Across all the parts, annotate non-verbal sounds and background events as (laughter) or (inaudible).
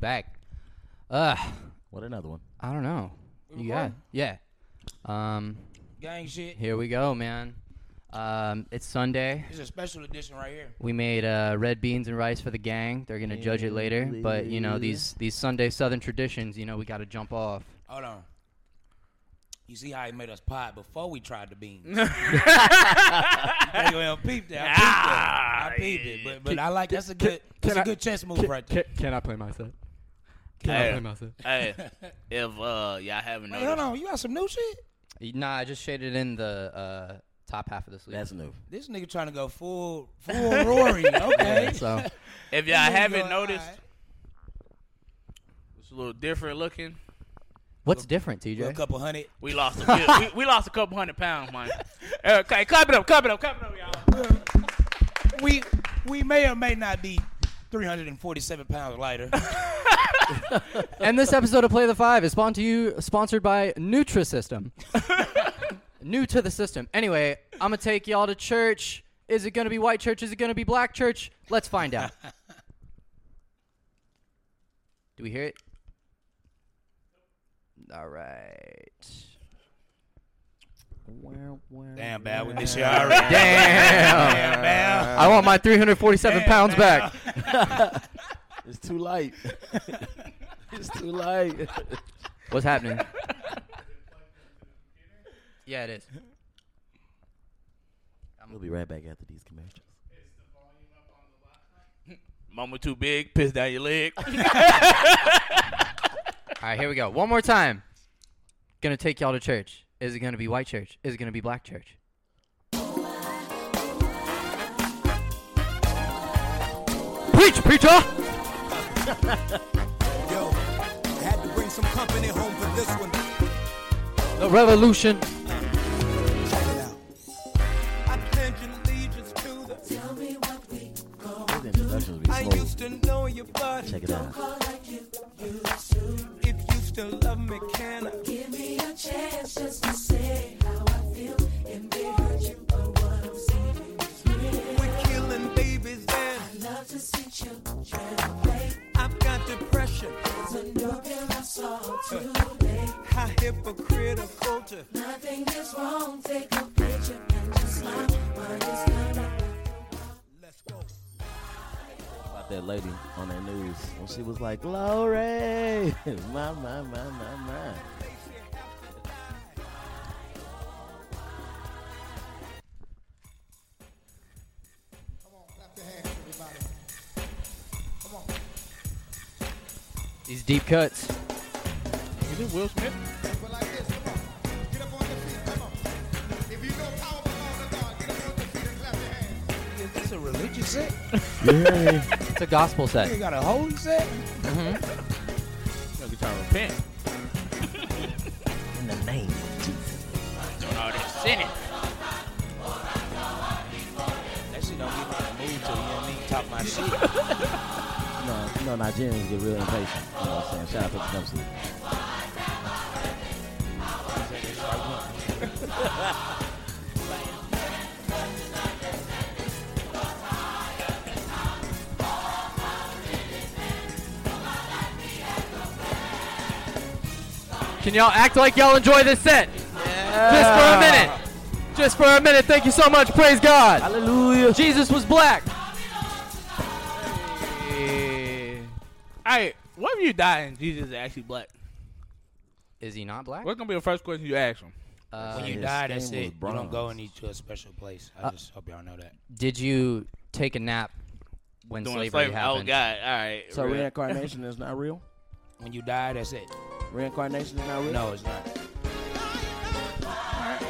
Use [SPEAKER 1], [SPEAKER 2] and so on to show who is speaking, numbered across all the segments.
[SPEAKER 1] back. Ugh,
[SPEAKER 2] What another one?
[SPEAKER 1] I don't know.
[SPEAKER 3] We
[SPEAKER 1] You got
[SPEAKER 3] recording?
[SPEAKER 1] yeah. Um,
[SPEAKER 3] Gang shit.
[SPEAKER 1] here we go, man. Um, it's Sunday.
[SPEAKER 3] It's a special edition right here.
[SPEAKER 1] We made uh, red beans and rice for the gang. They're gonna judge it later, but you know these these Sunday Southern traditions. You know we gotta jump off.
[SPEAKER 3] Hold on. You see how he made us pot before we tried the (laughs) beans. Hey, well, peep that. I peeped it. I peeped it. But, but I like that's a good that's a
[SPEAKER 4] can I-
[SPEAKER 3] good chess move
[SPEAKER 4] Can,
[SPEAKER 3] right
[SPEAKER 4] can,
[SPEAKER 3] there.
[SPEAKER 4] can I play my set? Can I
[SPEAKER 5] Hey.
[SPEAKER 4] play my set?
[SPEAKER 5] hey, (laughs) if uh y'all haven't
[SPEAKER 3] Wait, hold
[SPEAKER 5] noticed,
[SPEAKER 3] on. You got some new shit?
[SPEAKER 1] Nah, I just shaded in the uh, top half of the sleeve. (laughs)
[SPEAKER 2] That's new. (laughs)
[SPEAKER 3] This nigga trying to go full full
[SPEAKER 4] (laughs)
[SPEAKER 3] Rory. Okay.
[SPEAKER 1] so
[SPEAKER 5] if y'all
[SPEAKER 3] This nigga
[SPEAKER 5] haven't
[SPEAKER 3] going,
[SPEAKER 5] noticed,
[SPEAKER 3] "Alright."
[SPEAKER 5] it's a little different looking.
[SPEAKER 1] what's different,
[SPEAKER 3] a
[SPEAKER 1] TJ?
[SPEAKER 3] couple hundred.
[SPEAKER 5] We lost (laughs) a few, we, we lost a couple hundred pounds, (laughs) man. Okay, clap it up, clap it up, clap it up, y'all.
[SPEAKER 3] We we may or may not be 347 pounds lighter.
[SPEAKER 1] and this episode of Play the Five is spawned to you, sponsored by Nutrisystem. New to the system. Anyway, I'm gonna take y'all to church. Is it gonna be white church? Is it gonna be black church? Let's find out. Do we hear it? All right.
[SPEAKER 3] Damn bad with this shit already.
[SPEAKER 1] Damn.
[SPEAKER 3] Damn bad.
[SPEAKER 1] I want my 347 pounds back.
[SPEAKER 2] It's too light. (laughs) it's too (laughs) light.
[SPEAKER 1] What's happening? yeah, it is.
[SPEAKER 2] we'll be right back after these commercials.
[SPEAKER 5] Mama too big, piss down your (laughs) leg.
[SPEAKER 1] All right, here we go. One more time. Gonna take y'all to church. Is it gonna be white church? Is it gonna be black church? Preach, preacher!
[SPEAKER 6] Yo, had to bring some company home for this one.
[SPEAKER 1] The revolution.
[SPEAKER 6] Check it out. I pledge allegiance to the.
[SPEAKER 2] These introductions be
[SPEAKER 6] I
[SPEAKER 2] smooth.
[SPEAKER 6] used to know you, but
[SPEAKER 2] Check it out.
[SPEAKER 6] if you still love me, can I?
[SPEAKER 7] Give me a chance just to say how I feel and be hurt you by what I'm saying.
[SPEAKER 6] We're killing babies, and
[SPEAKER 7] Love to see children play.
[SPEAKER 6] I've got depression.
[SPEAKER 7] It's a new pill I saw today.
[SPEAKER 6] How hypocritical to
[SPEAKER 7] Nothing is wrong. Take a picture and just smile. But it's not
[SPEAKER 6] let's go.
[SPEAKER 2] About that lady on that news when she was like, "Glory, (laughs) my my my my my."
[SPEAKER 1] These deep cuts.
[SPEAKER 5] Is it Will Smith?
[SPEAKER 3] Is this a religious set?
[SPEAKER 2] (laughs)
[SPEAKER 1] It's a gospel
[SPEAKER 3] You
[SPEAKER 1] set.
[SPEAKER 3] got a holy set?
[SPEAKER 5] Nigga trying to repent.
[SPEAKER 2] In the name of Jesus.
[SPEAKER 5] Doing all that sinning.
[SPEAKER 3] That shit don't get me in the mood to, you know what I mean? Top my shit.
[SPEAKER 2] You know, you know Nigerians get real impatient. You know what I'm saying? Shout out to the Trump suit.
[SPEAKER 1] Can y'all act like y'all enjoy this set? Just for a minute. Just for a minute. Thank you so much. Praise God.
[SPEAKER 2] Hallelujah.
[SPEAKER 1] Jesus was black.
[SPEAKER 5] Hey, what if you die and Jesus is actually black?
[SPEAKER 1] Is he not black?
[SPEAKER 5] What's gonna be the first question you ask him?
[SPEAKER 1] Uh,
[SPEAKER 3] When you
[SPEAKER 2] His
[SPEAKER 3] die, that's
[SPEAKER 2] skin
[SPEAKER 3] it.
[SPEAKER 2] was
[SPEAKER 3] You don't go
[SPEAKER 2] bronze.
[SPEAKER 3] any to a special place.
[SPEAKER 5] Uh,
[SPEAKER 3] I just hope y'all know that.
[SPEAKER 1] did you take a nap when
[SPEAKER 5] Doing
[SPEAKER 1] slavery
[SPEAKER 5] slavery.
[SPEAKER 1] happened?
[SPEAKER 5] Oh God! All right.
[SPEAKER 2] So
[SPEAKER 5] real.
[SPEAKER 2] reincarnation is not real.
[SPEAKER 3] When you die, that's it.
[SPEAKER 2] Reincarnation is not real.
[SPEAKER 3] No, it's not.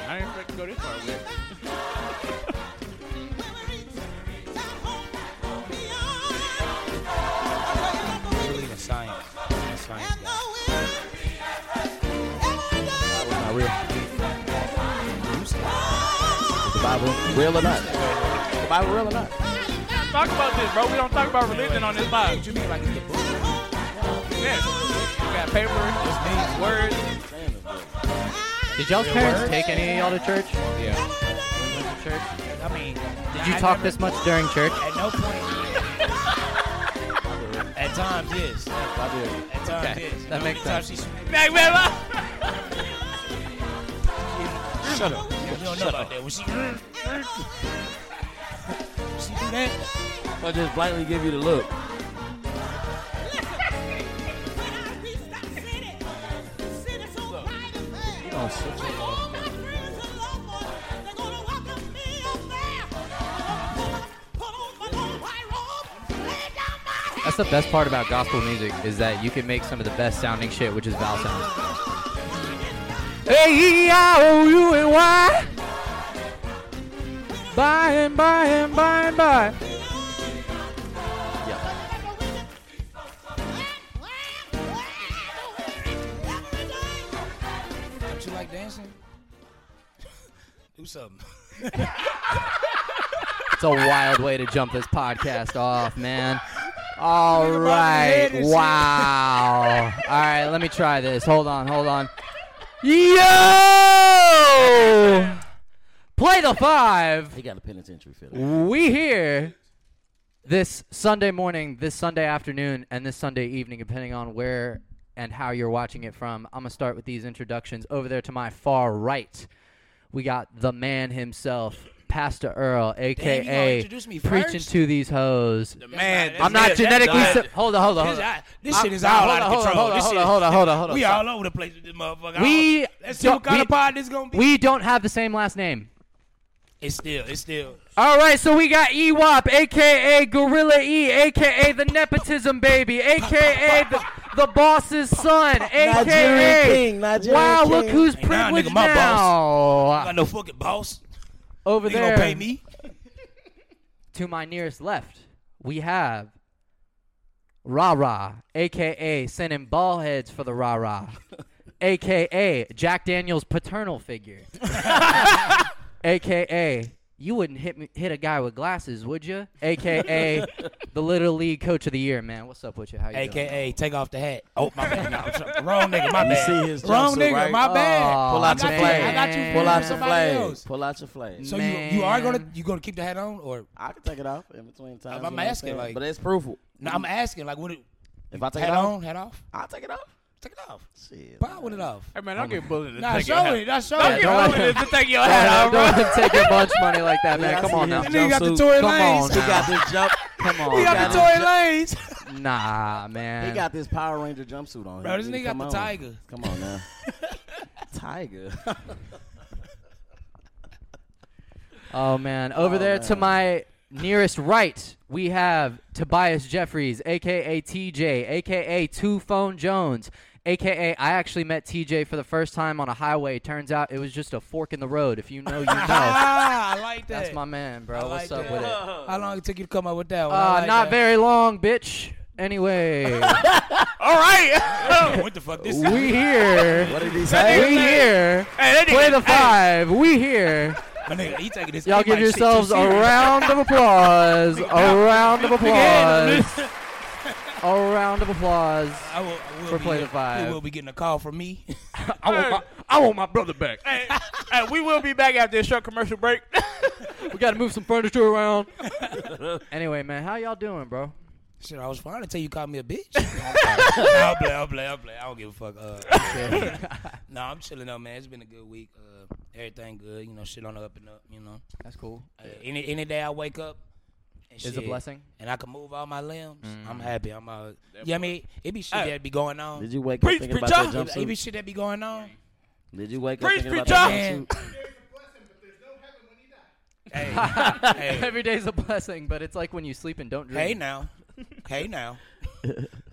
[SPEAKER 5] I didn't expect to go this far. Will.
[SPEAKER 3] I believe in science. I'm a science guy.
[SPEAKER 2] It's not real. Is the Bible real or not? Is the Bible real or not?
[SPEAKER 5] Talk about this, bro. We don't talk about religion on this live.
[SPEAKER 3] What you mean like it's the book?
[SPEAKER 5] Yeah. We got paper, words.
[SPEAKER 1] Did y'all's parents take any of y'all to church?
[SPEAKER 5] Yeah.
[SPEAKER 3] I
[SPEAKER 2] (laughs)
[SPEAKER 3] mean,
[SPEAKER 1] Did you talk this much during church?
[SPEAKER 3] At no point. at At times, yes. At
[SPEAKER 2] I did.
[SPEAKER 3] times, yes. You know,
[SPEAKER 1] makes
[SPEAKER 3] sometimes
[SPEAKER 1] sense.
[SPEAKER 3] she's-
[SPEAKER 5] Back, back, back.
[SPEAKER 3] Shut up. Yeah, we don't know about that. When she, she do that,
[SPEAKER 2] I just blankly give you the look.
[SPEAKER 1] That's the best part about gospel music is that you can make some of the best sounding shit, which is vowel sounds. A E I O U and Y. By and by and by and by.
[SPEAKER 3] don't you like dancing? do something.
[SPEAKER 1] It's a wild way to jump this podcast off, man. All right.
[SPEAKER 3] head and
[SPEAKER 1] (laughs)
[SPEAKER 3] shit.
[SPEAKER 1] Wow. All right, let me try this. Hold on, hold on. (laughs) Yo! Play the five.
[SPEAKER 2] He got a penitentiary feeling.
[SPEAKER 1] We here this Sunday morning, this Sunday afternoon, and this Sunday evening, depending on where and how you're watching it from. I'm going to start with these introductions. Over there to my far right, we got the man himself, Pastor Earl,
[SPEAKER 3] Damn, you gonna
[SPEAKER 1] a.k.a.
[SPEAKER 3] introduce me
[SPEAKER 1] Preaching
[SPEAKER 3] first?
[SPEAKER 1] to these hoes.
[SPEAKER 5] Man,
[SPEAKER 1] I'm not genetically. Si- hold on, hold on. Hold
[SPEAKER 3] This,
[SPEAKER 1] on.
[SPEAKER 3] I, this
[SPEAKER 1] I'm-
[SPEAKER 3] shit is
[SPEAKER 1] nah,
[SPEAKER 3] all
[SPEAKER 1] hold on,
[SPEAKER 3] out of
[SPEAKER 1] hold on,
[SPEAKER 3] control.
[SPEAKER 1] Hold on,
[SPEAKER 3] This
[SPEAKER 1] hold
[SPEAKER 3] shit-
[SPEAKER 1] on, hold on, hold on, hold on.
[SPEAKER 3] We
[SPEAKER 1] Stop.
[SPEAKER 3] all over the place with this motherfucker.
[SPEAKER 1] We
[SPEAKER 3] Let's see what
[SPEAKER 1] don't-
[SPEAKER 3] kind of
[SPEAKER 1] we-
[SPEAKER 3] pod this gonna be.
[SPEAKER 1] we don't have the same last name.
[SPEAKER 3] it's still, it's still.
[SPEAKER 1] All right, so we got EWOP, aka Gorilla E, aka the nepotism baby,
[SPEAKER 2] (laughs)
[SPEAKER 1] aka the, the boss's son,
[SPEAKER 2] Nigerian
[SPEAKER 1] aka
[SPEAKER 2] king, Nigerian
[SPEAKER 1] wow,
[SPEAKER 2] king.
[SPEAKER 1] look who's
[SPEAKER 3] Hey, nah,
[SPEAKER 1] privileged
[SPEAKER 3] nigga, my I
[SPEAKER 1] now.
[SPEAKER 3] got no fucking boss.
[SPEAKER 1] Ah. Over
[SPEAKER 3] They gonna pay
[SPEAKER 1] there,
[SPEAKER 3] me.
[SPEAKER 1] to my nearest left, we have Ra Ra, aka sending ball heads for the Ra Ra, aka Jack Daniel's paternal figure, aka you wouldn't hit me, hit a guy with glasses, would you? Aka the little league coach of the year, man. What's up with you? How you doing?
[SPEAKER 3] AKA, take off the hat. Oh, my bad. No, I'm sorry. Wrong nigga, my bad.
[SPEAKER 2] see his
[SPEAKER 3] Wrong
[SPEAKER 2] jumpsuit,
[SPEAKER 3] nigga,
[SPEAKER 2] right?
[SPEAKER 3] my bad.
[SPEAKER 1] Oh,
[SPEAKER 2] Pull out
[SPEAKER 3] I
[SPEAKER 2] your
[SPEAKER 3] got
[SPEAKER 1] man.
[SPEAKER 3] you. I got you.
[SPEAKER 2] Pull out your
[SPEAKER 3] Somebody
[SPEAKER 2] flag.
[SPEAKER 3] else.
[SPEAKER 2] Pull out your flag.
[SPEAKER 3] So you, you are gonna
[SPEAKER 1] Man.
[SPEAKER 3] you gonna keep the hat on or
[SPEAKER 2] I can take it off in between times.
[SPEAKER 3] I'm
[SPEAKER 2] you know what
[SPEAKER 3] asking,
[SPEAKER 2] saying?
[SPEAKER 3] like-
[SPEAKER 2] but it's proofable.
[SPEAKER 3] no? I'm asking like would it
[SPEAKER 2] If I take
[SPEAKER 3] hat
[SPEAKER 2] it off,
[SPEAKER 3] on hat off
[SPEAKER 2] I'll take it off.
[SPEAKER 3] take it off
[SPEAKER 2] Shit.
[SPEAKER 3] power with it off.
[SPEAKER 5] Hey, man, don't get bullied.
[SPEAKER 3] Nah,
[SPEAKER 5] take your
[SPEAKER 3] show
[SPEAKER 5] hat-
[SPEAKER 3] it. Not show
[SPEAKER 5] Don't
[SPEAKER 3] it.
[SPEAKER 5] get
[SPEAKER 1] don't-
[SPEAKER 5] bullied to take your
[SPEAKER 1] Don't
[SPEAKER 5] hat
[SPEAKER 1] let-
[SPEAKER 5] off,
[SPEAKER 1] don't
[SPEAKER 5] bro.
[SPEAKER 1] let him take your lunch money like that, man.
[SPEAKER 2] I
[SPEAKER 1] Come
[SPEAKER 2] see
[SPEAKER 1] on now.
[SPEAKER 2] his
[SPEAKER 3] And then you got the
[SPEAKER 2] Jumpsuit.
[SPEAKER 3] Tory
[SPEAKER 1] Come on
[SPEAKER 3] Lanez.
[SPEAKER 2] He got
[SPEAKER 1] now.
[SPEAKER 2] this jump.
[SPEAKER 1] Come
[SPEAKER 3] (laughs) He
[SPEAKER 1] on.
[SPEAKER 2] got
[SPEAKER 3] got
[SPEAKER 1] now.
[SPEAKER 3] the Tory Lanez.
[SPEAKER 1] Nah, man.
[SPEAKER 2] He got this Power Ranger jumpsuit on.
[SPEAKER 3] Bro, this
[SPEAKER 2] He-
[SPEAKER 3] nigga got
[SPEAKER 2] come
[SPEAKER 3] the
[SPEAKER 2] on.
[SPEAKER 3] tiger.
[SPEAKER 2] Come on
[SPEAKER 3] (laughs)
[SPEAKER 2] now. tiger.
[SPEAKER 1] Oh man, over
[SPEAKER 2] Oh,
[SPEAKER 1] there to
[SPEAKER 2] man.
[SPEAKER 1] my nearest right, we have Tobias Jeffries, aka TJ, aka Two Phone Jones, aka I actually met TJ for the first time on a highway. Turns out it was just a fork in the road. If you know,
[SPEAKER 3] (laughs)
[SPEAKER 1] you know.
[SPEAKER 3] Ah, I like that.
[SPEAKER 1] That's my man, bro.
[SPEAKER 3] (laughs) I
[SPEAKER 1] What's
[SPEAKER 3] like
[SPEAKER 1] up
[SPEAKER 3] that.
[SPEAKER 1] with it?
[SPEAKER 3] How long it took you to come up with that one? I
[SPEAKER 1] Uh,
[SPEAKER 3] like
[SPEAKER 1] not
[SPEAKER 3] (laughs) that.
[SPEAKER 1] very long, bitch.
[SPEAKER 3] (laughs)
[SPEAKER 1] Anyway,
[SPEAKER 5] All right.
[SPEAKER 3] What the fuck? This
[SPEAKER 1] we here.
[SPEAKER 2] (laughs) What did he
[SPEAKER 1] We
[SPEAKER 2] say?
[SPEAKER 1] here.
[SPEAKER 5] Hey, that nigga-
[SPEAKER 1] Play the
[SPEAKER 5] hey,
[SPEAKER 1] five. We here.
[SPEAKER 3] My nigga, he taking this.
[SPEAKER 1] Y'all
[SPEAKER 3] he
[SPEAKER 1] give
[SPEAKER 3] might shit
[SPEAKER 1] yourselves
[SPEAKER 3] too
[SPEAKER 1] a
[SPEAKER 3] serious.
[SPEAKER 1] round of
[SPEAKER 5] (laughs)
[SPEAKER 1] applause. A round of applause. A round of applause.
[SPEAKER 3] I will, I will
[SPEAKER 1] for
[SPEAKER 3] be
[SPEAKER 1] Play the
[SPEAKER 3] getting-
[SPEAKER 1] Five.
[SPEAKER 3] We will be getting a call from me.
[SPEAKER 5] I want my, I want my brother back. Hey, hey, we will be back after this short commercial break.
[SPEAKER 1] We gotta move some furniture
[SPEAKER 5] (laughs)
[SPEAKER 1] around. anyway, man, how y'all doing, bro?
[SPEAKER 3] Shit, I was fine until you called me a (laughs) bitch. I'll play, I'll play, I'll play. I don't give a fuck. Uh, (laughs) no, I'm chilling out, man. It's been a good week. Uh, everything good. You know, shit on the up and up. You know,
[SPEAKER 1] That's cool.
[SPEAKER 3] uh, any any day I wake up, and
[SPEAKER 1] It's a
[SPEAKER 3] shit,
[SPEAKER 1] blessing. Mm-hmm.
[SPEAKER 3] and I can move all my limbs. I'm happy. I'm uh, out. Yeah, I mean, it be shit that be going on.
[SPEAKER 2] Did you wake
[SPEAKER 5] Preach,
[SPEAKER 2] up thinking
[SPEAKER 5] preacher.
[SPEAKER 2] about that
[SPEAKER 3] It be
[SPEAKER 2] jumpsuit?
[SPEAKER 3] shit that be going on.
[SPEAKER 2] Did you wake
[SPEAKER 5] Preach,
[SPEAKER 2] up thinking about
[SPEAKER 5] preacher.
[SPEAKER 2] that
[SPEAKER 3] Man.
[SPEAKER 2] jumpsuit?
[SPEAKER 3] Hey, (laughs) hey,
[SPEAKER 1] (laughs) Every day's a blessing, but it's like when you sleep and don't dream.
[SPEAKER 3] hey now,
[SPEAKER 2] (laughs)
[SPEAKER 3] hey now.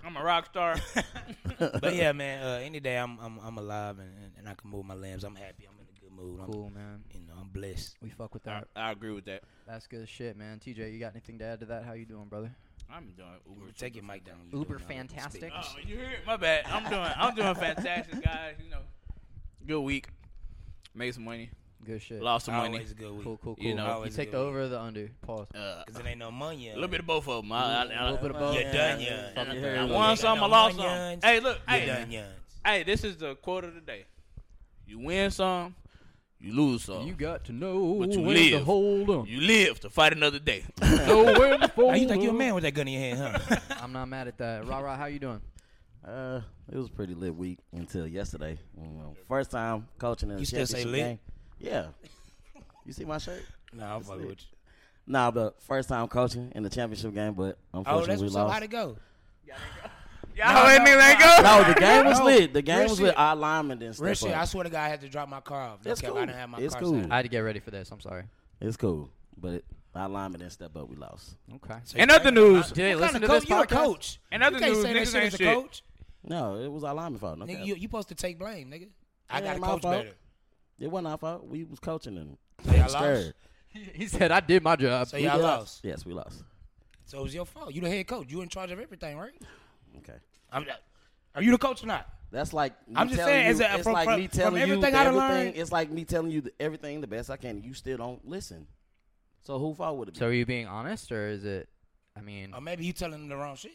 [SPEAKER 5] I'm a
[SPEAKER 1] (laughs)
[SPEAKER 5] rock star. (laughs)
[SPEAKER 3] But yeah, man. Uh, any day I'm I'm I'm alive and, and, and I can move my limbs. I'm happy. I'm in a good mood. I'm,
[SPEAKER 1] Cool, man.
[SPEAKER 3] You know, I'm blessed.
[SPEAKER 1] We fuck with that.
[SPEAKER 5] I agree with that.
[SPEAKER 1] That's good shit, man. TJ, you got anything to add to that? How you doing, brother?
[SPEAKER 5] I'm doing Uber.
[SPEAKER 3] Take your mic down.
[SPEAKER 1] Uber
[SPEAKER 3] doing all that.
[SPEAKER 1] fantastic.
[SPEAKER 2] Ah.
[SPEAKER 5] Oh, you hear it? My bad. I'm doing. I'm doing
[SPEAKER 1] (laughs)
[SPEAKER 5] fantastic, guys. You know, good week. Made some money.
[SPEAKER 1] Good shit.
[SPEAKER 5] Lost some money.
[SPEAKER 3] Always a good week.
[SPEAKER 1] Cool, cool, cool.
[SPEAKER 5] You
[SPEAKER 1] You,
[SPEAKER 5] know,
[SPEAKER 3] always
[SPEAKER 1] take
[SPEAKER 3] a
[SPEAKER 1] the
[SPEAKER 3] good
[SPEAKER 1] over or the under. Pause.
[SPEAKER 5] Uh,
[SPEAKER 3] Cause it ain't no money.
[SPEAKER 5] a little bit of both of them. I, I,
[SPEAKER 1] a little bit of both.
[SPEAKER 3] You're done, yeah.
[SPEAKER 1] Fuck
[SPEAKER 2] Yeah.
[SPEAKER 1] it.
[SPEAKER 5] I
[SPEAKER 2] You're
[SPEAKER 5] won some, I lost some.
[SPEAKER 3] Onions.
[SPEAKER 5] Hey, look.
[SPEAKER 3] You're
[SPEAKER 5] Hey,
[SPEAKER 3] done, yeah.
[SPEAKER 5] hey, this is the quote of the day. You win some, You lose some.
[SPEAKER 1] You
[SPEAKER 5] You,
[SPEAKER 1] got to know
[SPEAKER 5] Oh. But you
[SPEAKER 1] when to
[SPEAKER 5] live.
[SPEAKER 1] hold 'em.
[SPEAKER 5] live to fight another day.
[SPEAKER 1] (laughs) know when to
[SPEAKER 3] Now, you
[SPEAKER 1] fold
[SPEAKER 3] think you a
[SPEAKER 1] 'em.
[SPEAKER 3] man with that gun in your hand, huh?
[SPEAKER 1] I'm not mad at that. Ra Ra, how you doing?
[SPEAKER 2] Uh, it was a pretty lit week until yesterday. You know, first time coaching in a
[SPEAKER 3] You still say
[SPEAKER 2] championship
[SPEAKER 3] lit?
[SPEAKER 2] game. Yeah. You see my shirt?
[SPEAKER 3] nah, I'm fucking
[SPEAKER 2] it.
[SPEAKER 3] with you.
[SPEAKER 2] Nah, but first time coaching in the championship game, but
[SPEAKER 3] Oh,
[SPEAKER 2] unfortunately
[SPEAKER 3] that's
[SPEAKER 2] we
[SPEAKER 3] what's up.
[SPEAKER 2] lost.
[SPEAKER 3] How'd it go?
[SPEAKER 5] Y'all let me let go.
[SPEAKER 2] No,
[SPEAKER 5] (laughs)
[SPEAKER 2] the
[SPEAKER 3] (laughs)
[SPEAKER 2] game was
[SPEAKER 3] No,
[SPEAKER 2] lit. The game was
[SPEAKER 3] real
[SPEAKER 2] lit.
[SPEAKER 3] shit.
[SPEAKER 2] Our lineman didn't step
[SPEAKER 3] Real shit, I
[SPEAKER 2] up.
[SPEAKER 3] swear to God, I had to drop my car off. No
[SPEAKER 2] It's
[SPEAKER 3] cap,
[SPEAKER 2] cool.
[SPEAKER 3] I didn't have my
[SPEAKER 2] It's
[SPEAKER 3] car
[SPEAKER 2] cool.
[SPEAKER 3] Saturday.
[SPEAKER 1] I had to get ready for this. I'm sorry.
[SPEAKER 2] It's cool, but it, our lineman didn't step up. We lost.
[SPEAKER 1] Okay.
[SPEAKER 3] So
[SPEAKER 5] And
[SPEAKER 3] you
[SPEAKER 5] other
[SPEAKER 3] think about-
[SPEAKER 5] news.
[SPEAKER 1] Did they
[SPEAKER 3] What kind
[SPEAKER 1] listen
[SPEAKER 3] of
[SPEAKER 1] to
[SPEAKER 3] coach?
[SPEAKER 1] this
[SPEAKER 3] You a
[SPEAKER 1] podcast?
[SPEAKER 3] coach.
[SPEAKER 5] And other
[SPEAKER 3] you can't
[SPEAKER 5] news.
[SPEAKER 3] say that
[SPEAKER 5] Niggas
[SPEAKER 3] shit
[SPEAKER 5] ain't
[SPEAKER 3] as a
[SPEAKER 5] shit.
[SPEAKER 3] coach.
[SPEAKER 2] No, it was our lineman fault. No
[SPEAKER 3] Nigga,
[SPEAKER 2] cap.
[SPEAKER 3] you, you supposed to take blame, nigga. I
[SPEAKER 2] It
[SPEAKER 3] got to
[SPEAKER 2] ain't my
[SPEAKER 3] coach
[SPEAKER 2] fault.
[SPEAKER 3] better.
[SPEAKER 2] It wasn't our fault. We was coaching them.
[SPEAKER 3] So y'all
[SPEAKER 2] Scared.
[SPEAKER 3] lost.
[SPEAKER 1] He said, I did my job.
[SPEAKER 3] So
[SPEAKER 2] We
[SPEAKER 3] Oh, y'all
[SPEAKER 2] did-
[SPEAKER 3] lost.
[SPEAKER 2] Yes, we lost.
[SPEAKER 3] So it was your fault. You the head coach. You in charge of everything, right?
[SPEAKER 2] Okay.
[SPEAKER 3] I'm, are you the coach or not?
[SPEAKER 2] That's like me
[SPEAKER 3] I'm just
[SPEAKER 2] telling
[SPEAKER 3] saying,
[SPEAKER 2] you,
[SPEAKER 3] as a-
[SPEAKER 2] it's
[SPEAKER 3] from-
[SPEAKER 2] like
[SPEAKER 3] from-
[SPEAKER 2] me
[SPEAKER 3] from
[SPEAKER 2] telling you
[SPEAKER 3] everything
[SPEAKER 2] the
[SPEAKER 3] I done
[SPEAKER 2] everything.
[SPEAKER 3] learned-
[SPEAKER 2] It's like me telling you the, everything the best I can. You still don't listen. So who fault would it be?
[SPEAKER 1] So are you being honest, or is it? I mean,
[SPEAKER 3] Or maybe you telling them the wrong shit.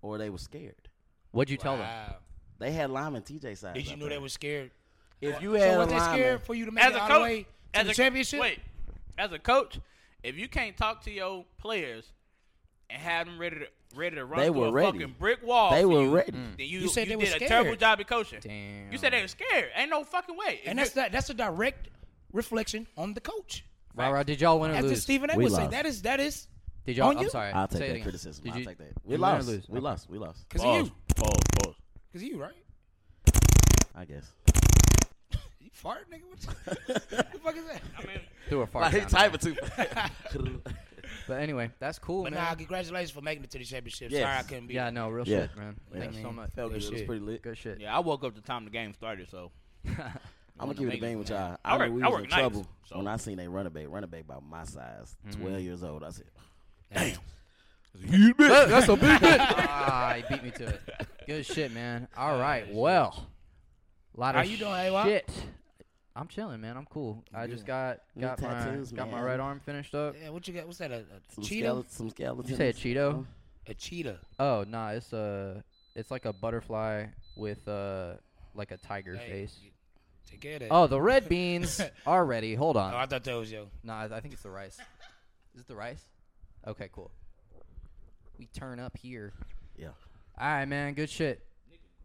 [SPEAKER 2] or they were scared.
[SPEAKER 1] what'd you tell them?
[SPEAKER 3] Wow.
[SPEAKER 2] They had lineman TJ side.
[SPEAKER 3] Did you know they were scared?
[SPEAKER 2] If you had
[SPEAKER 3] so
[SPEAKER 2] a
[SPEAKER 3] was they
[SPEAKER 2] lineman,
[SPEAKER 3] scared for you to make
[SPEAKER 5] As
[SPEAKER 3] it
[SPEAKER 5] a
[SPEAKER 3] all the way
[SPEAKER 5] coach,
[SPEAKER 3] to
[SPEAKER 5] as
[SPEAKER 3] the
[SPEAKER 5] a
[SPEAKER 3] championship?
[SPEAKER 5] Wait, as a coach, if you can't talk to your players and have them ready to ready to run
[SPEAKER 2] They
[SPEAKER 5] through
[SPEAKER 2] were
[SPEAKER 5] a
[SPEAKER 2] ready.
[SPEAKER 5] fucking brick wall,
[SPEAKER 2] they
[SPEAKER 5] for
[SPEAKER 2] were
[SPEAKER 5] you,
[SPEAKER 2] ready.
[SPEAKER 5] Then you,
[SPEAKER 3] Mm. You said they were
[SPEAKER 5] did a
[SPEAKER 3] scared.
[SPEAKER 5] terrible job at coaching.
[SPEAKER 1] Damn.
[SPEAKER 5] You said they were scared. Ain't no fucking way. If
[SPEAKER 3] And
[SPEAKER 5] you-
[SPEAKER 3] that's that, that's a direct reflection on the coach.
[SPEAKER 1] Ra Ra, did y'all win or
[SPEAKER 3] As
[SPEAKER 1] lose?
[SPEAKER 3] if Stephen A
[SPEAKER 2] We
[SPEAKER 3] would say,
[SPEAKER 2] lost.
[SPEAKER 3] that is that is
[SPEAKER 1] did y'all?
[SPEAKER 3] on
[SPEAKER 1] I'm
[SPEAKER 3] you?
[SPEAKER 1] sorry.
[SPEAKER 2] I'll take
[SPEAKER 1] Say it
[SPEAKER 2] that
[SPEAKER 1] again.
[SPEAKER 2] criticism.
[SPEAKER 1] Did
[SPEAKER 2] I'll
[SPEAKER 1] you-
[SPEAKER 2] take that. We
[SPEAKER 1] you win or
[SPEAKER 2] lost.
[SPEAKER 1] lose?
[SPEAKER 2] We
[SPEAKER 1] Okay.
[SPEAKER 2] lost. We lost.
[SPEAKER 3] because of
[SPEAKER 5] Pause,
[SPEAKER 3] you.
[SPEAKER 5] pause, pause.
[SPEAKER 3] Because of you, right?
[SPEAKER 1] (laughs)
[SPEAKER 2] I guess.
[SPEAKER 3] You fart, nigga. What the fuck is
[SPEAKER 5] (laughs)
[SPEAKER 3] that?
[SPEAKER 5] I mean,
[SPEAKER 1] Threw a fart
[SPEAKER 2] Like, he
[SPEAKER 1] down
[SPEAKER 2] type
[SPEAKER 1] there.
[SPEAKER 2] it too.
[SPEAKER 1] (laughs) But anyway, that's cool,
[SPEAKER 3] But
[SPEAKER 1] man.
[SPEAKER 3] nah, congratulations for making it to the championship.
[SPEAKER 2] Yes.
[SPEAKER 3] Sorry I couldn't be.
[SPEAKER 1] yeah,
[SPEAKER 3] there.
[SPEAKER 1] no, real
[SPEAKER 2] Yeah.
[SPEAKER 1] shit, man. Thanks so much.
[SPEAKER 2] Felt good. It was
[SPEAKER 3] shit.
[SPEAKER 2] pretty lit.
[SPEAKER 1] Good shit. (laughs)
[SPEAKER 5] yeah, I woke up the time the game started,
[SPEAKER 2] (laughs)
[SPEAKER 5] so
[SPEAKER 2] I'm gonna
[SPEAKER 5] Wanna
[SPEAKER 2] keep it a
[SPEAKER 5] make it,
[SPEAKER 2] bean with
[SPEAKER 5] man.
[SPEAKER 2] y'all.
[SPEAKER 5] I
[SPEAKER 2] I,
[SPEAKER 5] work-
[SPEAKER 2] knew we
[SPEAKER 5] I
[SPEAKER 2] was
[SPEAKER 5] work
[SPEAKER 2] in
[SPEAKER 5] nights,
[SPEAKER 2] trouble
[SPEAKER 5] so-
[SPEAKER 2] when I seen a running back. Running back about my size,
[SPEAKER 1] Mm-hmm.
[SPEAKER 2] 12 years old. I said,
[SPEAKER 1] that's a big
[SPEAKER 2] (laughs)
[SPEAKER 1] hit. ah, he beat me to it. Good shit,
[SPEAKER 3] (laughs)
[SPEAKER 1] man. All right, well, lot
[SPEAKER 3] How
[SPEAKER 1] of
[SPEAKER 3] you doing, AY?
[SPEAKER 1] shit. I'm chilling, man. I'm cool. I just got
[SPEAKER 2] New
[SPEAKER 1] got my
[SPEAKER 2] tattoos,
[SPEAKER 1] got my
[SPEAKER 2] man.
[SPEAKER 1] right arm finished up.
[SPEAKER 3] Yeah, what you got? What's that? A, a
[SPEAKER 2] some
[SPEAKER 3] cheetah?
[SPEAKER 2] skele- some skeletons.
[SPEAKER 1] you say a Cheeto?
[SPEAKER 3] A cheetah.
[SPEAKER 1] Oh, nah, it's a it's like a butterfly with uh like a tiger
[SPEAKER 3] Hey,
[SPEAKER 1] face.
[SPEAKER 3] you- Take care of that.
[SPEAKER 1] Oh, the red
[SPEAKER 3] (laughs)
[SPEAKER 1] beans are ready. Hold
[SPEAKER 3] Oh,
[SPEAKER 1] on.
[SPEAKER 3] I thought that was yo.
[SPEAKER 1] Nah, I I think it's the rice. Is it the rice? Okay, cool. We turn up here.
[SPEAKER 2] Yeah.
[SPEAKER 1] All right, man. Good shit.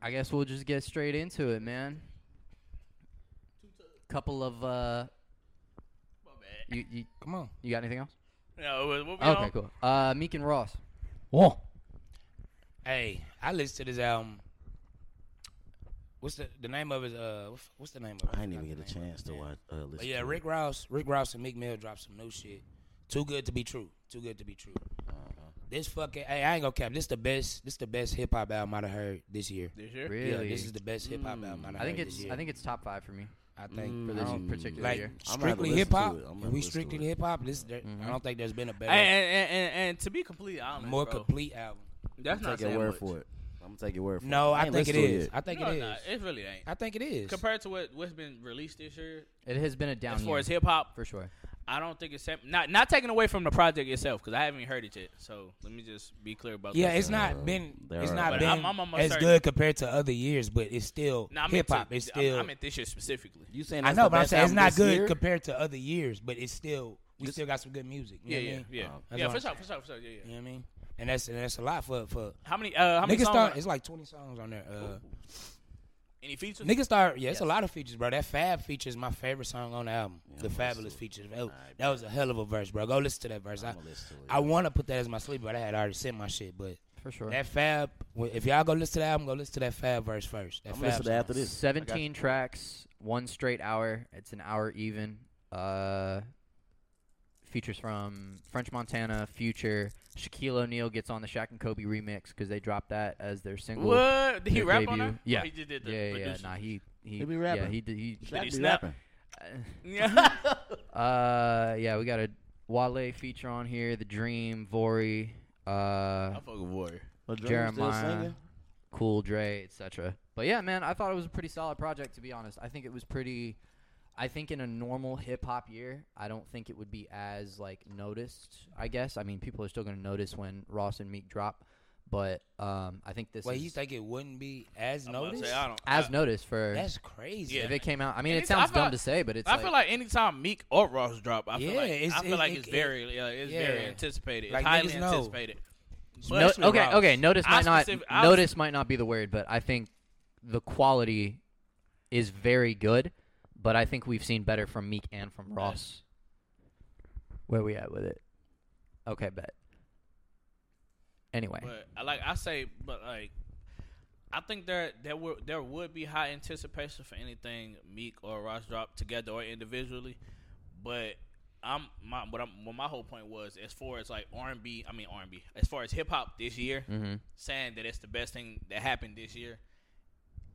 [SPEAKER 1] I guess we'll just get straight into it, man. Couple of uh,
[SPEAKER 5] my bad.
[SPEAKER 1] you you,
[SPEAKER 3] Come on.
[SPEAKER 1] you got anything else?
[SPEAKER 5] No, what we
[SPEAKER 1] Okay,
[SPEAKER 5] on?
[SPEAKER 1] cool. Uh, Meek and Ross.
[SPEAKER 3] Hey, I listened to this album. What's the the name of his? Uh, what's- what's the name of? it?
[SPEAKER 2] I didn't even
[SPEAKER 3] Forgot
[SPEAKER 2] get a
[SPEAKER 3] the name of
[SPEAKER 2] chance
[SPEAKER 3] it.
[SPEAKER 2] to
[SPEAKER 3] Yeah.
[SPEAKER 2] watch. Uh, listen
[SPEAKER 3] But yeah,
[SPEAKER 2] to it.
[SPEAKER 3] Rick Ross, Rick Ross and Meek Mill dropped some new shit. Too good to be true. Too good to be true.
[SPEAKER 2] Uh-huh.
[SPEAKER 3] This fucking hey, I ain't gonna cap. This the best. This the best hip hop album I heard this year.
[SPEAKER 5] This year?
[SPEAKER 1] Really? Mm,
[SPEAKER 3] Yeah, this is the best hip hop album I done
[SPEAKER 1] I think
[SPEAKER 3] heard
[SPEAKER 1] it's
[SPEAKER 3] this year.
[SPEAKER 1] I think it's top five for me
[SPEAKER 3] I think
[SPEAKER 1] for
[SPEAKER 2] Mm.
[SPEAKER 1] this
[SPEAKER 2] Um,
[SPEAKER 1] particular
[SPEAKER 3] like
[SPEAKER 1] year.
[SPEAKER 2] I'm gonna have to
[SPEAKER 3] strictly
[SPEAKER 2] listen
[SPEAKER 3] hip hop.
[SPEAKER 2] to it. I'm gonna
[SPEAKER 3] If we
[SPEAKER 2] listen to
[SPEAKER 3] strictly
[SPEAKER 2] it.
[SPEAKER 3] hip hop, this there, I don't think there's been a better,
[SPEAKER 5] And, and, and, and to be completely honest,
[SPEAKER 3] more
[SPEAKER 5] bro,
[SPEAKER 3] complete album.
[SPEAKER 5] That's
[SPEAKER 2] Take
[SPEAKER 5] not
[SPEAKER 2] your
[SPEAKER 5] saying
[SPEAKER 2] word
[SPEAKER 5] much.
[SPEAKER 2] for it. I'm gonna take your word for it.
[SPEAKER 3] No, I
[SPEAKER 2] ain't
[SPEAKER 3] think it
[SPEAKER 2] listened to
[SPEAKER 3] is.
[SPEAKER 2] yet.
[SPEAKER 3] I think
[SPEAKER 5] No,
[SPEAKER 3] it is.
[SPEAKER 5] nah, it really ain't.
[SPEAKER 3] I think it is.
[SPEAKER 5] Compared to what what's been released this year,
[SPEAKER 1] It has been a down
[SPEAKER 5] as
[SPEAKER 1] year
[SPEAKER 5] far as hip hop,
[SPEAKER 1] for sure.
[SPEAKER 5] I don't think it's sam- not not taking away from the project itself because I haven't even heard it yet. So let me just be clear about
[SPEAKER 3] yeah,
[SPEAKER 5] that.
[SPEAKER 3] it's
[SPEAKER 2] Uh,
[SPEAKER 3] not been.
[SPEAKER 2] there
[SPEAKER 3] It's
[SPEAKER 2] are-
[SPEAKER 3] not
[SPEAKER 5] But
[SPEAKER 3] been
[SPEAKER 5] I'm- I'm almost
[SPEAKER 3] as
[SPEAKER 5] certain-
[SPEAKER 3] good compared to other years, but it's still
[SPEAKER 5] Nah, I meant
[SPEAKER 3] hip hop.
[SPEAKER 5] to-
[SPEAKER 3] It's
[SPEAKER 5] I-
[SPEAKER 3] still.
[SPEAKER 5] I meant this year specifically.
[SPEAKER 2] You saying
[SPEAKER 3] I
[SPEAKER 2] that's
[SPEAKER 3] know,
[SPEAKER 2] the
[SPEAKER 3] but I'm
[SPEAKER 2] best
[SPEAKER 3] saying it's
[SPEAKER 2] album
[SPEAKER 3] not
[SPEAKER 2] this
[SPEAKER 3] good
[SPEAKER 2] year?
[SPEAKER 3] compared to other years, but it's still we still got some good music. You
[SPEAKER 5] Yeah,
[SPEAKER 3] know
[SPEAKER 5] yeah,
[SPEAKER 3] what I mean? Oh,
[SPEAKER 5] yeah,
[SPEAKER 3] That's
[SPEAKER 5] yeah.
[SPEAKER 3] what
[SPEAKER 5] For
[SPEAKER 3] I'm
[SPEAKER 5] sure, for sure, for sure. Yeah,
[SPEAKER 3] You
[SPEAKER 5] yeah.
[SPEAKER 3] know what I mean? And that's and that's a lot for for
[SPEAKER 5] How many? Uh, how many
[SPEAKER 3] niggas
[SPEAKER 5] songs?
[SPEAKER 3] start.
[SPEAKER 5] are-
[SPEAKER 3] It's like 20 songs on there.
[SPEAKER 2] Oh,
[SPEAKER 3] Uh,
[SPEAKER 5] any features?
[SPEAKER 3] Niggas start, yeah, it's a
[SPEAKER 5] Yes.
[SPEAKER 3] lot of features, bro. That Fab feature is my favorite song on the album. the Fabulous feature. That, was- that was a hell of a verse, bro. Go listen to that verse. I,
[SPEAKER 2] I'ma listen to it.
[SPEAKER 3] I want to put that as my sleeper, but I had already sent my shit. But
[SPEAKER 1] For sure.
[SPEAKER 3] that Fab, when- if y'all go listen to the album, go listen to that Fab verse first. That
[SPEAKER 2] I'm
[SPEAKER 3] Fab
[SPEAKER 2] gonna listen to it
[SPEAKER 3] song.
[SPEAKER 2] after this.
[SPEAKER 1] Seventeen tracks, one straight hour. It's an hour even. Uh, features from French Montana, Future, Shaquille O'Neal gets on the Shaq and Kobe remix because they dropped that as their single.
[SPEAKER 5] What? Did he
[SPEAKER 1] their
[SPEAKER 5] rap
[SPEAKER 1] debut.
[SPEAKER 5] on that? Or
[SPEAKER 1] Yeah.
[SPEAKER 5] he just did the
[SPEAKER 1] yeah, yeah, yeah.
[SPEAKER 5] producer?
[SPEAKER 1] Nah, he he,
[SPEAKER 2] He be
[SPEAKER 1] Yeah,
[SPEAKER 2] rapping.
[SPEAKER 1] he did. He,
[SPEAKER 2] Should I
[SPEAKER 5] he
[SPEAKER 2] be
[SPEAKER 5] snap?
[SPEAKER 2] rapping?
[SPEAKER 5] Yeah.
[SPEAKER 1] uh, yeah, we got a Wale feature on here. The Dream, Vori, uh,
[SPEAKER 5] I fuck with Warrior.
[SPEAKER 2] But Drake was still
[SPEAKER 1] Jeremiah,
[SPEAKER 2] singing?
[SPEAKER 1] Cool Dre, etc. But yeah, man, I thought it was a pretty solid project to be honest. I think it was pretty. I think in a normal hip hop year, I don't think it would be as like noticed. I guess I mean people are still going to notice when Ross and Meek drop, But um, I think this
[SPEAKER 3] Wait,
[SPEAKER 1] is
[SPEAKER 3] you think it wouldn't be as
[SPEAKER 5] I'm about to
[SPEAKER 3] noticed?
[SPEAKER 5] say, I don't.
[SPEAKER 1] as
[SPEAKER 5] I,
[SPEAKER 1] noticed for
[SPEAKER 3] That's crazy.
[SPEAKER 1] if it came out. I mean,
[SPEAKER 5] uh, And
[SPEAKER 1] it
[SPEAKER 5] it's- I
[SPEAKER 1] sounds
[SPEAKER 5] feel
[SPEAKER 1] dumb
[SPEAKER 5] like-
[SPEAKER 1] to say, but it's
[SPEAKER 5] I
[SPEAKER 1] like,
[SPEAKER 5] feel like anytime Meek or Ross drop, I feel
[SPEAKER 3] Yeah,
[SPEAKER 5] like
[SPEAKER 3] it's-
[SPEAKER 5] I feel
[SPEAKER 3] it-
[SPEAKER 5] like
[SPEAKER 3] it-
[SPEAKER 5] it's very, yeah, it's very
[SPEAKER 3] yeah.
[SPEAKER 5] anticipated.
[SPEAKER 3] Like,
[SPEAKER 5] it's highly
[SPEAKER 3] niggas know.
[SPEAKER 5] anticipated.
[SPEAKER 1] no,
[SPEAKER 3] Especially
[SPEAKER 1] okay,
[SPEAKER 3] Ross.
[SPEAKER 1] okay. Notice
[SPEAKER 5] I
[SPEAKER 1] might not
[SPEAKER 5] specific- I was-
[SPEAKER 1] notice might not be the word, but I think the quality is very good. But I think we've seen better from Meek and from Ross. Where we at with it? Okay, bet. Anyway,
[SPEAKER 5] But I like I say, but like I think there there would there would be high anticipation for anything Meek or Ross drop together or individually. But I'm my what I'm what my whole point was as far as like R and B, I mean R and B, as far as hip hop this year,
[SPEAKER 1] mm-hmm.
[SPEAKER 5] saying that it's the best thing that happened this year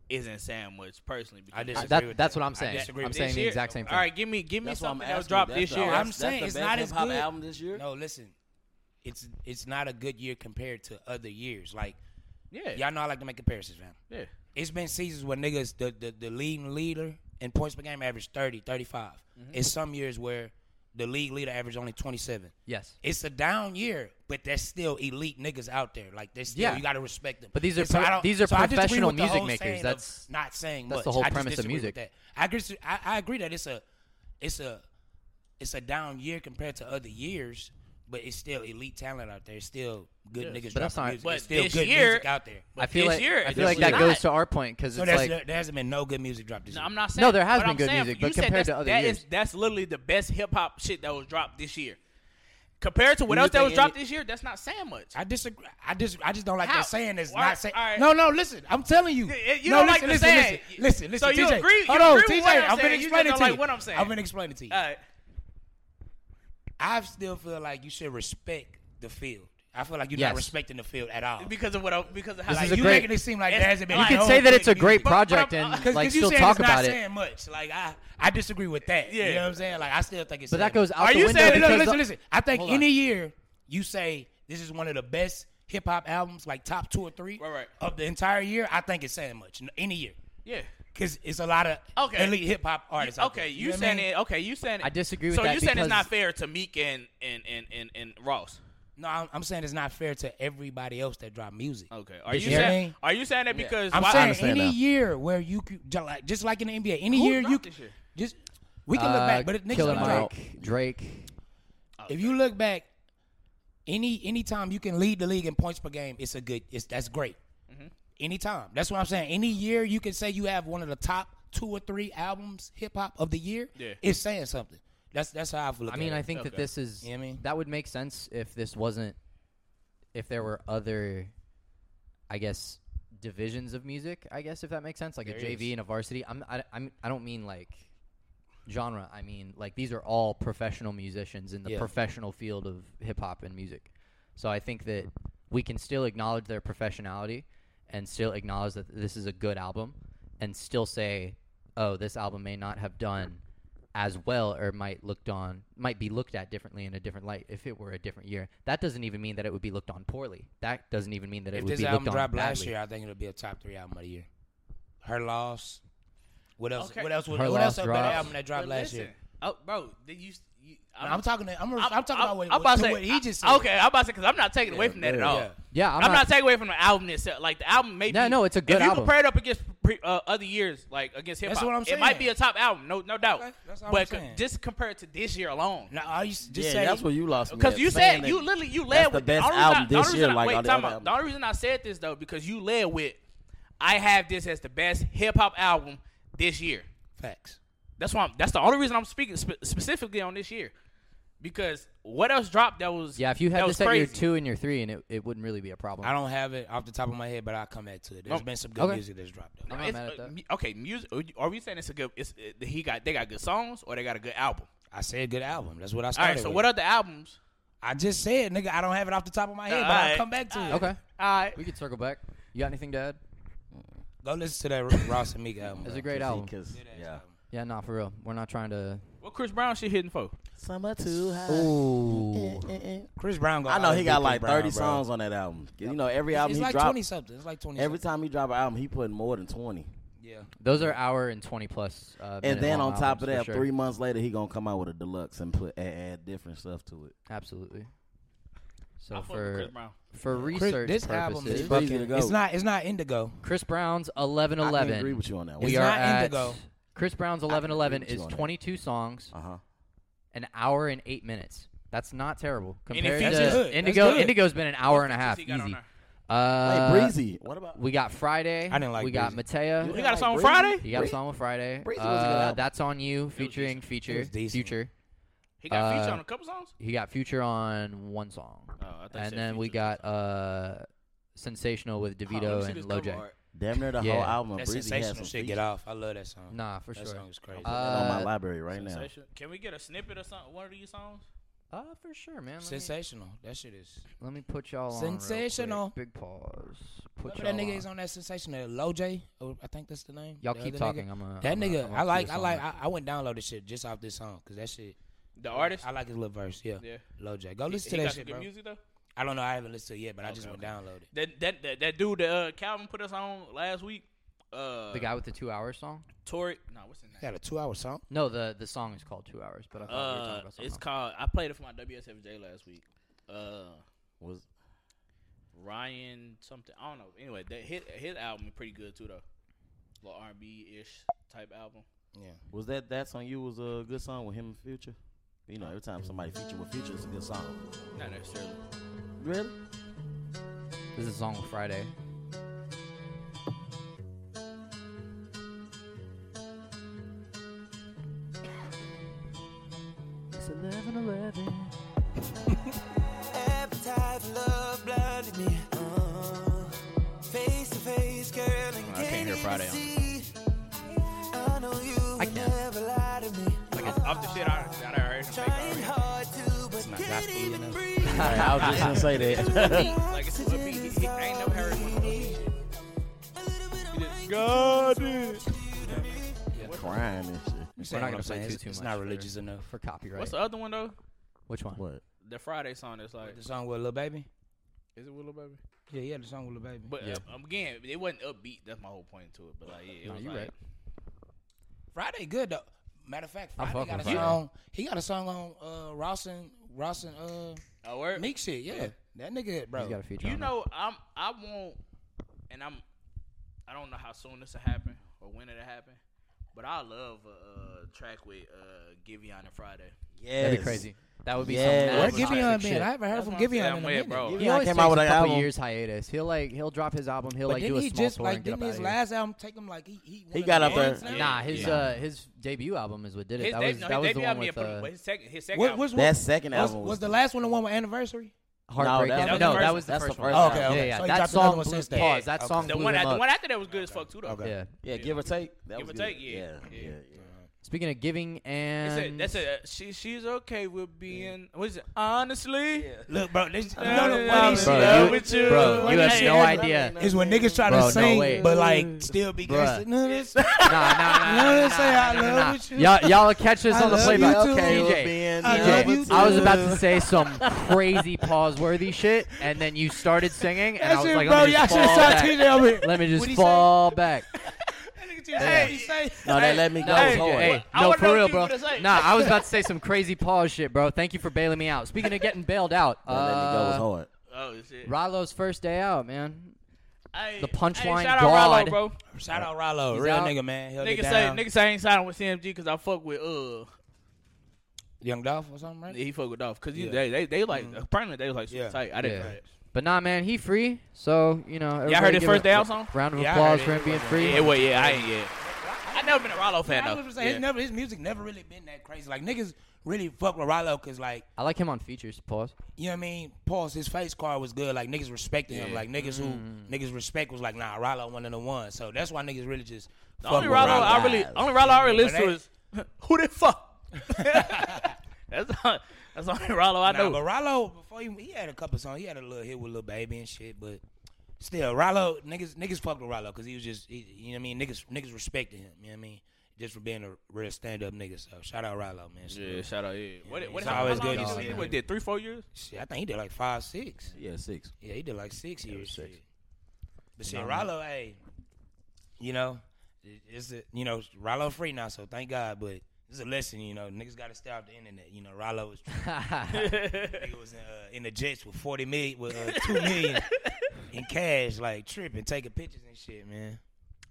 [SPEAKER 5] isn't saying much personally. Because
[SPEAKER 3] I disagree.
[SPEAKER 1] that,
[SPEAKER 3] with
[SPEAKER 1] that's
[SPEAKER 3] that.
[SPEAKER 1] what I'm
[SPEAKER 3] I
[SPEAKER 1] saying.
[SPEAKER 3] disagree
[SPEAKER 1] I'm
[SPEAKER 3] with
[SPEAKER 1] saying
[SPEAKER 5] this
[SPEAKER 1] the
[SPEAKER 5] year-
[SPEAKER 1] exact same thing.
[SPEAKER 5] All right, give me give me
[SPEAKER 2] That's what I'm
[SPEAKER 5] something that was
[SPEAKER 2] asking.
[SPEAKER 5] dropped
[SPEAKER 2] That's
[SPEAKER 5] this
[SPEAKER 2] the-
[SPEAKER 5] year.
[SPEAKER 2] that's-
[SPEAKER 3] I'm saying
[SPEAKER 2] that's
[SPEAKER 3] it's
[SPEAKER 2] the best
[SPEAKER 3] not as
[SPEAKER 2] hip-hop
[SPEAKER 3] good.
[SPEAKER 2] album this year.
[SPEAKER 3] No, listen. It's it's not a good year compared to other years. Like
[SPEAKER 5] yeah,
[SPEAKER 3] y'all know, I like to make comparisons, fam.
[SPEAKER 5] yeah.
[SPEAKER 3] It's been seasons where niggas the the, the leading leader in points per game average 30, 35.
[SPEAKER 5] Mm-hmm.
[SPEAKER 3] It's some years where the league leader average only 27.
[SPEAKER 1] Yes,
[SPEAKER 3] It's a down year, but there's still elite niggas out there. Like there's still
[SPEAKER 1] Yeah.
[SPEAKER 3] you gotta respect them.
[SPEAKER 1] But these are
[SPEAKER 3] And so
[SPEAKER 1] pro-
[SPEAKER 3] I don't-
[SPEAKER 1] these are
[SPEAKER 3] so I disagree
[SPEAKER 1] professional
[SPEAKER 3] with the
[SPEAKER 1] music
[SPEAKER 3] whole
[SPEAKER 1] makers.
[SPEAKER 3] saying of
[SPEAKER 1] That's-
[SPEAKER 3] not saying
[SPEAKER 1] that's
[SPEAKER 3] much.
[SPEAKER 1] the whole
[SPEAKER 3] I just
[SPEAKER 1] premise of
[SPEAKER 3] disagree with
[SPEAKER 1] music.
[SPEAKER 3] that. I agree. I, I agree that it's a it's a it's a down year compared to other years, but it's still elite talent out there. It's still good
[SPEAKER 5] Yes.
[SPEAKER 3] niggas.
[SPEAKER 1] But that's
[SPEAKER 3] dropping
[SPEAKER 1] not-
[SPEAKER 3] music.
[SPEAKER 5] But
[SPEAKER 3] it's still
[SPEAKER 5] this
[SPEAKER 3] good
[SPEAKER 5] year-
[SPEAKER 3] music out there.
[SPEAKER 1] I feel
[SPEAKER 5] this
[SPEAKER 1] like
[SPEAKER 5] year,
[SPEAKER 1] I
[SPEAKER 5] it's
[SPEAKER 1] feel like that
[SPEAKER 5] not.
[SPEAKER 1] goes to our point because
[SPEAKER 3] So
[SPEAKER 1] it's
[SPEAKER 3] there's,
[SPEAKER 1] like
[SPEAKER 3] there hasn't been no good music dropped this
[SPEAKER 5] No,
[SPEAKER 3] year.
[SPEAKER 5] I'm not saying
[SPEAKER 1] No, there has
[SPEAKER 5] but
[SPEAKER 1] been
[SPEAKER 5] I'm
[SPEAKER 1] good
[SPEAKER 5] saying-
[SPEAKER 1] music,
[SPEAKER 5] you
[SPEAKER 1] but
[SPEAKER 5] said
[SPEAKER 1] compared
[SPEAKER 5] that's-
[SPEAKER 1] to other
[SPEAKER 5] that
[SPEAKER 1] years.
[SPEAKER 5] is- that's literally the best hip hop shit that was dropped this year. Compared to what
[SPEAKER 2] you
[SPEAKER 5] else that
[SPEAKER 2] think
[SPEAKER 5] was
[SPEAKER 2] any-
[SPEAKER 5] dropped this year, that's not saying much.
[SPEAKER 3] I disagree. I dis. I just don't like
[SPEAKER 5] How?
[SPEAKER 3] that saying. It's
[SPEAKER 5] All right,
[SPEAKER 3] not saying.
[SPEAKER 5] all right.
[SPEAKER 3] No, no. Listen, I'm telling you.
[SPEAKER 5] Y- y- you
[SPEAKER 3] no,
[SPEAKER 5] don't
[SPEAKER 3] listen,
[SPEAKER 5] like the
[SPEAKER 3] listen,
[SPEAKER 5] saying.
[SPEAKER 3] Listen, listen, listen.
[SPEAKER 5] So you
[SPEAKER 3] TJ.
[SPEAKER 5] agree- you
[SPEAKER 3] Hold on,
[SPEAKER 5] agree
[SPEAKER 3] TJ.
[SPEAKER 5] with what I'm
[SPEAKER 3] I'm gonna
[SPEAKER 5] saying, you
[SPEAKER 3] explain
[SPEAKER 5] just
[SPEAKER 3] it to
[SPEAKER 5] don't
[SPEAKER 3] you.
[SPEAKER 5] like what I'm saying. Uh.
[SPEAKER 3] I'm gonna explain it to you.
[SPEAKER 5] All right.
[SPEAKER 3] I still feel like you should respect the field. I feel like you're
[SPEAKER 1] Yes.
[SPEAKER 3] not respecting the field at all.
[SPEAKER 5] because of what I, because of how
[SPEAKER 1] This
[SPEAKER 3] like,
[SPEAKER 1] is a
[SPEAKER 3] you
[SPEAKER 1] great-
[SPEAKER 3] making it seem like there
[SPEAKER 5] It's-
[SPEAKER 3] hasn't been.
[SPEAKER 1] you
[SPEAKER 5] I
[SPEAKER 1] could
[SPEAKER 3] no
[SPEAKER 1] say that
[SPEAKER 3] good
[SPEAKER 1] it's a
[SPEAKER 3] music.
[SPEAKER 1] great
[SPEAKER 5] But- but I'm-
[SPEAKER 1] project
[SPEAKER 5] uh,
[SPEAKER 1] and
[SPEAKER 3] (laughs) 'Cause-
[SPEAKER 1] like
[SPEAKER 3] 'cause you
[SPEAKER 1] still
[SPEAKER 3] saying
[SPEAKER 1] talk
[SPEAKER 3] it's not
[SPEAKER 1] about it.
[SPEAKER 3] saying much. Like I, I disagree with that. You
[SPEAKER 5] Yeah.
[SPEAKER 3] know what I'm saying? Like I still think it's.
[SPEAKER 1] But that
[SPEAKER 3] saying
[SPEAKER 1] goes
[SPEAKER 3] much.
[SPEAKER 1] out
[SPEAKER 5] Are
[SPEAKER 1] the
[SPEAKER 5] you
[SPEAKER 1] window
[SPEAKER 5] saying-
[SPEAKER 3] No,
[SPEAKER 1] because
[SPEAKER 3] listen,
[SPEAKER 1] the-
[SPEAKER 3] listen. I think
[SPEAKER 1] Hold on.
[SPEAKER 3] any year you say this is one of the best hip hop albums, like top two or three
[SPEAKER 5] Right, right.
[SPEAKER 3] of the entire year. I think it's saying much. N- Any year,
[SPEAKER 5] yeah.
[SPEAKER 3] because it's a lot of
[SPEAKER 5] Okay.
[SPEAKER 3] elite hip hop artists. out there.
[SPEAKER 5] Okay, you,
[SPEAKER 3] know what I
[SPEAKER 5] saying
[SPEAKER 3] mean?
[SPEAKER 5] it? Okay, you saying it?
[SPEAKER 1] I disagree with
[SPEAKER 5] so
[SPEAKER 1] that
[SPEAKER 5] you saying
[SPEAKER 1] because-
[SPEAKER 5] it's not fair to Meek and and and and, and Ross?
[SPEAKER 3] No, I'm, I'm saying it's not fair to everybody else that drop music.
[SPEAKER 5] Okay, are
[SPEAKER 3] This
[SPEAKER 5] you
[SPEAKER 3] year.
[SPEAKER 5] saying? Are you saying that because
[SPEAKER 3] I'm
[SPEAKER 5] why-
[SPEAKER 3] saying
[SPEAKER 2] understand
[SPEAKER 3] any
[SPEAKER 2] now.
[SPEAKER 3] year where you could, just like, just like in the NBA, any
[SPEAKER 5] Who
[SPEAKER 3] year you
[SPEAKER 5] dropped this year?
[SPEAKER 3] just we can look back, but it, niggas
[SPEAKER 1] Killer
[SPEAKER 3] don't drop.
[SPEAKER 1] Uh, Mike, Drake.
[SPEAKER 3] If you look back, any anytime you can lead the league in points per game, it's a good. It's that's great.
[SPEAKER 5] Mm-hmm.
[SPEAKER 3] Anytime. That's what I'm saying. Any year you can say you have one of the top two or three albums hip hop of the year.
[SPEAKER 5] Yeah.
[SPEAKER 3] it's saying something. That's that's how I feel.
[SPEAKER 1] I mean, I think that
[SPEAKER 5] Okay.
[SPEAKER 1] this is
[SPEAKER 3] You know what I mean?
[SPEAKER 1] that would make sense if this wasn't if there were other I guess divisions of music, I guess if that makes sense, like a
[SPEAKER 3] There
[SPEAKER 1] JV
[SPEAKER 3] is.
[SPEAKER 1] and a varsity. I'm I I'm, I don't mean like genre. I mean like these are all professional musicians in the
[SPEAKER 3] Yeah.
[SPEAKER 1] professional field of hip hop and music. So I think that we can still acknowledge their professionality and still acknowledge that this is a good album and still say, oh, this album may not have done as well or might looked on might be looked at differently in a different light if it were a different year. That doesn't even mean that it would be looked on poorly. That doesn't even mean that it
[SPEAKER 3] if
[SPEAKER 1] would
[SPEAKER 3] this
[SPEAKER 1] be
[SPEAKER 3] album
[SPEAKER 1] looked on
[SPEAKER 3] dropped last
[SPEAKER 1] badly.
[SPEAKER 3] year, I think it'll be a top three album of the year. Her loss. What else?
[SPEAKER 5] Okay.
[SPEAKER 3] What else? What,
[SPEAKER 1] Her
[SPEAKER 3] what else?
[SPEAKER 1] Loss
[SPEAKER 3] A better
[SPEAKER 1] dropped.
[SPEAKER 3] album that dropped
[SPEAKER 5] But
[SPEAKER 3] last
[SPEAKER 5] listen,
[SPEAKER 3] year.
[SPEAKER 5] Oh, bro, did you? you
[SPEAKER 3] I'm, talking. To, I'm, I'm, talking about what,
[SPEAKER 5] I'm about
[SPEAKER 3] to
[SPEAKER 5] to say-
[SPEAKER 3] what he
[SPEAKER 5] I-
[SPEAKER 3] just said.
[SPEAKER 5] Okay, I'm about to say because I'm not taking away from that at
[SPEAKER 2] yeah.
[SPEAKER 5] all.
[SPEAKER 3] Yeah.
[SPEAKER 1] (laughs) Yeah,
[SPEAKER 5] I'm,
[SPEAKER 1] I'm,
[SPEAKER 5] not, taking away from the album itself. Like the album, maybe.
[SPEAKER 1] No, no, it's a good
[SPEAKER 5] If you
[SPEAKER 1] album.
[SPEAKER 5] compare it up against pre, uh, other years, like against hip
[SPEAKER 3] That's
[SPEAKER 5] hop,
[SPEAKER 3] what I'm
[SPEAKER 5] it might
[SPEAKER 3] saying.
[SPEAKER 5] be a top album, no, no doubt.
[SPEAKER 3] Okay, that's all
[SPEAKER 5] but
[SPEAKER 3] I'm
[SPEAKER 5] co-
[SPEAKER 3] saying.
[SPEAKER 5] just compare it to this year alone.
[SPEAKER 3] Now, I used to just
[SPEAKER 2] yeah,
[SPEAKER 3] say
[SPEAKER 2] that's where you lost me
[SPEAKER 5] Because
[SPEAKER 2] at,
[SPEAKER 5] you
[SPEAKER 2] saying
[SPEAKER 5] said
[SPEAKER 2] that
[SPEAKER 5] you literally you
[SPEAKER 2] that's
[SPEAKER 5] led
[SPEAKER 2] the
[SPEAKER 5] with
[SPEAKER 2] best
[SPEAKER 5] the only reason
[SPEAKER 2] album
[SPEAKER 5] I, the only
[SPEAKER 2] this
[SPEAKER 5] reason
[SPEAKER 2] year,
[SPEAKER 5] I,
[SPEAKER 2] like
[SPEAKER 5] wait,
[SPEAKER 2] all the
[SPEAKER 5] time
[SPEAKER 2] other
[SPEAKER 5] out. the only reason I said this though because you led with I have this as the best hip hop album this year.
[SPEAKER 3] facts.
[SPEAKER 5] That's why I'm, that's the only reason I'm speaking spe- specifically on this year because what else dropped that was
[SPEAKER 1] Yeah, if you had
[SPEAKER 5] that
[SPEAKER 1] this
[SPEAKER 5] was
[SPEAKER 1] at your
[SPEAKER 5] crazy.
[SPEAKER 1] two and your three, and it, it wouldn't really be a problem.
[SPEAKER 3] I don't have it off the top of my head, but I'll come back to it. There's
[SPEAKER 5] Oh,
[SPEAKER 3] been some good
[SPEAKER 1] okay.
[SPEAKER 3] music that's dropped. Though.
[SPEAKER 1] I'm not
[SPEAKER 5] It's-
[SPEAKER 1] mad at
[SPEAKER 5] uh,
[SPEAKER 1] that.
[SPEAKER 5] mu- okay, music. are you- Are we saying it's a good? It's uh, he got they got good songs or they got a good album.
[SPEAKER 3] I said good album. That's what I
[SPEAKER 5] All
[SPEAKER 3] started.
[SPEAKER 5] right. So
[SPEAKER 3] with.
[SPEAKER 5] what other albums?
[SPEAKER 3] I just said, nigga, I don't have it off the top of my head, but I'll
[SPEAKER 5] Alright.
[SPEAKER 3] come back to it.
[SPEAKER 1] Okay,
[SPEAKER 5] All right.
[SPEAKER 1] we could circle back. You got anything to add?
[SPEAKER 3] Go listen to that Ross and Meek album.
[SPEAKER 1] It's
[SPEAKER 3] bro.
[SPEAKER 1] a great album.
[SPEAKER 2] Because yeah,
[SPEAKER 1] Yeah, not for real. We're not trying to.
[SPEAKER 5] What Chris Brown shit hitting for?
[SPEAKER 2] summer too high.
[SPEAKER 1] Ooh.
[SPEAKER 3] Chris Brown. gonna
[SPEAKER 2] I know
[SPEAKER 3] always
[SPEAKER 2] he
[SPEAKER 3] be
[SPEAKER 2] got
[SPEAKER 3] Chris
[SPEAKER 2] like
[SPEAKER 3] Brown,
[SPEAKER 2] 30
[SPEAKER 3] bro.
[SPEAKER 2] songs on that album. You know, every
[SPEAKER 3] It's,
[SPEAKER 2] album
[SPEAKER 3] it's
[SPEAKER 2] he
[SPEAKER 3] like
[SPEAKER 2] dropped,
[SPEAKER 3] twenty something. It's like twenty.
[SPEAKER 2] every
[SPEAKER 3] something.
[SPEAKER 2] time he dropped an album, he put more than 20.
[SPEAKER 3] Yeah.
[SPEAKER 1] Those are hour and twenty plus. Uh,
[SPEAKER 2] And
[SPEAKER 1] minute
[SPEAKER 2] then
[SPEAKER 1] long
[SPEAKER 2] on top
[SPEAKER 1] albums,
[SPEAKER 2] of
[SPEAKER 1] for
[SPEAKER 2] that,
[SPEAKER 1] sure.
[SPEAKER 2] three months later, he gonna come out with a deluxe and put add, add different stuff to it.
[SPEAKER 1] Absolutely. So
[SPEAKER 5] I fuck with
[SPEAKER 1] for
[SPEAKER 5] Chris Brown.
[SPEAKER 1] for
[SPEAKER 3] Chris,
[SPEAKER 1] research
[SPEAKER 3] this
[SPEAKER 1] purposes,
[SPEAKER 3] album is
[SPEAKER 2] Ready to
[SPEAKER 3] fucking.
[SPEAKER 2] go.
[SPEAKER 3] It's not. It's not Indigo.
[SPEAKER 1] Chris Brown's
[SPEAKER 2] I
[SPEAKER 1] 1111.
[SPEAKER 2] can agree with you on that one.
[SPEAKER 1] we
[SPEAKER 3] It's
[SPEAKER 1] are
[SPEAKER 3] not
[SPEAKER 1] at
[SPEAKER 3] Indigo.
[SPEAKER 1] Chris Brown's 1111
[SPEAKER 2] with you
[SPEAKER 1] is
[SPEAKER 2] on that.
[SPEAKER 1] 22 songs,
[SPEAKER 2] Uh huh.
[SPEAKER 1] an hour and 8 minutes. That's not terrible
[SPEAKER 5] he
[SPEAKER 1] compared
[SPEAKER 5] features-
[SPEAKER 1] to
[SPEAKER 5] That's
[SPEAKER 3] good. That's
[SPEAKER 1] Indigo.
[SPEAKER 3] good.
[SPEAKER 1] Indigo's been an hour and a
[SPEAKER 5] features
[SPEAKER 1] half
[SPEAKER 5] he got on
[SPEAKER 1] easy.
[SPEAKER 5] there?
[SPEAKER 1] Uh,
[SPEAKER 2] Like breezy. What about?
[SPEAKER 1] We got Friday.
[SPEAKER 3] I didn't like
[SPEAKER 1] We got
[SPEAKER 3] Breezy.
[SPEAKER 1] Mateo.
[SPEAKER 5] You got a
[SPEAKER 2] like
[SPEAKER 5] song on
[SPEAKER 2] Breezy?
[SPEAKER 5] Friday?
[SPEAKER 1] You got a song with Friday.
[SPEAKER 2] Breezy was a good
[SPEAKER 1] Uh,
[SPEAKER 2] album.
[SPEAKER 1] that's on you, featuring Future.
[SPEAKER 3] It was decent.
[SPEAKER 1] Future.
[SPEAKER 5] He got featured
[SPEAKER 1] Uh,
[SPEAKER 5] on a couple songs.
[SPEAKER 1] He got Future on one song,
[SPEAKER 5] Oh, I thought you
[SPEAKER 1] and
[SPEAKER 5] said
[SPEAKER 1] then we
[SPEAKER 5] features on
[SPEAKER 1] got uh, Sensational with DeVito and LoJack.
[SPEAKER 2] Damn near the whole
[SPEAKER 1] Yeah.
[SPEAKER 2] album.
[SPEAKER 3] That
[SPEAKER 2] breezy has
[SPEAKER 3] sensational
[SPEAKER 2] some
[SPEAKER 3] shit.
[SPEAKER 2] features.
[SPEAKER 3] Get off. I love that song.
[SPEAKER 1] Nah, for
[SPEAKER 3] that
[SPEAKER 1] sure.
[SPEAKER 3] song is crazy.
[SPEAKER 2] Put that on my
[SPEAKER 1] Uh,
[SPEAKER 2] library right now.
[SPEAKER 5] Sensation. Can we get a snippet of some, one of these songs?
[SPEAKER 1] Uh, for sure, man. Let me,
[SPEAKER 3] sensational. That shit is.
[SPEAKER 1] let me put y'all on. real quick.
[SPEAKER 3] Sensational.
[SPEAKER 1] Big pause. Put
[SPEAKER 3] Remember
[SPEAKER 1] y'all
[SPEAKER 3] that nigga is
[SPEAKER 1] on.
[SPEAKER 3] on that sensational Loj. or I think that's the name.
[SPEAKER 1] Y'all
[SPEAKER 3] the
[SPEAKER 1] keep
[SPEAKER 3] other
[SPEAKER 1] talking.
[SPEAKER 3] Nigga.
[SPEAKER 1] I'm a,
[SPEAKER 3] That
[SPEAKER 1] I'm a-
[SPEAKER 3] nigga,
[SPEAKER 1] I'm a
[SPEAKER 3] I like,
[SPEAKER 1] few
[SPEAKER 3] I like,
[SPEAKER 1] songs.
[SPEAKER 3] I, I went and downloaded this shit just off this song because that shit.
[SPEAKER 5] The artist.
[SPEAKER 3] I like his little verse. Yeah,
[SPEAKER 5] Yeah.
[SPEAKER 3] Loj. Go
[SPEAKER 5] He-
[SPEAKER 3] listen
[SPEAKER 5] he
[SPEAKER 3] to
[SPEAKER 5] got
[SPEAKER 3] that
[SPEAKER 5] some
[SPEAKER 3] shit,
[SPEAKER 5] good
[SPEAKER 3] bro.
[SPEAKER 5] music though.
[SPEAKER 3] I don't know. I haven't listened to it yet, but I just
[SPEAKER 5] Okay,
[SPEAKER 3] went and downloaded it.
[SPEAKER 5] That that that, that dude that uh, Calvin put us on last week. Uh,
[SPEAKER 1] the guy with the two-hour song.
[SPEAKER 5] Tori. No, what's his name?
[SPEAKER 3] Got a two-hour song.
[SPEAKER 1] No, the the song is called Two Hours, but I thought we were
[SPEAKER 5] Uh,
[SPEAKER 1] talking about something.
[SPEAKER 5] it's
[SPEAKER 1] else.
[SPEAKER 5] called. I played it for my WSFJ last week. Uh,
[SPEAKER 2] Was
[SPEAKER 5] Ryan something. I don't know. Anyway, that hit his album is pretty good too though. Little R and B ish type album.
[SPEAKER 3] Yeah.
[SPEAKER 2] was that that song you was a good song with him and Future? You know, every time somebody feature with Future, it's a good song.
[SPEAKER 5] Not necessarily.
[SPEAKER 2] Really?
[SPEAKER 1] This is a song with Friday. It's 11 11.
[SPEAKER 6] Appetite, love blinded me. Uh, face to face, girl, and
[SPEAKER 5] I can't hear Friday on
[SPEAKER 6] see. I know you
[SPEAKER 1] I
[SPEAKER 6] would
[SPEAKER 1] can.
[SPEAKER 6] never lie to me.
[SPEAKER 5] Like it's off the shit I, that I heard him make
[SPEAKER 6] Trying
[SPEAKER 5] already.
[SPEAKER 6] hard to, but
[SPEAKER 3] not
[SPEAKER 6] can't
[SPEAKER 3] gospel, you
[SPEAKER 6] even
[SPEAKER 3] know?
[SPEAKER 6] breathe.
[SPEAKER 2] I was just gonna say that. (laughs)
[SPEAKER 5] Like it's what beat. He, he, I ain't never heard one. of those.
[SPEAKER 6] A little bit of
[SPEAKER 5] He
[SPEAKER 6] mind
[SPEAKER 5] just, God.
[SPEAKER 2] Crying and shit.
[SPEAKER 1] We're not
[SPEAKER 3] what
[SPEAKER 1] going
[SPEAKER 3] I'm
[SPEAKER 1] to play
[SPEAKER 3] saying.
[SPEAKER 1] too,
[SPEAKER 3] It's-
[SPEAKER 1] too
[SPEAKER 3] it's
[SPEAKER 1] much.
[SPEAKER 3] not
[SPEAKER 1] for-
[SPEAKER 3] religious enough.
[SPEAKER 1] For copyright.
[SPEAKER 5] What's the other one though?
[SPEAKER 1] Which one?
[SPEAKER 2] What?
[SPEAKER 5] The Friday song that's like,
[SPEAKER 3] The song with Lil Baby.
[SPEAKER 5] is it Willow Baby?
[SPEAKER 3] Yeah, yeah, the song with Lil Baby.
[SPEAKER 5] But uh, um, again, it wasn't upbeat. That's my whole point to it. But like, yeah, it
[SPEAKER 1] Nah,
[SPEAKER 5] was
[SPEAKER 1] you
[SPEAKER 5] like,
[SPEAKER 1] right.
[SPEAKER 3] Friday good though. Matter of fact,
[SPEAKER 1] I
[SPEAKER 3] Friday
[SPEAKER 1] fuck
[SPEAKER 3] got a
[SPEAKER 1] with Friday.
[SPEAKER 3] song. He got a song on uh, Ross and Ross and uh,
[SPEAKER 5] Oh, word?
[SPEAKER 3] Meek shit. Yeah, that nigga, bro.
[SPEAKER 1] He's got a feature.
[SPEAKER 5] You
[SPEAKER 1] on
[SPEAKER 5] know, I'm. I won't. And I'm. I don't know how soon this will happen or when it'll happen. But I love a uh, track with uh, Giveon and Friday.
[SPEAKER 1] it.
[SPEAKER 2] Yeah.
[SPEAKER 1] That'd be crazy. That would be
[SPEAKER 2] Yes.
[SPEAKER 1] something.
[SPEAKER 2] Where
[SPEAKER 1] that (laughs)
[SPEAKER 3] Where
[SPEAKER 1] would be
[SPEAKER 3] Giveon
[SPEAKER 1] toxic
[SPEAKER 3] been?
[SPEAKER 1] shit.
[SPEAKER 3] I haven't heard
[SPEAKER 5] That's
[SPEAKER 3] from
[SPEAKER 5] what I'm saying.
[SPEAKER 3] Giveon in
[SPEAKER 5] I'm
[SPEAKER 3] a
[SPEAKER 5] with,
[SPEAKER 3] minute.
[SPEAKER 5] bro.
[SPEAKER 1] He
[SPEAKER 2] Yeah, I
[SPEAKER 1] always
[SPEAKER 2] came
[SPEAKER 1] takes
[SPEAKER 2] out with
[SPEAKER 1] a
[SPEAKER 2] an
[SPEAKER 1] couple
[SPEAKER 2] album.
[SPEAKER 1] years hiatus. He'll like he'll drop his album. He'll
[SPEAKER 3] But
[SPEAKER 1] like do
[SPEAKER 3] didn't
[SPEAKER 1] a
[SPEAKER 3] he
[SPEAKER 1] small
[SPEAKER 3] just
[SPEAKER 1] tour
[SPEAKER 3] like
[SPEAKER 1] and get up
[SPEAKER 3] didn't his
[SPEAKER 1] outta here.
[SPEAKER 3] last album take him like he he, one of
[SPEAKER 2] got
[SPEAKER 3] the
[SPEAKER 2] up there.
[SPEAKER 3] ones now?
[SPEAKER 5] Yeah.
[SPEAKER 1] Nah, his
[SPEAKER 5] Yeah.
[SPEAKER 1] uh his debut album is what did it.
[SPEAKER 5] His
[SPEAKER 1] that
[SPEAKER 5] deb-
[SPEAKER 1] was
[SPEAKER 5] no,
[SPEAKER 1] that
[SPEAKER 5] his
[SPEAKER 1] was the
[SPEAKER 5] debut
[SPEAKER 1] one
[SPEAKER 5] album,
[SPEAKER 1] with
[SPEAKER 5] yeah, but-
[SPEAKER 1] uh,
[SPEAKER 5] but his second, his second
[SPEAKER 3] What
[SPEAKER 5] album.
[SPEAKER 3] was
[SPEAKER 2] That second
[SPEAKER 3] was,
[SPEAKER 2] album
[SPEAKER 3] was the last one the one with anniversary?
[SPEAKER 1] Heartbreak.
[SPEAKER 2] No, that
[SPEAKER 1] No,
[SPEAKER 5] was
[SPEAKER 1] that, was the
[SPEAKER 2] that's
[SPEAKER 5] the first-
[SPEAKER 1] first
[SPEAKER 2] the
[SPEAKER 1] one.
[SPEAKER 2] first
[SPEAKER 1] Oh,
[SPEAKER 2] album.
[SPEAKER 1] okay, yeah,
[SPEAKER 3] Okay,
[SPEAKER 1] yeah.
[SPEAKER 3] so he
[SPEAKER 1] that
[SPEAKER 3] dropped another
[SPEAKER 1] song
[SPEAKER 3] one
[SPEAKER 1] blew-
[SPEAKER 3] since then.
[SPEAKER 1] pause. That
[SPEAKER 3] Okay.
[SPEAKER 1] song
[SPEAKER 5] the
[SPEAKER 1] blew
[SPEAKER 5] one?
[SPEAKER 1] him
[SPEAKER 5] after- The
[SPEAKER 1] up.
[SPEAKER 5] one after that was good as fuck too, though.
[SPEAKER 1] Yeah.
[SPEAKER 2] Yeah, give or take. That
[SPEAKER 5] Give
[SPEAKER 2] was good.
[SPEAKER 5] or take, yeah.
[SPEAKER 2] Yeah,
[SPEAKER 5] Yeah.
[SPEAKER 2] yeah,
[SPEAKER 1] Speaking of giving
[SPEAKER 5] It's a-
[SPEAKER 1] and
[SPEAKER 5] that's a she. She's okay with being. What is it? Honestly,
[SPEAKER 3] Look, bro, this, you
[SPEAKER 5] I'm
[SPEAKER 3] know the
[SPEAKER 5] in
[SPEAKER 3] funny
[SPEAKER 5] love
[SPEAKER 3] shit,
[SPEAKER 1] bro,
[SPEAKER 5] love
[SPEAKER 1] you-
[SPEAKER 5] with you.
[SPEAKER 1] bro,
[SPEAKER 5] What
[SPEAKER 1] you
[SPEAKER 5] the
[SPEAKER 1] have no
[SPEAKER 5] hell?
[SPEAKER 1] idea.
[SPEAKER 3] is when niggas try to
[SPEAKER 1] Bro, no
[SPEAKER 3] sing
[SPEAKER 1] way.
[SPEAKER 3] but like still be gangsta.
[SPEAKER 1] Bruh.
[SPEAKER 3] No, this-
[SPEAKER 1] Nah, nah, nah,
[SPEAKER 3] You know what
[SPEAKER 1] nah,
[SPEAKER 3] I'm saying?
[SPEAKER 1] nah,
[SPEAKER 3] I
[SPEAKER 1] nah,
[SPEAKER 3] love
[SPEAKER 1] nah.
[SPEAKER 3] what you-
[SPEAKER 1] Y'all, y'all will catch this
[SPEAKER 3] I
[SPEAKER 1] on the
[SPEAKER 3] love
[SPEAKER 1] playback.
[SPEAKER 3] you too.
[SPEAKER 2] Okay,
[SPEAKER 1] DJ,
[SPEAKER 2] with being
[SPEAKER 3] I
[SPEAKER 1] DJ,
[SPEAKER 3] love you
[SPEAKER 1] I was
[SPEAKER 3] too.
[SPEAKER 1] about to say
[SPEAKER 3] (laughs)
[SPEAKER 1] some crazy pause-worthy shit, and then you started singing, and I
[SPEAKER 3] That
[SPEAKER 1] was
[SPEAKER 3] shit,
[SPEAKER 1] like,
[SPEAKER 3] bro,
[SPEAKER 1] let me
[SPEAKER 3] y'all
[SPEAKER 1] just
[SPEAKER 3] should
[SPEAKER 1] fall
[SPEAKER 3] try
[SPEAKER 1] back.
[SPEAKER 3] TJ over here.
[SPEAKER 1] Let me
[SPEAKER 3] What'd he
[SPEAKER 1] just
[SPEAKER 3] say?
[SPEAKER 1] fall
[SPEAKER 3] (laughs)
[SPEAKER 1] back.
[SPEAKER 3] Hey, say-
[SPEAKER 2] No, they let me go.
[SPEAKER 1] No,
[SPEAKER 2] Hey,
[SPEAKER 1] DJ, hey,
[SPEAKER 5] I
[SPEAKER 1] no,
[SPEAKER 5] wanna know
[SPEAKER 1] for real,
[SPEAKER 5] what you
[SPEAKER 1] bro.
[SPEAKER 5] was gonna say.
[SPEAKER 1] Nah, I was about to
[SPEAKER 3] (laughs)
[SPEAKER 1] say some crazy pause shit, bro. Thank you for bailing me out. Speaking of getting bailed out,
[SPEAKER 2] let me go was
[SPEAKER 1] uh,
[SPEAKER 2] hard.
[SPEAKER 5] Oh shit!
[SPEAKER 1] Rallo's first day out, man.
[SPEAKER 5] Hey,
[SPEAKER 1] the punchline
[SPEAKER 5] hey, shout out
[SPEAKER 1] god.
[SPEAKER 5] Rallo, bro.
[SPEAKER 3] Shout out Rallo,
[SPEAKER 1] He's
[SPEAKER 3] real
[SPEAKER 1] out.
[SPEAKER 3] nigga man. Held it
[SPEAKER 5] Nigga say,
[SPEAKER 3] down.
[SPEAKER 5] nigga say I ain't signing with CMG because I fuck with uh
[SPEAKER 3] Young Dolph or something, right?
[SPEAKER 5] he fuck with Dolph because
[SPEAKER 3] Yeah. Mm-hmm.
[SPEAKER 5] they they they like apparently they was like super
[SPEAKER 3] Yeah.
[SPEAKER 5] tight. I didn't.
[SPEAKER 1] Yeah.
[SPEAKER 5] know that.
[SPEAKER 1] But nah, man, he free. So you know,
[SPEAKER 5] Y'all heard his first day out song?
[SPEAKER 1] Round of
[SPEAKER 3] Yeah, I
[SPEAKER 1] applause
[SPEAKER 3] heard it.
[SPEAKER 1] for him being
[SPEAKER 5] Yeah,
[SPEAKER 1] free.
[SPEAKER 5] it was yeah. I ain't yeah. I never been a Rallo fan
[SPEAKER 3] I was
[SPEAKER 5] though.
[SPEAKER 3] gonna say, his,
[SPEAKER 5] Yeah.
[SPEAKER 3] never, his music never really been that crazy. Like niggas really fuck with Rallo because like
[SPEAKER 1] I like him on features.
[SPEAKER 5] (laughs)
[SPEAKER 1] Pause. (laughs)
[SPEAKER 3] you know what I mean. Pause. His face card was good. Like niggas respected him.
[SPEAKER 5] Yeah. Mm-hmm.
[SPEAKER 3] Like niggas who niggas respect was like nah Rallo one of the ones. So that's why niggas really just
[SPEAKER 5] The
[SPEAKER 3] fuck
[SPEAKER 5] only
[SPEAKER 3] with
[SPEAKER 5] Rallo I
[SPEAKER 3] Rallo.
[SPEAKER 5] really only Rallo I really listen to
[SPEAKER 3] But
[SPEAKER 5] is who the fuck.
[SPEAKER 3] (laughs)
[SPEAKER 5] that's the- that's the only Rallo I
[SPEAKER 3] Nah,
[SPEAKER 5] know.
[SPEAKER 3] but Rallo before he, he had a couple songs. He had a little hit with Lil Baby and shit, but. Still, Rallo niggas niggas fucked with Rallo because he was just he, you know what I mean niggas niggas respected him you know what I mean just for being a real stand up nigga so shout out Rallo man
[SPEAKER 5] yeah, shout out. Yeah, what
[SPEAKER 3] Yeah,
[SPEAKER 5] what
[SPEAKER 3] it's
[SPEAKER 5] how,
[SPEAKER 3] always
[SPEAKER 5] how long
[SPEAKER 3] good
[SPEAKER 5] did
[SPEAKER 3] to
[SPEAKER 5] he
[SPEAKER 3] see
[SPEAKER 5] do? What did three four years?
[SPEAKER 3] Shit, I think he did like five, six.
[SPEAKER 2] Yeah, six.
[SPEAKER 3] Yeah, he did like six years.
[SPEAKER 2] six.
[SPEAKER 3] shit. But shit, Rallo, hey, you know, it- it's a, you know Rallo free now, so thank God. But This is a lesson, you know. Niggas gotta stay off the internet. You know, Rollo was nigga was in, uh, in the Jets with forty million, with uh, two million in cash, like tripping, taking pictures and shit, man.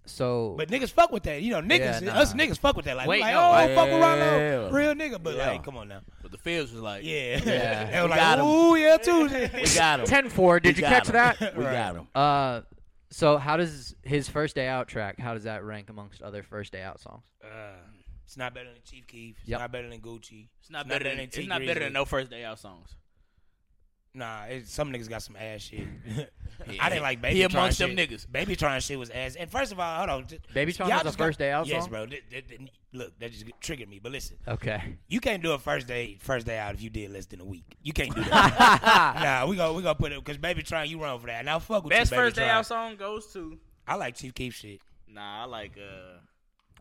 [SPEAKER 1] so
[SPEAKER 3] But niggas fuck with that, you know. Niggas,
[SPEAKER 1] Yeah,
[SPEAKER 3] us
[SPEAKER 1] nah.
[SPEAKER 3] niggas fuck with that. Like, we
[SPEAKER 1] Wait,
[SPEAKER 3] like
[SPEAKER 1] no.
[SPEAKER 3] oh,
[SPEAKER 2] Yeah,
[SPEAKER 3] fuck
[SPEAKER 2] yeah,
[SPEAKER 3] with
[SPEAKER 2] yeah,
[SPEAKER 3] Rollo,
[SPEAKER 2] yeah.
[SPEAKER 3] real nigga. But
[SPEAKER 2] Yeah.
[SPEAKER 3] like, come on now,
[SPEAKER 5] But the fields was like,
[SPEAKER 3] yeah.
[SPEAKER 2] Yeah.
[SPEAKER 3] (laughs) they were
[SPEAKER 2] We got
[SPEAKER 3] like,
[SPEAKER 2] 'em.
[SPEAKER 3] ooh, yeah, (laughs) Tuesday.
[SPEAKER 2] We got him.
[SPEAKER 1] 10-4. Did
[SPEAKER 2] We
[SPEAKER 1] you
[SPEAKER 2] got
[SPEAKER 1] catch
[SPEAKER 2] 'em.
[SPEAKER 1] that?
[SPEAKER 2] We got him.
[SPEAKER 1] Uh, so how does his first day out track? How does that rank amongst other first day out songs?
[SPEAKER 3] Uh, it's not better than Chief Keef. It's
[SPEAKER 1] Yep.
[SPEAKER 3] not better than Gucci.
[SPEAKER 5] it's not better than it's not better than no first day out songs.
[SPEAKER 3] Nah, it, some niggas got some ass shit. I didn't like baby.
[SPEAKER 5] He
[SPEAKER 3] Tron
[SPEAKER 5] amongst them
[SPEAKER 3] shit.
[SPEAKER 5] niggas.
[SPEAKER 3] Baby Tron shit was ass. And first of all, hold on. j-
[SPEAKER 1] Baby Tron
[SPEAKER 3] y'all
[SPEAKER 1] was a
[SPEAKER 3] just got-
[SPEAKER 1] first day out
[SPEAKER 3] Yes,
[SPEAKER 1] song?
[SPEAKER 3] bro. Th- th- th- look, that just triggered me. But listen,
[SPEAKER 1] Okay.
[SPEAKER 3] you can't do a first day first day out if you did less than a week. You can't do
[SPEAKER 2] (laughs)
[SPEAKER 3] that. nah, we gonna we gonna put it because Baby Tron, you wrong for that. And I fuck with
[SPEAKER 5] Best
[SPEAKER 3] you, Baby
[SPEAKER 5] first day
[SPEAKER 3] Tron.
[SPEAKER 5] out song goes to
[SPEAKER 3] I like Chief Keef shit.
[SPEAKER 5] Nah, I like uh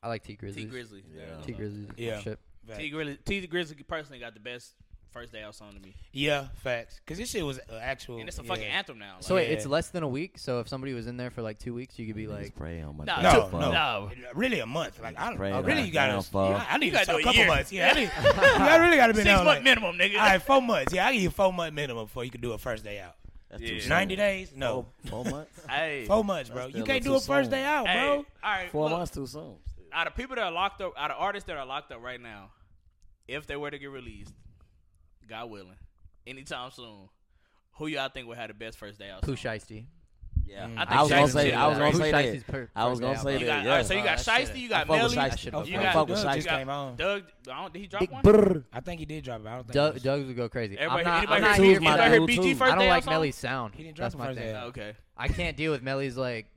[SPEAKER 1] I like T
[SPEAKER 5] T
[SPEAKER 1] Grizzly.
[SPEAKER 5] Grizzly.
[SPEAKER 1] T Grizzly.
[SPEAKER 3] Yeah.
[SPEAKER 1] Shit.
[SPEAKER 3] Fact.
[SPEAKER 5] T Grizzly T Grizzly personally got the best first day out song to me.
[SPEAKER 3] Yeah, facts. Because this shit was uh, actual.
[SPEAKER 5] And it's a fucking
[SPEAKER 3] yeah.
[SPEAKER 5] anthem now. Like,
[SPEAKER 1] So wait, it's
[SPEAKER 3] Yeah.
[SPEAKER 1] less than a week. So if somebody was in there for like two weeks, you could be
[SPEAKER 2] Like,
[SPEAKER 1] like,
[SPEAKER 2] spray on my
[SPEAKER 5] No,
[SPEAKER 3] No,
[SPEAKER 2] fuck.
[SPEAKER 3] no,
[SPEAKER 5] no.
[SPEAKER 3] Really, a month. Like I don't
[SPEAKER 2] Pray
[SPEAKER 3] know.
[SPEAKER 2] to
[SPEAKER 3] Really, you gotta.
[SPEAKER 2] downfall.
[SPEAKER 3] Yeah, I need
[SPEAKER 5] You gotta
[SPEAKER 3] to-
[SPEAKER 5] do
[SPEAKER 3] a
[SPEAKER 5] a
[SPEAKER 3] couple
[SPEAKER 5] year.
[SPEAKER 3] months. Yeah,
[SPEAKER 2] (laughs)
[SPEAKER 3] I, need, I really gotta be
[SPEAKER 5] six
[SPEAKER 3] down,
[SPEAKER 5] month
[SPEAKER 3] like,
[SPEAKER 5] minimum, nigga.
[SPEAKER 3] All right, four months. Yeah, I give you four month minimum before you can do a first day out.
[SPEAKER 2] That's
[SPEAKER 5] Yeah.
[SPEAKER 2] too soon.
[SPEAKER 3] 90 days? No.
[SPEAKER 2] Four, four
[SPEAKER 5] (laughs)
[SPEAKER 2] months?
[SPEAKER 5] (laughs) Hey,
[SPEAKER 3] Four months, bro.
[SPEAKER 2] Oh, That's
[SPEAKER 3] You
[SPEAKER 2] still
[SPEAKER 3] can't
[SPEAKER 2] a
[SPEAKER 3] do a
[SPEAKER 2] too
[SPEAKER 3] first
[SPEAKER 2] soon.
[SPEAKER 3] day out,
[SPEAKER 5] hey,
[SPEAKER 3] bro.
[SPEAKER 5] All right,
[SPEAKER 2] Four
[SPEAKER 5] look,
[SPEAKER 2] months too soon.
[SPEAKER 5] out of people that are locked up, out of artists that are locked up right now, if they were to get released, God willing, anytime soon, who y'all think would have the best first day out?
[SPEAKER 1] "Pooh
[SPEAKER 5] song?
[SPEAKER 1] Shiesty."
[SPEAKER 2] Yeah.
[SPEAKER 5] I think
[SPEAKER 2] I was gonna
[SPEAKER 5] Shiesty
[SPEAKER 2] say.
[SPEAKER 5] should
[SPEAKER 2] I was
[SPEAKER 5] do
[SPEAKER 2] gonna
[SPEAKER 5] that.
[SPEAKER 2] say
[SPEAKER 1] Who Shiesty's
[SPEAKER 2] that.
[SPEAKER 1] per-
[SPEAKER 2] I was gonna
[SPEAKER 1] first
[SPEAKER 2] say
[SPEAKER 1] day
[SPEAKER 2] that.
[SPEAKER 5] You got,
[SPEAKER 2] yeah.
[SPEAKER 5] all right, so you got Shiesty, you got
[SPEAKER 2] fuck with Shiesty.
[SPEAKER 5] Melly,
[SPEAKER 1] I
[SPEAKER 5] you
[SPEAKER 1] fuck
[SPEAKER 5] got,
[SPEAKER 2] fuck with
[SPEAKER 5] you
[SPEAKER 3] Doug just
[SPEAKER 5] got
[SPEAKER 3] came on.
[SPEAKER 5] Doug. I don't, did he drop
[SPEAKER 2] Big
[SPEAKER 5] one?
[SPEAKER 2] brr.
[SPEAKER 3] I think he did drop it. I don't think
[SPEAKER 1] Doug,
[SPEAKER 3] it was-
[SPEAKER 1] Doug would go crazy. I'm
[SPEAKER 5] Everybody,
[SPEAKER 1] not,
[SPEAKER 5] anybody,
[SPEAKER 1] I'm not
[SPEAKER 5] heard-
[SPEAKER 1] here
[SPEAKER 2] Two's
[SPEAKER 1] for
[SPEAKER 2] my
[SPEAKER 1] that.
[SPEAKER 5] anybody heard
[SPEAKER 2] dude,
[SPEAKER 5] BG
[SPEAKER 2] too.
[SPEAKER 5] first
[SPEAKER 1] I
[SPEAKER 5] day
[SPEAKER 1] don't like
[SPEAKER 5] out song?
[SPEAKER 1] Melly's sound.
[SPEAKER 3] He didn't drop
[SPEAKER 1] That's
[SPEAKER 3] the
[SPEAKER 1] my
[SPEAKER 3] first
[SPEAKER 1] thing.
[SPEAKER 3] day
[SPEAKER 5] Oh, okay.
[SPEAKER 1] I can't deal with Melly's like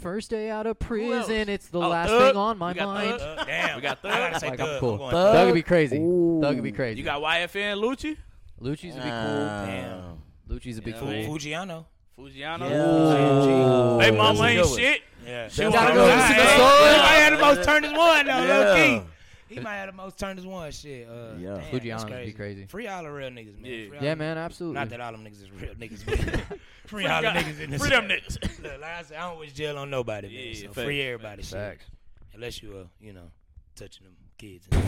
[SPEAKER 1] first day out of
[SPEAKER 5] else?
[SPEAKER 1] prison. It's the
[SPEAKER 5] Oh,
[SPEAKER 1] last
[SPEAKER 5] Thug.
[SPEAKER 1] thing on my
[SPEAKER 5] We got
[SPEAKER 1] mind.
[SPEAKER 5] Thug. (laughs)
[SPEAKER 3] Doug, damn.
[SPEAKER 5] We got
[SPEAKER 3] I gotta
[SPEAKER 5] Thug.
[SPEAKER 3] say
[SPEAKER 1] Like
[SPEAKER 3] Thug.
[SPEAKER 1] I'm cool.
[SPEAKER 3] going
[SPEAKER 2] Thug.
[SPEAKER 1] Thug would be crazy.
[SPEAKER 2] Ooh.
[SPEAKER 1] Thug would be crazy.
[SPEAKER 5] You got YFN, Lucci,
[SPEAKER 1] Lucci's would be cool.
[SPEAKER 2] Nah.
[SPEAKER 3] Damn.
[SPEAKER 1] Lucci's a big
[SPEAKER 5] Yeah,
[SPEAKER 1] fool.
[SPEAKER 5] man.
[SPEAKER 3] Fu- Fugiano.
[SPEAKER 5] Fugiano.
[SPEAKER 2] Yeah.
[SPEAKER 5] Hey,
[SPEAKER 2] That's
[SPEAKER 5] mama
[SPEAKER 2] a
[SPEAKER 5] ain't
[SPEAKER 2] good one.
[SPEAKER 5] shit.
[SPEAKER 3] Yeah.
[SPEAKER 5] She
[SPEAKER 2] gotta
[SPEAKER 5] wanna
[SPEAKER 2] go
[SPEAKER 5] die,
[SPEAKER 2] to the
[SPEAKER 5] ain't
[SPEAKER 2] sun.
[SPEAKER 5] it?
[SPEAKER 3] He might have the most turned as one, though,
[SPEAKER 2] Yeah.
[SPEAKER 3] low key. He might have the most turned as one shit. Uh,
[SPEAKER 2] Yeah.
[SPEAKER 3] damn,
[SPEAKER 1] Fugiano
[SPEAKER 3] that's
[SPEAKER 1] would be crazy.
[SPEAKER 3] Free all the real niggas, man.
[SPEAKER 5] Yeah.
[SPEAKER 3] Free all
[SPEAKER 1] Yeah,
[SPEAKER 3] the-
[SPEAKER 1] man, absolutely.
[SPEAKER 3] Not that all them niggas is real
[SPEAKER 5] (laughs)
[SPEAKER 3] niggas. but free all the
[SPEAKER 5] God.
[SPEAKER 3] niggas in this.
[SPEAKER 5] Free them niggas.
[SPEAKER 3] Look, like I said, I don't wish jail on nobody, man.
[SPEAKER 5] Yeah,
[SPEAKER 3] so
[SPEAKER 5] facts,
[SPEAKER 3] free everybody, shit.
[SPEAKER 1] Facts.
[SPEAKER 3] Unless you uh, you know, touching them kids and,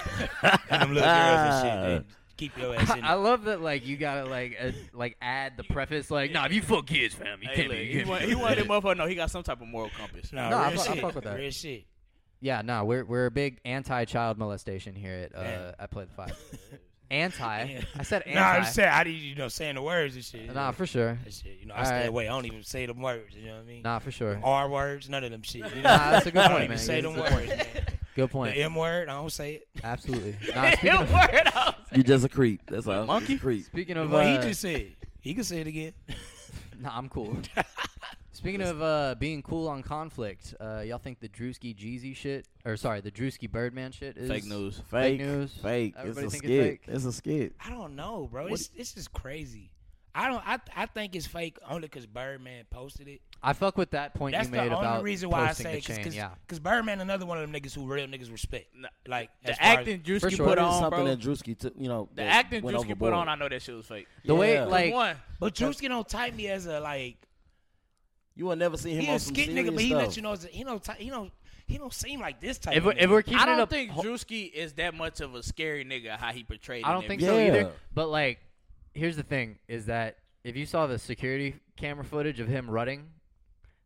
[SPEAKER 1] (laughs)
[SPEAKER 3] and them little girls and shit. Man. Keep your ass
[SPEAKER 1] (laughs)
[SPEAKER 3] in.
[SPEAKER 1] I
[SPEAKER 3] there.
[SPEAKER 1] love that, like you gotta like uh, like add the preface, like nah, if you fuck kids, fam, you
[SPEAKER 5] Hey,
[SPEAKER 1] can't
[SPEAKER 5] look,
[SPEAKER 1] be.
[SPEAKER 5] he, want, he wanted (laughs) him motherfucker. No, he got some type of moral compass.
[SPEAKER 3] Nah,
[SPEAKER 1] No, I
[SPEAKER 3] real
[SPEAKER 1] fuck- I
[SPEAKER 3] shit.
[SPEAKER 1] fuck with that.
[SPEAKER 3] Real shit.
[SPEAKER 1] Yeah, no, we're we're a big anti-child molestation here at uh,
[SPEAKER 3] Yeah.
[SPEAKER 1] I Play the Five. anti, I said
[SPEAKER 3] Nah, I'm
[SPEAKER 1] anti.
[SPEAKER 3] saying I didn't, you know, saying the words and shit. you
[SPEAKER 1] Nah,
[SPEAKER 3] know.
[SPEAKER 1] for sure.
[SPEAKER 3] That shit, you know, I
[SPEAKER 1] All
[SPEAKER 3] stay
[SPEAKER 1] right.
[SPEAKER 3] away. I don't even say them words. You know what I mean?
[SPEAKER 1] Nah, for sure.
[SPEAKER 3] R words, none of them shit.
[SPEAKER 1] (laughs)
[SPEAKER 3] You know?
[SPEAKER 1] Nah, that's a good
[SPEAKER 3] I don't
[SPEAKER 1] point,
[SPEAKER 3] even
[SPEAKER 1] man.
[SPEAKER 3] say
[SPEAKER 1] Yeah,
[SPEAKER 3] them
[SPEAKER 1] that's a
[SPEAKER 3] words. man.
[SPEAKER 1] Good
[SPEAKER 3] The (laughs)
[SPEAKER 1] point.
[SPEAKER 3] M word, I don't say it.
[SPEAKER 1] Absolutely. Nah, speaking
[SPEAKER 5] Him
[SPEAKER 1] of,
[SPEAKER 5] word out.
[SPEAKER 2] You just a creep. That's all.
[SPEAKER 5] Monkey?
[SPEAKER 2] Just a creep.
[SPEAKER 1] speaking of,
[SPEAKER 3] What
[SPEAKER 1] uh,
[SPEAKER 3] he just said. He can say
[SPEAKER 1] (laughs)
[SPEAKER 3] it again.
[SPEAKER 1] nah, I'm
[SPEAKER 5] (laughs)
[SPEAKER 1] cool. Speaking of uh, being cool on conflict, uh, y'all think the Drewski Jeezy shit, or sorry, the Drewski Birdman shit is
[SPEAKER 5] Fake news.
[SPEAKER 1] Fake
[SPEAKER 2] Fake.
[SPEAKER 1] news.
[SPEAKER 2] Fake. It's
[SPEAKER 1] Everybody
[SPEAKER 2] a
[SPEAKER 1] think
[SPEAKER 2] skit.
[SPEAKER 1] it's fake.
[SPEAKER 2] It's a skit.
[SPEAKER 3] I don't know, bro.
[SPEAKER 2] What-
[SPEAKER 3] This this is crazy. I don't. I I think it's fake only because Birdman posted it.
[SPEAKER 1] I fuck with that point
[SPEAKER 3] That's
[SPEAKER 1] you
[SPEAKER 3] the
[SPEAKER 1] made
[SPEAKER 3] only
[SPEAKER 1] about
[SPEAKER 3] reason why I
[SPEAKER 1] posting
[SPEAKER 3] say
[SPEAKER 1] the chain.
[SPEAKER 3] because
[SPEAKER 1] yeah,
[SPEAKER 3] Birdman another one of them niggas who real niggas respect.
[SPEAKER 5] Nah,
[SPEAKER 3] Like as
[SPEAKER 5] The
[SPEAKER 3] far as-
[SPEAKER 5] acting Drewski
[SPEAKER 1] For sure.
[SPEAKER 5] put
[SPEAKER 1] It is
[SPEAKER 5] on,
[SPEAKER 2] something
[SPEAKER 5] bro.
[SPEAKER 2] that Drewski took, you know.
[SPEAKER 5] the
[SPEAKER 2] that
[SPEAKER 5] acting
[SPEAKER 2] went
[SPEAKER 5] Drewski
[SPEAKER 2] overboard.
[SPEAKER 5] put on, I know that shit was fake.
[SPEAKER 1] the way
[SPEAKER 2] Yeah.
[SPEAKER 1] like
[SPEAKER 5] One,
[SPEAKER 3] but Drewski don't type me as a like
[SPEAKER 2] you will never see him
[SPEAKER 3] he
[SPEAKER 2] on
[SPEAKER 3] a
[SPEAKER 2] some
[SPEAKER 3] skit nigga,
[SPEAKER 2] serious
[SPEAKER 3] but he
[SPEAKER 2] stuff.
[SPEAKER 3] lets you know it's a- he don't ty- he don't he don't seem like this type.
[SPEAKER 1] if
[SPEAKER 3] of
[SPEAKER 1] we're, if
[SPEAKER 3] nigga.
[SPEAKER 1] we're keeping
[SPEAKER 5] I
[SPEAKER 1] it
[SPEAKER 5] don't
[SPEAKER 1] up,
[SPEAKER 5] think Drewski is that much of a scary nigga how he portrayed.
[SPEAKER 1] I don't
[SPEAKER 5] in
[SPEAKER 1] think
[SPEAKER 5] that
[SPEAKER 1] so
[SPEAKER 2] Yeah.
[SPEAKER 1] either. But like, here's the thing: is that if you saw the security camera footage of him running,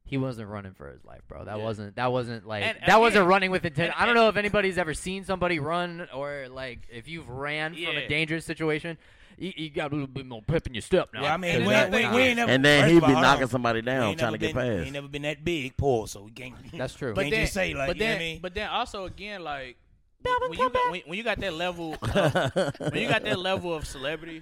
[SPEAKER 1] he wasn't running for his life, bro. That
[SPEAKER 5] Yeah.
[SPEAKER 1] wasn't that wasn't like
[SPEAKER 5] And
[SPEAKER 1] that wasn't
[SPEAKER 5] again-
[SPEAKER 1] running with intent.
[SPEAKER 5] and-
[SPEAKER 1] I don't
[SPEAKER 5] and-
[SPEAKER 1] know if anybody's ever seen somebody run or like if you've ran from a
[SPEAKER 5] Yeah.
[SPEAKER 1] dangerous situation. You, you got a little bit more pep in your step now.
[SPEAKER 3] yeah, I mean
[SPEAKER 5] And
[SPEAKER 3] we,
[SPEAKER 5] another
[SPEAKER 3] ain't- we,
[SPEAKER 5] thing-
[SPEAKER 3] we ain't never
[SPEAKER 2] And then
[SPEAKER 3] first
[SPEAKER 2] he
[SPEAKER 3] of all,
[SPEAKER 2] be
[SPEAKER 3] hold on.
[SPEAKER 2] knocking somebody
[SPEAKER 3] We
[SPEAKER 2] down
[SPEAKER 3] ain't
[SPEAKER 2] trying
[SPEAKER 3] never
[SPEAKER 2] to get
[SPEAKER 3] been- we
[SPEAKER 2] past.
[SPEAKER 3] Ain't never been that big, Paul. So we (laughs) can't.
[SPEAKER 1] That's true.
[SPEAKER 3] But then, just say like,
[SPEAKER 5] but
[SPEAKER 3] you know
[SPEAKER 5] then,
[SPEAKER 3] what I mean?
[SPEAKER 5] but then also again, like when, when you got, when, when you got that level, of, when you got that level of celebrity,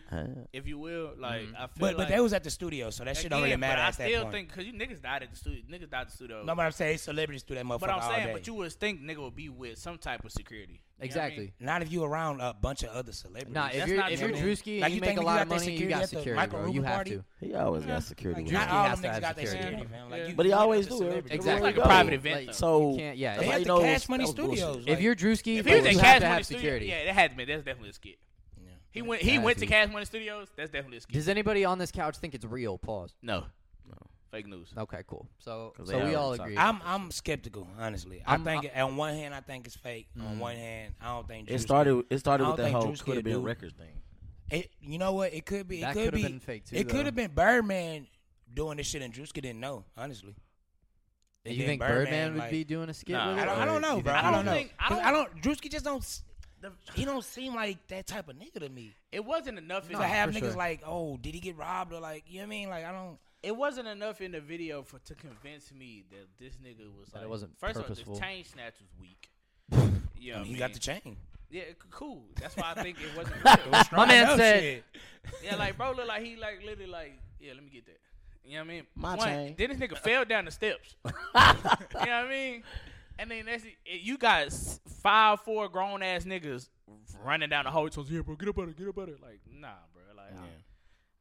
[SPEAKER 5] if you will, like I feel
[SPEAKER 3] But
[SPEAKER 5] like,
[SPEAKER 3] but they was at the studio, so that shit don't
[SPEAKER 5] again,
[SPEAKER 3] really matter
[SPEAKER 5] But I
[SPEAKER 3] at that
[SPEAKER 5] still
[SPEAKER 3] point.
[SPEAKER 5] think because you niggas died at the studio, niggas died at the studio.
[SPEAKER 3] No, but I'm saying celebrities do that motherfucker
[SPEAKER 5] but I'm
[SPEAKER 3] all
[SPEAKER 5] saying,
[SPEAKER 3] day.
[SPEAKER 5] but you would think nigga would be with some type of security. You know what I mean?
[SPEAKER 1] exactly.
[SPEAKER 3] Not if you around a bunch of other celebrities.
[SPEAKER 1] Nah, if
[SPEAKER 5] That's
[SPEAKER 1] you're
[SPEAKER 5] not
[SPEAKER 1] if you're
[SPEAKER 5] true.
[SPEAKER 1] Drewski
[SPEAKER 3] Like,
[SPEAKER 1] and you make
[SPEAKER 3] you think
[SPEAKER 1] a
[SPEAKER 3] we
[SPEAKER 1] lot
[SPEAKER 3] got
[SPEAKER 1] of
[SPEAKER 3] that
[SPEAKER 1] money, you
[SPEAKER 3] security
[SPEAKER 1] got
[SPEAKER 3] at the
[SPEAKER 1] security,
[SPEAKER 3] Michael
[SPEAKER 1] bro. You
[SPEAKER 3] Rubin
[SPEAKER 1] have
[SPEAKER 3] party?
[SPEAKER 1] to.
[SPEAKER 2] He always got security.
[SPEAKER 3] Like,
[SPEAKER 2] with
[SPEAKER 3] not
[SPEAKER 2] him.
[SPEAKER 1] Drewski
[SPEAKER 3] all
[SPEAKER 1] has
[SPEAKER 3] them
[SPEAKER 1] to
[SPEAKER 3] niggas
[SPEAKER 1] have
[SPEAKER 3] got that
[SPEAKER 1] security.
[SPEAKER 3] security, man. Like,
[SPEAKER 5] Yeah.
[SPEAKER 3] you-
[SPEAKER 2] But he
[SPEAKER 3] you
[SPEAKER 2] always do
[SPEAKER 3] got the
[SPEAKER 2] it.
[SPEAKER 3] celebrity.
[SPEAKER 2] Everything
[SPEAKER 1] Exactly.
[SPEAKER 2] was
[SPEAKER 5] Like a
[SPEAKER 2] dope.
[SPEAKER 5] private event, though.
[SPEAKER 2] So
[SPEAKER 1] You can't- yeah.
[SPEAKER 2] they
[SPEAKER 1] They
[SPEAKER 2] had
[SPEAKER 3] had
[SPEAKER 2] to
[SPEAKER 3] the
[SPEAKER 2] those,
[SPEAKER 3] cash
[SPEAKER 2] that
[SPEAKER 3] money
[SPEAKER 2] was
[SPEAKER 3] studios.
[SPEAKER 2] bullshit.
[SPEAKER 1] If
[SPEAKER 3] Like-
[SPEAKER 1] you're Drewski,
[SPEAKER 5] If
[SPEAKER 1] bro,
[SPEAKER 5] he was
[SPEAKER 1] you
[SPEAKER 5] at
[SPEAKER 1] have
[SPEAKER 5] Cash
[SPEAKER 1] to
[SPEAKER 5] Money
[SPEAKER 1] have
[SPEAKER 5] Studios,
[SPEAKER 1] security.
[SPEAKER 5] yeah, that had to be. That's definitely a skit. He went. He
[SPEAKER 1] Has
[SPEAKER 5] went
[SPEAKER 1] to
[SPEAKER 5] to
[SPEAKER 1] be.
[SPEAKER 5] Cash Money Studios. That's definitely a skit.
[SPEAKER 1] Does anybody on this couch think it's real? Pause.
[SPEAKER 5] no. Fake news.
[SPEAKER 1] Okay, cool. So,
[SPEAKER 2] 'Cause they
[SPEAKER 1] so we
[SPEAKER 2] are
[SPEAKER 1] all
[SPEAKER 2] excited.
[SPEAKER 1] agree.
[SPEAKER 3] I'm I'm skeptical, honestly. i
[SPEAKER 1] I'm-
[SPEAKER 3] think on one hand I think it's fake. On one hand, I don't think
[SPEAKER 2] It
[SPEAKER 3] Drewski-
[SPEAKER 2] started. It started
[SPEAKER 3] I
[SPEAKER 2] with
[SPEAKER 3] don't
[SPEAKER 2] that
[SPEAKER 3] think
[SPEAKER 2] whole
[SPEAKER 3] Drewski
[SPEAKER 2] could
[SPEAKER 3] a
[SPEAKER 2] have been
[SPEAKER 3] dude.
[SPEAKER 2] record thing.
[SPEAKER 3] It, you know what? It could be.
[SPEAKER 1] That
[SPEAKER 3] it could
[SPEAKER 1] could've
[SPEAKER 3] be
[SPEAKER 1] been fake, too,
[SPEAKER 3] It
[SPEAKER 1] though.
[SPEAKER 3] could have been Birdman doing this shit, and Drewski didn't know. Honestly,
[SPEAKER 1] Do
[SPEAKER 3] And
[SPEAKER 1] you
[SPEAKER 3] then
[SPEAKER 1] think Birdman, would
[SPEAKER 3] like-
[SPEAKER 1] be doing a skit?
[SPEAKER 5] Nah,
[SPEAKER 1] with it,
[SPEAKER 3] I don't, I
[SPEAKER 1] or
[SPEAKER 3] don't
[SPEAKER 1] do
[SPEAKER 3] know,
[SPEAKER 1] you
[SPEAKER 3] bro.
[SPEAKER 1] think
[SPEAKER 3] I
[SPEAKER 1] he would?
[SPEAKER 3] don't,
[SPEAKER 5] don't
[SPEAKER 3] know.
[SPEAKER 5] think- I
[SPEAKER 3] 'Cause
[SPEAKER 5] don't-
[SPEAKER 3] I don't. Drewski just don't. s- He don't seem like that type of nigga to me.
[SPEAKER 5] It wasn't enough. In
[SPEAKER 3] to have
[SPEAKER 1] for
[SPEAKER 3] niggas
[SPEAKER 1] sure.
[SPEAKER 3] like, oh, did he get robbed or like, you know what I mean? Like, I don't.
[SPEAKER 5] it wasn't enough in the video for to convince me that this nigga was
[SPEAKER 1] That it
[SPEAKER 5] like.
[SPEAKER 1] wasn't
[SPEAKER 5] first
[SPEAKER 1] purposeful.
[SPEAKER 5] off, this chain snatch was
[SPEAKER 1] (laughs)
[SPEAKER 5] weak. yeah,
[SPEAKER 3] I mean, he got the chain.
[SPEAKER 5] yeah, c- cool. That's why I think
[SPEAKER 1] (laughs)
[SPEAKER 5] it wasn't. real.
[SPEAKER 1] My
[SPEAKER 3] (laughs)
[SPEAKER 1] man said,
[SPEAKER 5] yeah, like bro, look like he like literally like yeah. Let me get that. You know what I mean?
[SPEAKER 2] My
[SPEAKER 5] One,
[SPEAKER 2] chain.
[SPEAKER 5] Then this nigga fell down the steps. you know what I mean? And then that's it. you got s- five, four grown ass niggas running down the hallway. So yeah, bro, get up out of, get up out of. Like nah, bro. Like I, don't,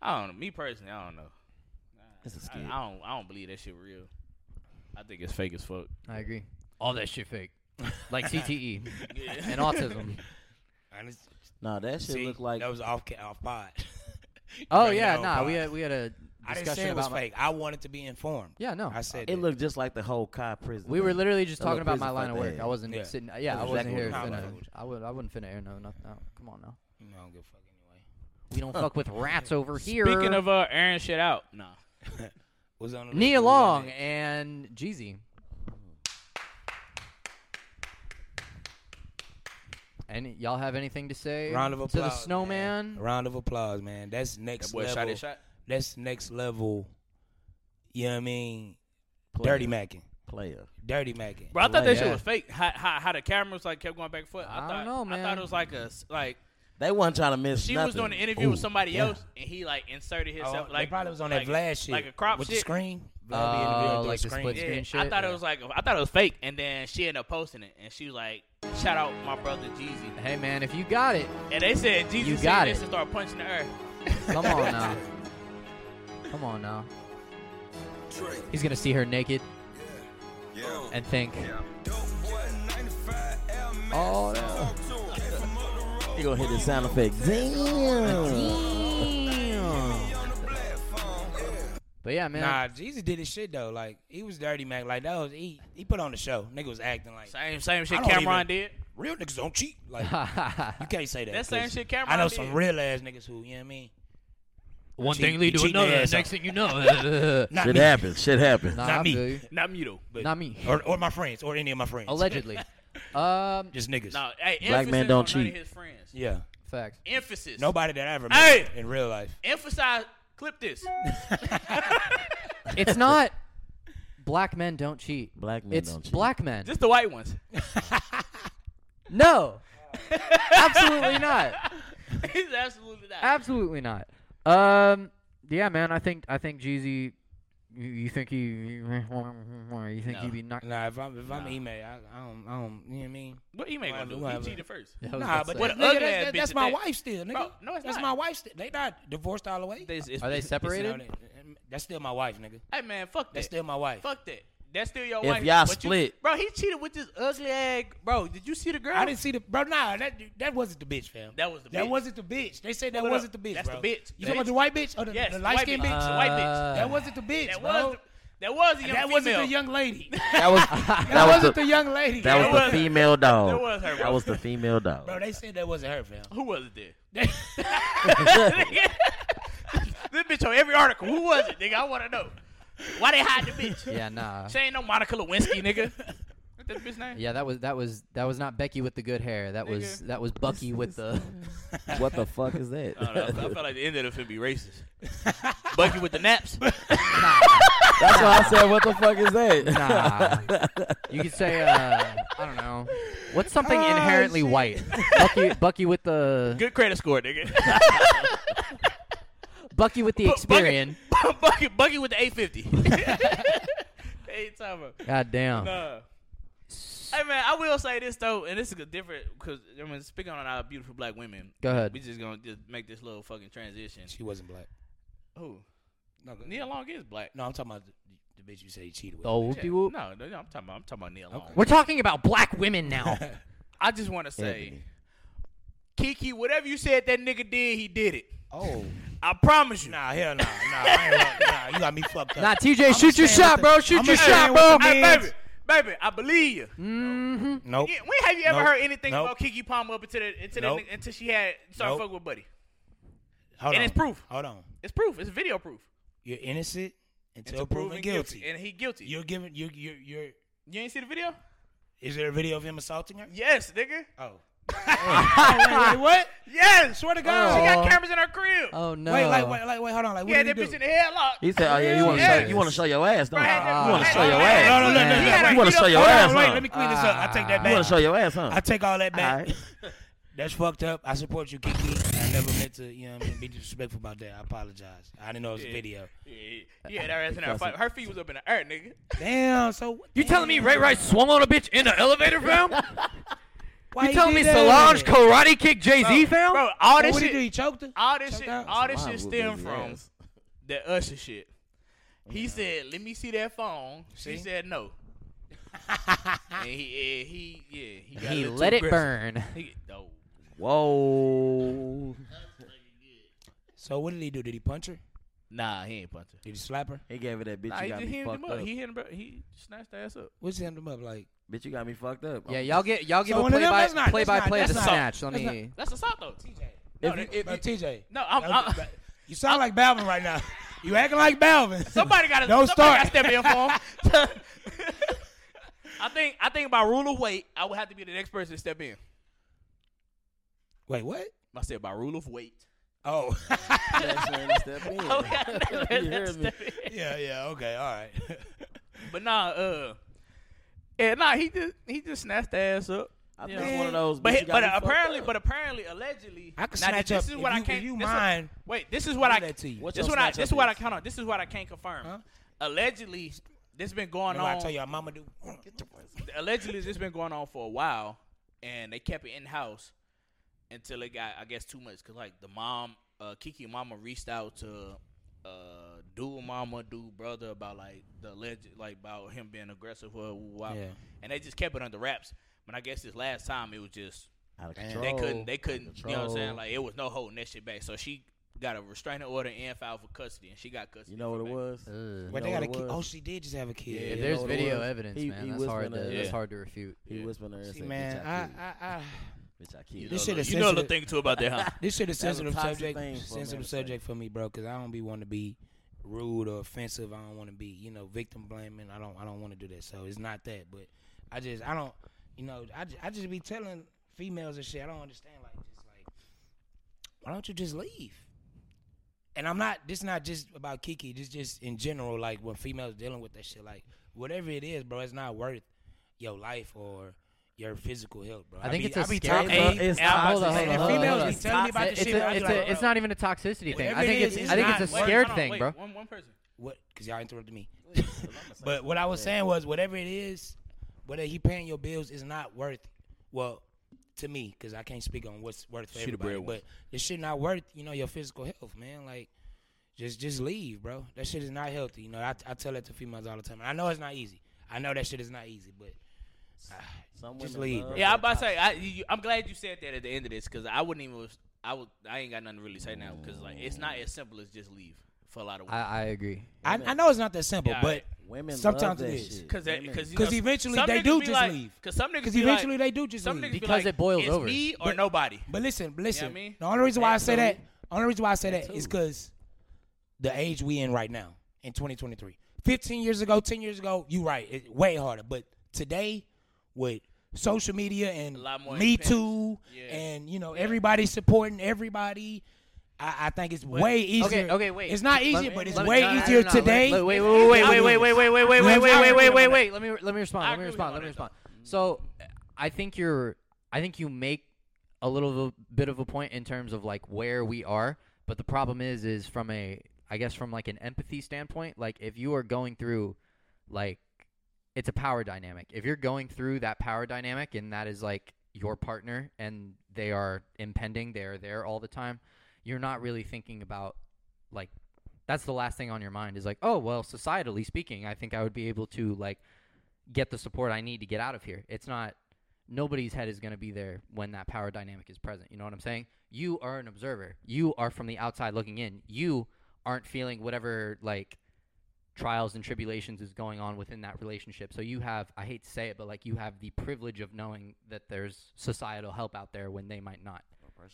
[SPEAKER 5] I don't know. Me personally, I don't know.
[SPEAKER 2] It's a
[SPEAKER 5] I,
[SPEAKER 2] skit.
[SPEAKER 5] I don't. I don't believe that shit real. I think it's fake as fuck.
[SPEAKER 1] I agree. All that shit fake, (laughs) like CTE and autism.
[SPEAKER 3] Honest-
[SPEAKER 2] Nah, that shit
[SPEAKER 3] see,
[SPEAKER 2] looked like
[SPEAKER 3] that was off ca- off pod. (laughs)
[SPEAKER 1] Oh
[SPEAKER 3] Bring it
[SPEAKER 1] yeah,
[SPEAKER 3] on
[SPEAKER 1] nah.
[SPEAKER 3] pod.
[SPEAKER 1] We had we had a
[SPEAKER 3] I didn't
[SPEAKER 1] discussion
[SPEAKER 3] say it was
[SPEAKER 1] about my-
[SPEAKER 3] fake. I wanted to be informed.
[SPEAKER 1] Yeah, no.
[SPEAKER 3] I said
[SPEAKER 2] it
[SPEAKER 3] that.
[SPEAKER 2] looked just like the whole Kai prison.
[SPEAKER 1] We were
[SPEAKER 2] thing.
[SPEAKER 1] literally just
[SPEAKER 2] That little
[SPEAKER 1] talking about my
[SPEAKER 2] prison
[SPEAKER 1] line
[SPEAKER 2] fuck
[SPEAKER 1] of work.
[SPEAKER 2] they
[SPEAKER 1] I
[SPEAKER 2] had.
[SPEAKER 1] wasn't
[SPEAKER 3] Yeah.
[SPEAKER 1] sitting. Yeah, I
[SPEAKER 2] That's
[SPEAKER 1] wasn't
[SPEAKER 2] exactly
[SPEAKER 1] here.
[SPEAKER 3] what it
[SPEAKER 1] Finna,
[SPEAKER 3] was.
[SPEAKER 1] I would. I wouldn't finna air no nothing. out. Come on now.
[SPEAKER 3] You know, I don't give a fuck anyway.
[SPEAKER 1] We don't fuck with rats over here.
[SPEAKER 5] Speaking of uh, Aaron shit out, nah.
[SPEAKER 3] Was on the
[SPEAKER 1] Nia
[SPEAKER 3] list.
[SPEAKER 1] Long and Jeezy. And y'all have anything to say
[SPEAKER 3] Round of
[SPEAKER 1] eh, to
[SPEAKER 3] applause.
[SPEAKER 1] the
[SPEAKER 3] man.
[SPEAKER 1] snowman?
[SPEAKER 3] Round of applause, man. That's next
[SPEAKER 5] That boy
[SPEAKER 3] level.
[SPEAKER 5] shot his shot.
[SPEAKER 3] That's next level. You know what I mean?
[SPEAKER 2] Player.
[SPEAKER 3] Dirty macking.
[SPEAKER 2] player.
[SPEAKER 3] Dirty macking. Oh,
[SPEAKER 5] Bro, I thought that
[SPEAKER 1] Yeah.
[SPEAKER 5] shit was fake. How, how, how the cameras like kept going back and forth.
[SPEAKER 1] I
[SPEAKER 5] I,
[SPEAKER 1] don't
[SPEAKER 5] thought,
[SPEAKER 1] know,
[SPEAKER 5] I thought
[SPEAKER 1] man.
[SPEAKER 5] it was like a s- like
[SPEAKER 2] They wasn't trying to miss.
[SPEAKER 5] she
[SPEAKER 2] nothing.
[SPEAKER 5] was doing an interview with
[SPEAKER 2] Ooh,
[SPEAKER 5] somebody
[SPEAKER 2] yeah.
[SPEAKER 5] else, and he like inserted
[SPEAKER 3] Oh,
[SPEAKER 5] himself.
[SPEAKER 3] they
[SPEAKER 5] like
[SPEAKER 3] probably was on
[SPEAKER 5] like,
[SPEAKER 3] that Vlad shit.
[SPEAKER 5] like a crop
[SPEAKER 3] with
[SPEAKER 5] shit.
[SPEAKER 3] the screen.
[SPEAKER 1] Oh,
[SPEAKER 3] interviewing through
[SPEAKER 1] like the split
[SPEAKER 5] Yeah,
[SPEAKER 1] screen
[SPEAKER 5] I
[SPEAKER 1] shit?
[SPEAKER 5] thought
[SPEAKER 1] Yeah.
[SPEAKER 5] it was like I thought it was fake, and then she ended up posting it, and she was like, "Shout out my brother Jeezy,"
[SPEAKER 1] Hey man, if you got it,
[SPEAKER 5] and they said Jeezy
[SPEAKER 1] You
[SPEAKER 5] said
[SPEAKER 1] got
[SPEAKER 5] this
[SPEAKER 1] it.
[SPEAKER 5] and start punching the earth.
[SPEAKER 1] come on
[SPEAKER 3] (laughs)
[SPEAKER 1] now. Come on now.
[SPEAKER 8] Drake,
[SPEAKER 1] He's gonna see her naked
[SPEAKER 8] yeah.
[SPEAKER 1] and think,
[SPEAKER 8] Dope boy, 95 Air Max.
[SPEAKER 1] oh no.
[SPEAKER 8] Talk to him. Came from up the road.
[SPEAKER 2] You gonna hit the sound effect? Damn.
[SPEAKER 1] But yeah, man. (laughs)
[SPEAKER 3] Nah, Jesus did his shit though. Like he was dirty, Mac. Like that was he. He put on the show. Nigga was acting like
[SPEAKER 5] Same same shit
[SPEAKER 3] I don't
[SPEAKER 5] Cameron
[SPEAKER 3] even-
[SPEAKER 5] did.
[SPEAKER 3] real niggas don't cheat.
[SPEAKER 1] (laughs)
[SPEAKER 3] Like you can't say that.
[SPEAKER 5] That same
[SPEAKER 3] 'cause
[SPEAKER 5] shit Cameron
[SPEAKER 3] I know
[SPEAKER 5] did.
[SPEAKER 3] some real ass niggas who you know what I mean.
[SPEAKER 1] One
[SPEAKER 3] thing lead to another, next
[SPEAKER 1] thing you know.
[SPEAKER 3] (laughs) Not
[SPEAKER 2] Shit
[SPEAKER 3] me,
[SPEAKER 2] happened. Shit happened.
[SPEAKER 1] nah,
[SPEAKER 3] Not
[SPEAKER 1] I
[SPEAKER 3] me.
[SPEAKER 1] feel you.
[SPEAKER 5] Not me though.
[SPEAKER 3] but-
[SPEAKER 1] Not
[SPEAKER 3] (laughs)
[SPEAKER 1] me.
[SPEAKER 3] or or my friends or any of my friends. (laughs)
[SPEAKER 1] Allegedly. um,
[SPEAKER 3] Just niggas.
[SPEAKER 5] No, hey,
[SPEAKER 2] Black men
[SPEAKER 5] emphasis
[SPEAKER 2] don't
[SPEAKER 5] on none of
[SPEAKER 2] cheat.
[SPEAKER 5] His friends.
[SPEAKER 3] Yeah.
[SPEAKER 1] facts.
[SPEAKER 5] Emphasis.
[SPEAKER 3] Nobody that I ever met
[SPEAKER 5] Hey!
[SPEAKER 3] in real life.
[SPEAKER 5] Emphasize. Clip this.
[SPEAKER 1] It's not black men don't cheat.
[SPEAKER 2] Black men
[SPEAKER 1] it's
[SPEAKER 2] don't cheat.
[SPEAKER 1] black men.
[SPEAKER 5] Just the white ones. (laughs)
[SPEAKER 1] no. Absolutely not.
[SPEAKER 5] He's absolutely not.
[SPEAKER 1] Absolutely not. Um. Yeah, man. I think I think Jeezy. You, you think he? You think he
[SPEAKER 5] No.
[SPEAKER 1] be knocked?
[SPEAKER 3] Nah, if I'm if I'm email, I, I don't I don't you know what I mean.
[SPEAKER 5] What email gonna do?
[SPEAKER 3] Whatever.
[SPEAKER 5] He cheated first.
[SPEAKER 1] Yeah, I was
[SPEAKER 3] Nah,
[SPEAKER 1] about
[SPEAKER 3] but
[SPEAKER 1] to
[SPEAKER 5] What
[SPEAKER 1] say.
[SPEAKER 5] a
[SPEAKER 3] that, nigga, that's,
[SPEAKER 5] ugly ass
[SPEAKER 3] that,
[SPEAKER 5] bitch
[SPEAKER 3] that's
[SPEAKER 5] that
[SPEAKER 3] my
[SPEAKER 5] they-
[SPEAKER 3] wife still, nigga.
[SPEAKER 5] Bro, no, it's
[SPEAKER 3] that's
[SPEAKER 5] not.
[SPEAKER 3] my wife still. They not divorced all the way.
[SPEAKER 5] This is-
[SPEAKER 1] are
[SPEAKER 5] (laughs)
[SPEAKER 1] they
[SPEAKER 3] Listen,
[SPEAKER 1] separated?
[SPEAKER 3] no, that- That's still my wife, nigga.
[SPEAKER 5] Hey man, fuck that.
[SPEAKER 3] That's still my wife.
[SPEAKER 5] fuck that. That's still your
[SPEAKER 2] If
[SPEAKER 5] wife.
[SPEAKER 2] y'all
[SPEAKER 5] But you-
[SPEAKER 2] split-
[SPEAKER 5] bro, he cheated with this ugly ass. Bro, did you see the girl?
[SPEAKER 3] I didn't see the bro. Nah, that that wasn't the bitch, fam.
[SPEAKER 5] That was the
[SPEAKER 3] That
[SPEAKER 5] bitch.
[SPEAKER 3] wasn't the bitch. They said that
[SPEAKER 5] Pull it
[SPEAKER 3] wasn't the
[SPEAKER 5] up.
[SPEAKER 3] bitch.
[SPEAKER 5] That's
[SPEAKER 3] bro.
[SPEAKER 5] the bitch.
[SPEAKER 3] You talking
[SPEAKER 5] The
[SPEAKER 3] about
[SPEAKER 5] bitch.
[SPEAKER 3] the white bitch or the,
[SPEAKER 5] Yes,
[SPEAKER 3] the
[SPEAKER 5] the
[SPEAKER 3] light
[SPEAKER 5] white
[SPEAKER 3] skinned
[SPEAKER 5] bitch.
[SPEAKER 3] bitch? Uh,
[SPEAKER 5] The white bitch.
[SPEAKER 3] that wasn't the bitch.
[SPEAKER 5] that
[SPEAKER 3] bro.
[SPEAKER 5] was that was a young
[SPEAKER 3] that
[SPEAKER 5] female.
[SPEAKER 3] wasn't the young lady. that (laughs)
[SPEAKER 2] That was
[SPEAKER 3] that
[SPEAKER 2] that was
[SPEAKER 3] wasn't the
[SPEAKER 2] the
[SPEAKER 3] young lady.
[SPEAKER 2] that
[SPEAKER 5] That
[SPEAKER 2] was
[SPEAKER 5] was-
[SPEAKER 2] the female dog.
[SPEAKER 5] that was her, bro.
[SPEAKER 2] That was the female dog.
[SPEAKER 3] bro. They said that wasn't her, fam.
[SPEAKER 5] Who was it
[SPEAKER 3] (laughs)
[SPEAKER 5] there?
[SPEAKER 3] That-
[SPEAKER 5] this bitch on every article. Who was it, nigga? I want to know. Why they hide the bitch?
[SPEAKER 1] Yeah, nah.
[SPEAKER 5] She ain't no Monica Lewinsky, nigga. What that bitch name?
[SPEAKER 1] Yeah, that was that was that was not Becky with the good hair. That was that was Bucky with the. (laughs)
[SPEAKER 2] what the fuck is
[SPEAKER 5] (laughs) I, don't know. I
[SPEAKER 2] that?
[SPEAKER 5] felt- I felt like the end of it finna be
[SPEAKER 3] (laughs)
[SPEAKER 5] racist. Bucky with the
[SPEAKER 2] (laughs)
[SPEAKER 5] naps.
[SPEAKER 2] That's why I said, what the fuck is that?
[SPEAKER 1] Nah.
[SPEAKER 2] (laughs)
[SPEAKER 1] You could say uh, I don't know. What's something inherently white? Bucky Bucky with the
[SPEAKER 5] Good credit score, nigga.
[SPEAKER 1] Bucky with the
[SPEAKER 5] (laughs)
[SPEAKER 1] Experian.
[SPEAKER 5] Bucky, Bucky, Bucky with the (laughs) 850. hey, Tama.
[SPEAKER 1] God damn.
[SPEAKER 5] Nah. Hey man, I will say this though, and this is a different because I mean, speaking on our beautiful black women,
[SPEAKER 1] Go ahead.
[SPEAKER 5] we just gonna just make this little fucking transition.
[SPEAKER 3] she wasn't black.
[SPEAKER 5] Who?
[SPEAKER 3] No, go-
[SPEAKER 5] Neil Long is black.
[SPEAKER 3] no, I'm talking about the, the bitch you said you cheated with.
[SPEAKER 1] Oh, whoopty whoop.
[SPEAKER 5] No, no, no, I'm talking about I'm talking about Neil Long.
[SPEAKER 1] We're talking about black women (laughs) now.
[SPEAKER 5] I just want to say,
[SPEAKER 2] Anthony.
[SPEAKER 5] Kiki, whatever you said that nigga did, he did it.
[SPEAKER 3] Oh.
[SPEAKER 5] I promise you.
[SPEAKER 3] Nah, hell nah. Nah, I ain't want- nah, you got me fucked up.
[SPEAKER 1] Nah, TJ, shoot your
[SPEAKER 3] staying
[SPEAKER 1] shot,
[SPEAKER 3] with the-
[SPEAKER 1] bro. Shoot
[SPEAKER 3] I'ma
[SPEAKER 1] your
[SPEAKER 3] stay
[SPEAKER 1] shot,
[SPEAKER 3] with
[SPEAKER 1] bro.
[SPEAKER 3] the
[SPEAKER 5] Hey,
[SPEAKER 3] men's.
[SPEAKER 5] baby, baby, I believe you.
[SPEAKER 1] Mm-hmm.
[SPEAKER 3] Nope.
[SPEAKER 5] Yeah, when have you ever
[SPEAKER 3] Nope.
[SPEAKER 5] heard anything
[SPEAKER 3] Nope.
[SPEAKER 5] about Kiki Palmer up until the, until,
[SPEAKER 3] Nope.
[SPEAKER 5] the, until she had started
[SPEAKER 3] Nope.
[SPEAKER 5] fucking with Buddy?
[SPEAKER 3] Hold
[SPEAKER 5] and
[SPEAKER 3] on.
[SPEAKER 5] it's proof.
[SPEAKER 3] Hold on.
[SPEAKER 5] It's proof. It's video proof.
[SPEAKER 3] You're innocent until,
[SPEAKER 5] Until
[SPEAKER 3] proven, guilty.
[SPEAKER 5] And he guilty. You,
[SPEAKER 3] You're giving. You're. You're. You're.
[SPEAKER 5] ain't see the video?
[SPEAKER 3] Is there a video of him assaulting her?
[SPEAKER 5] Yes, (laughs) nigga.
[SPEAKER 3] Oh.
[SPEAKER 1] Wait, what?
[SPEAKER 5] Yes. Swear to
[SPEAKER 1] God.
[SPEAKER 5] She
[SPEAKER 1] Oh.
[SPEAKER 5] got cameras in her crib.
[SPEAKER 1] Oh no.
[SPEAKER 3] Wait, like, wait, like, wait, hold on. Like, what
[SPEAKER 5] yeah,
[SPEAKER 3] did
[SPEAKER 5] that
[SPEAKER 3] he
[SPEAKER 5] bitch
[SPEAKER 3] do?
[SPEAKER 5] in the headlock.
[SPEAKER 2] He said, "Oh yeah, you want to
[SPEAKER 5] Yeah.
[SPEAKER 2] show you want to show your ass, don't
[SPEAKER 5] Bro,
[SPEAKER 2] you?
[SPEAKER 5] had that-
[SPEAKER 2] You want to
[SPEAKER 5] had
[SPEAKER 2] show your
[SPEAKER 5] that-
[SPEAKER 3] No,
[SPEAKER 2] ass?
[SPEAKER 3] no, no,
[SPEAKER 5] He had
[SPEAKER 3] no, no.
[SPEAKER 5] her
[SPEAKER 2] You want to
[SPEAKER 5] feet
[SPEAKER 2] show
[SPEAKER 5] up-
[SPEAKER 2] your
[SPEAKER 5] Hold on,
[SPEAKER 2] ass,
[SPEAKER 3] wait,
[SPEAKER 2] huh?
[SPEAKER 3] let me clean this up. I take that
[SPEAKER 2] You want
[SPEAKER 3] back.
[SPEAKER 2] to show your ass, huh?
[SPEAKER 3] I take all that back.
[SPEAKER 2] Alright.
[SPEAKER 3] That's fucked up. I support you, Kiki. I never meant to, you know what I mean, be disrespectful about that. I apologize. I didn't know it was a
[SPEAKER 5] Yeah.
[SPEAKER 3] video.
[SPEAKER 5] Yeah, yeah, that ass in her. Her feet was up in the air, nigga.
[SPEAKER 3] Damn, so what-
[SPEAKER 4] You telling me Ray Rice swung on a bitch in the
[SPEAKER 3] (laughs)
[SPEAKER 4] elevator, fam?
[SPEAKER 3] Why
[SPEAKER 4] you
[SPEAKER 3] he
[SPEAKER 4] telling
[SPEAKER 3] did
[SPEAKER 4] me
[SPEAKER 3] that?
[SPEAKER 4] Solange karate kicked Jay Z, fam?
[SPEAKER 5] Bro, all
[SPEAKER 3] What
[SPEAKER 5] this
[SPEAKER 3] did he do?
[SPEAKER 5] shit,
[SPEAKER 3] He choked her?
[SPEAKER 5] all this
[SPEAKER 3] Check
[SPEAKER 5] shit,
[SPEAKER 3] out.
[SPEAKER 5] all this
[SPEAKER 2] Mine
[SPEAKER 5] shit
[SPEAKER 2] whooped
[SPEAKER 5] stem
[SPEAKER 2] his
[SPEAKER 5] from
[SPEAKER 2] ass.
[SPEAKER 5] that Usher shit. He said, "Let me see that phone."
[SPEAKER 3] See?
[SPEAKER 5] She said, "No." and he, yeah, he, yeah, he, got a
[SPEAKER 1] he
[SPEAKER 5] little
[SPEAKER 1] let
[SPEAKER 5] too
[SPEAKER 1] it
[SPEAKER 5] aggressive.
[SPEAKER 1] burn.
[SPEAKER 5] (laughs) He, no.
[SPEAKER 2] Whoa.
[SPEAKER 3] So what did he do? Did he punch her?
[SPEAKER 5] Nah, he ain't punching.
[SPEAKER 3] Did he slap her?
[SPEAKER 2] He gave her that bitch.
[SPEAKER 5] Nah,
[SPEAKER 2] you
[SPEAKER 5] he
[SPEAKER 2] got
[SPEAKER 5] just
[SPEAKER 2] me
[SPEAKER 5] hit him
[SPEAKER 2] fucked
[SPEAKER 5] up.
[SPEAKER 2] up.
[SPEAKER 5] He hit him. He snatched the ass up.
[SPEAKER 3] What's him up like?
[SPEAKER 2] Bitch, you got me fucked up.
[SPEAKER 1] Yeah,
[SPEAKER 2] I'm-
[SPEAKER 1] y'all get y'all give
[SPEAKER 3] So
[SPEAKER 1] a
[SPEAKER 3] one of
[SPEAKER 1] play
[SPEAKER 3] them,
[SPEAKER 1] by
[SPEAKER 3] that's not-
[SPEAKER 1] play
[SPEAKER 3] that's
[SPEAKER 1] by
[SPEAKER 3] not-
[SPEAKER 1] play to
[SPEAKER 3] that's not-
[SPEAKER 1] snatch. Let
[SPEAKER 3] that's
[SPEAKER 1] me.
[SPEAKER 5] That's assault though.
[SPEAKER 3] No,
[SPEAKER 5] If you-
[SPEAKER 3] that-
[SPEAKER 5] if
[SPEAKER 3] bro,
[SPEAKER 5] you-
[SPEAKER 3] TJ.
[SPEAKER 5] No, I'm.
[SPEAKER 3] that was-
[SPEAKER 5] I'm
[SPEAKER 3] that- you sound like Balvin right now. (laughs) You acting like Balvin.
[SPEAKER 5] (laughs) somebody got to.
[SPEAKER 3] Don't
[SPEAKER 5] somebody
[SPEAKER 3] start.
[SPEAKER 5] Got to step in for him. I think. I think by rule of weight, I would have to be the next person to step in.
[SPEAKER 3] Wait, what?
[SPEAKER 5] I said by rule of weight.
[SPEAKER 3] Oh, (laughs)
[SPEAKER 2] That's when he stepped in.
[SPEAKER 5] (laughs)
[SPEAKER 2] (laughs)
[SPEAKER 5] Oh, yeah, I never
[SPEAKER 2] You
[SPEAKER 5] had
[SPEAKER 2] hear
[SPEAKER 5] that
[SPEAKER 2] me?
[SPEAKER 5] step in.
[SPEAKER 3] yeah, yeah, okay, all right. (laughs)
[SPEAKER 5] But nah, uh, yeah, nah, he just he just snatched the ass up.
[SPEAKER 2] I
[SPEAKER 5] You
[SPEAKER 2] think it's
[SPEAKER 5] know?
[SPEAKER 2] one of those.
[SPEAKER 5] But
[SPEAKER 2] bitch,
[SPEAKER 5] he-
[SPEAKER 2] you got
[SPEAKER 5] but
[SPEAKER 2] me fucked
[SPEAKER 5] apparently,
[SPEAKER 2] up.
[SPEAKER 5] but apparently, allegedly,
[SPEAKER 3] I could
[SPEAKER 5] now,
[SPEAKER 3] snatch
[SPEAKER 5] this
[SPEAKER 3] up
[SPEAKER 5] is
[SPEAKER 3] if
[SPEAKER 5] what I
[SPEAKER 3] you- if
[SPEAKER 5] can't.
[SPEAKER 3] you
[SPEAKER 5] this is-
[SPEAKER 3] mind,
[SPEAKER 5] wait, this is what
[SPEAKER 3] do
[SPEAKER 5] I.
[SPEAKER 3] that to you.
[SPEAKER 2] What
[SPEAKER 5] This
[SPEAKER 2] your
[SPEAKER 5] what I.
[SPEAKER 2] snatch
[SPEAKER 5] This
[SPEAKER 2] up
[SPEAKER 5] what I
[SPEAKER 2] is?
[SPEAKER 5] count on. This is what I can't confirm.
[SPEAKER 3] Huh?
[SPEAKER 5] Allegedly, this been going
[SPEAKER 3] Remember I
[SPEAKER 5] on.
[SPEAKER 3] tell y'all, Mama do.
[SPEAKER 5] allegedly this been going on for a while, and they kept it in house until it got, I guess, too much. Cause like the mom, uh, Kiki mama reached out to uh, dude mama, dude brother about like the alleged, like about him being aggressive or wow,
[SPEAKER 3] Yeah.
[SPEAKER 5] and they just kept it under wraps. But I guess this last time it was just
[SPEAKER 2] Out of
[SPEAKER 3] Damn.
[SPEAKER 2] control.
[SPEAKER 5] they couldn't, they couldn't, you know what I'm saying?
[SPEAKER 2] control.
[SPEAKER 5] Like it was no holding that shit back. So she got a restraining order and filed for custody, and she got custody.
[SPEAKER 2] You know what it was?
[SPEAKER 1] Ugh.
[SPEAKER 2] You
[SPEAKER 3] But they
[SPEAKER 2] know
[SPEAKER 3] got a
[SPEAKER 2] what it
[SPEAKER 3] kid.
[SPEAKER 2] was?
[SPEAKER 3] Oh, she did just have a kid.
[SPEAKER 1] If
[SPEAKER 2] you
[SPEAKER 1] there's
[SPEAKER 2] know what it
[SPEAKER 1] video
[SPEAKER 2] was?
[SPEAKER 1] evidence,
[SPEAKER 2] He-
[SPEAKER 1] man,
[SPEAKER 2] he
[SPEAKER 1] that's
[SPEAKER 2] whispered
[SPEAKER 1] hard to
[SPEAKER 2] that-
[SPEAKER 1] that's
[SPEAKER 5] Yeah.
[SPEAKER 1] hard to refute.
[SPEAKER 2] He whispered in her and
[SPEAKER 3] See,
[SPEAKER 2] said,
[SPEAKER 3] man,
[SPEAKER 2] "Bitch,
[SPEAKER 1] Ah,
[SPEAKER 2] I killed you.
[SPEAKER 3] I, I, I,
[SPEAKER 2] Bitch, I
[SPEAKER 5] You
[SPEAKER 2] killed
[SPEAKER 5] know,
[SPEAKER 3] This shit is
[SPEAKER 5] you know the
[SPEAKER 3] sensitive.
[SPEAKER 5] thing too about
[SPEAKER 3] (laughs)
[SPEAKER 5] that, huh?
[SPEAKER 3] this shit is
[SPEAKER 2] That was a
[SPEAKER 3] sensitive
[SPEAKER 2] toxic
[SPEAKER 3] subject.
[SPEAKER 2] thing for a man
[SPEAKER 3] Sensitive
[SPEAKER 2] to say.
[SPEAKER 3] subject for me, bro, because I don't be want to be rude or offensive. I don't want to be, you know, victim blaming. I don't, I don't want to do that. So it's not that, but I just, I don't, you know, I, ju- I just be telling females and shit. I don't understand, like, just like, why don't you just leave? And I'm not. This not just about Kiki. This just in general, like when females dealing with that shit, like whatever it is, bro, it's not worth your life or your physical health, bro.
[SPEAKER 1] I think
[SPEAKER 3] be-
[SPEAKER 1] it's a
[SPEAKER 3] be
[SPEAKER 1] scary-
[SPEAKER 3] talking-
[SPEAKER 2] It's- it's-
[SPEAKER 5] I'm about
[SPEAKER 1] Hold
[SPEAKER 5] to
[SPEAKER 1] on,
[SPEAKER 5] say
[SPEAKER 1] hold on,
[SPEAKER 5] that
[SPEAKER 1] hold on,
[SPEAKER 5] females
[SPEAKER 1] hold on.
[SPEAKER 5] be
[SPEAKER 3] telling me about this
[SPEAKER 1] It's
[SPEAKER 3] shit,
[SPEAKER 1] a-
[SPEAKER 3] and I be
[SPEAKER 1] it's
[SPEAKER 3] like,
[SPEAKER 1] a- it's
[SPEAKER 3] bro.
[SPEAKER 1] not even a toxicity thing.
[SPEAKER 3] Whatever
[SPEAKER 1] I think
[SPEAKER 3] it is,
[SPEAKER 1] it's
[SPEAKER 3] it's
[SPEAKER 1] I think
[SPEAKER 3] not-
[SPEAKER 1] it's a
[SPEAKER 5] Wait,
[SPEAKER 1] scared
[SPEAKER 5] hold on,
[SPEAKER 1] thing,
[SPEAKER 5] wait,
[SPEAKER 1] bro.
[SPEAKER 5] One, one person.
[SPEAKER 3] what because y'all interrupted me. (laughs) but what I was saying was whatever it is, whether he paying your bills is not worth. Well, to me, because I can't speak on what's worth for
[SPEAKER 5] She the
[SPEAKER 3] everybody,
[SPEAKER 5] breadwinner.
[SPEAKER 3] but this shit not worth you know your physical health, man. Like just just leave, bro. That shit is not healthy. You know, I, I tell that to females all the time. I know it's not easy. I know that shit is not easy, but
[SPEAKER 2] Some
[SPEAKER 3] Just
[SPEAKER 2] women
[SPEAKER 3] leave,
[SPEAKER 2] love
[SPEAKER 3] bro.
[SPEAKER 5] Yeah,
[SPEAKER 2] that
[SPEAKER 5] I'm about to say. I, you, I'm glad you said that at the end of this because I wouldn't even. was- I would. I ain't got nothing to really say now because like it's not as simple as just leave for a lot of
[SPEAKER 1] I,
[SPEAKER 5] women.
[SPEAKER 1] I agree.
[SPEAKER 3] I, I know it's not that simple.
[SPEAKER 5] Yeah,
[SPEAKER 3] but
[SPEAKER 2] Women
[SPEAKER 3] Sometimes
[SPEAKER 2] love
[SPEAKER 3] it
[SPEAKER 2] that
[SPEAKER 3] is.
[SPEAKER 2] shit.
[SPEAKER 5] Because
[SPEAKER 2] Women-
[SPEAKER 5] because
[SPEAKER 3] 'Cause eventually they do just leave.
[SPEAKER 5] Because some niggas
[SPEAKER 3] because
[SPEAKER 5] be
[SPEAKER 3] eventually
[SPEAKER 5] like,
[SPEAKER 3] they do just
[SPEAKER 5] some
[SPEAKER 3] leave.
[SPEAKER 5] niggas be
[SPEAKER 1] Because
[SPEAKER 5] like,
[SPEAKER 1] it boils
[SPEAKER 5] it's
[SPEAKER 1] over.
[SPEAKER 5] me or nobody.
[SPEAKER 3] But listen, listen.
[SPEAKER 5] I mean?
[SPEAKER 3] The only reason why I say that,
[SPEAKER 2] Absolutely.
[SPEAKER 3] only reason why I say that is
[SPEAKER 2] Absolutely.
[SPEAKER 3] because the age we in right now in 2023. 15 years ago, 10 years ago, you right, it, way harder. But today, with social media and
[SPEAKER 5] A lot more
[SPEAKER 3] Me
[SPEAKER 5] independence.
[SPEAKER 3] Too,
[SPEAKER 5] Yeah.
[SPEAKER 3] and you know everybody supporting everybody, I, I think it's way easier.
[SPEAKER 1] Okay, okay, wait.
[SPEAKER 3] It's not easier,
[SPEAKER 1] Let-
[SPEAKER 3] but it's
[SPEAKER 1] let me-
[SPEAKER 3] way
[SPEAKER 1] no, no, no,
[SPEAKER 3] easier
[SPEAKER 1] no, let-
[SPEAKER 3] today.
[SPEAKER 1] let- Wait, wait, wait, wait, wait, wait, wait, wait, wait, wait, wait, wait, wait, wait, wait, wait. Let me let me respond. Let me
[SPEAKER 5] agree with
[SPEAKER 1] respond.
[SPEAKER 5] you
[SPEAKER 1] Let
[SPEAKER 5] on
[SPEAKER 1] me
[SPEAKER 5] that,
[SPEAKER 1] respond. So, I think you're. I think you make a little of a bit of a point in terms of like where we are, but the problem is, is from a, I guess from like an empathy standpoint, like if you are going through, like, it's a power dynamic. If you're going through that power dynamic and that is like your partner and they are impending, they are there all the time, you're not really thinking about like that's the last thing on your mind is like, oh well, societally speaking, I think I would be able to like get the support I need to get out of here. It's not nobody's head is going to be there when that power dynamic is present. You know what I'm saying? You are an observer. You are from the outside looking in. You aren't feeling whatever like trials and tribulations is going on within that relationship. So you have I hate to say it, but like you have the privilege of knowing that there's societal help out there when they might not.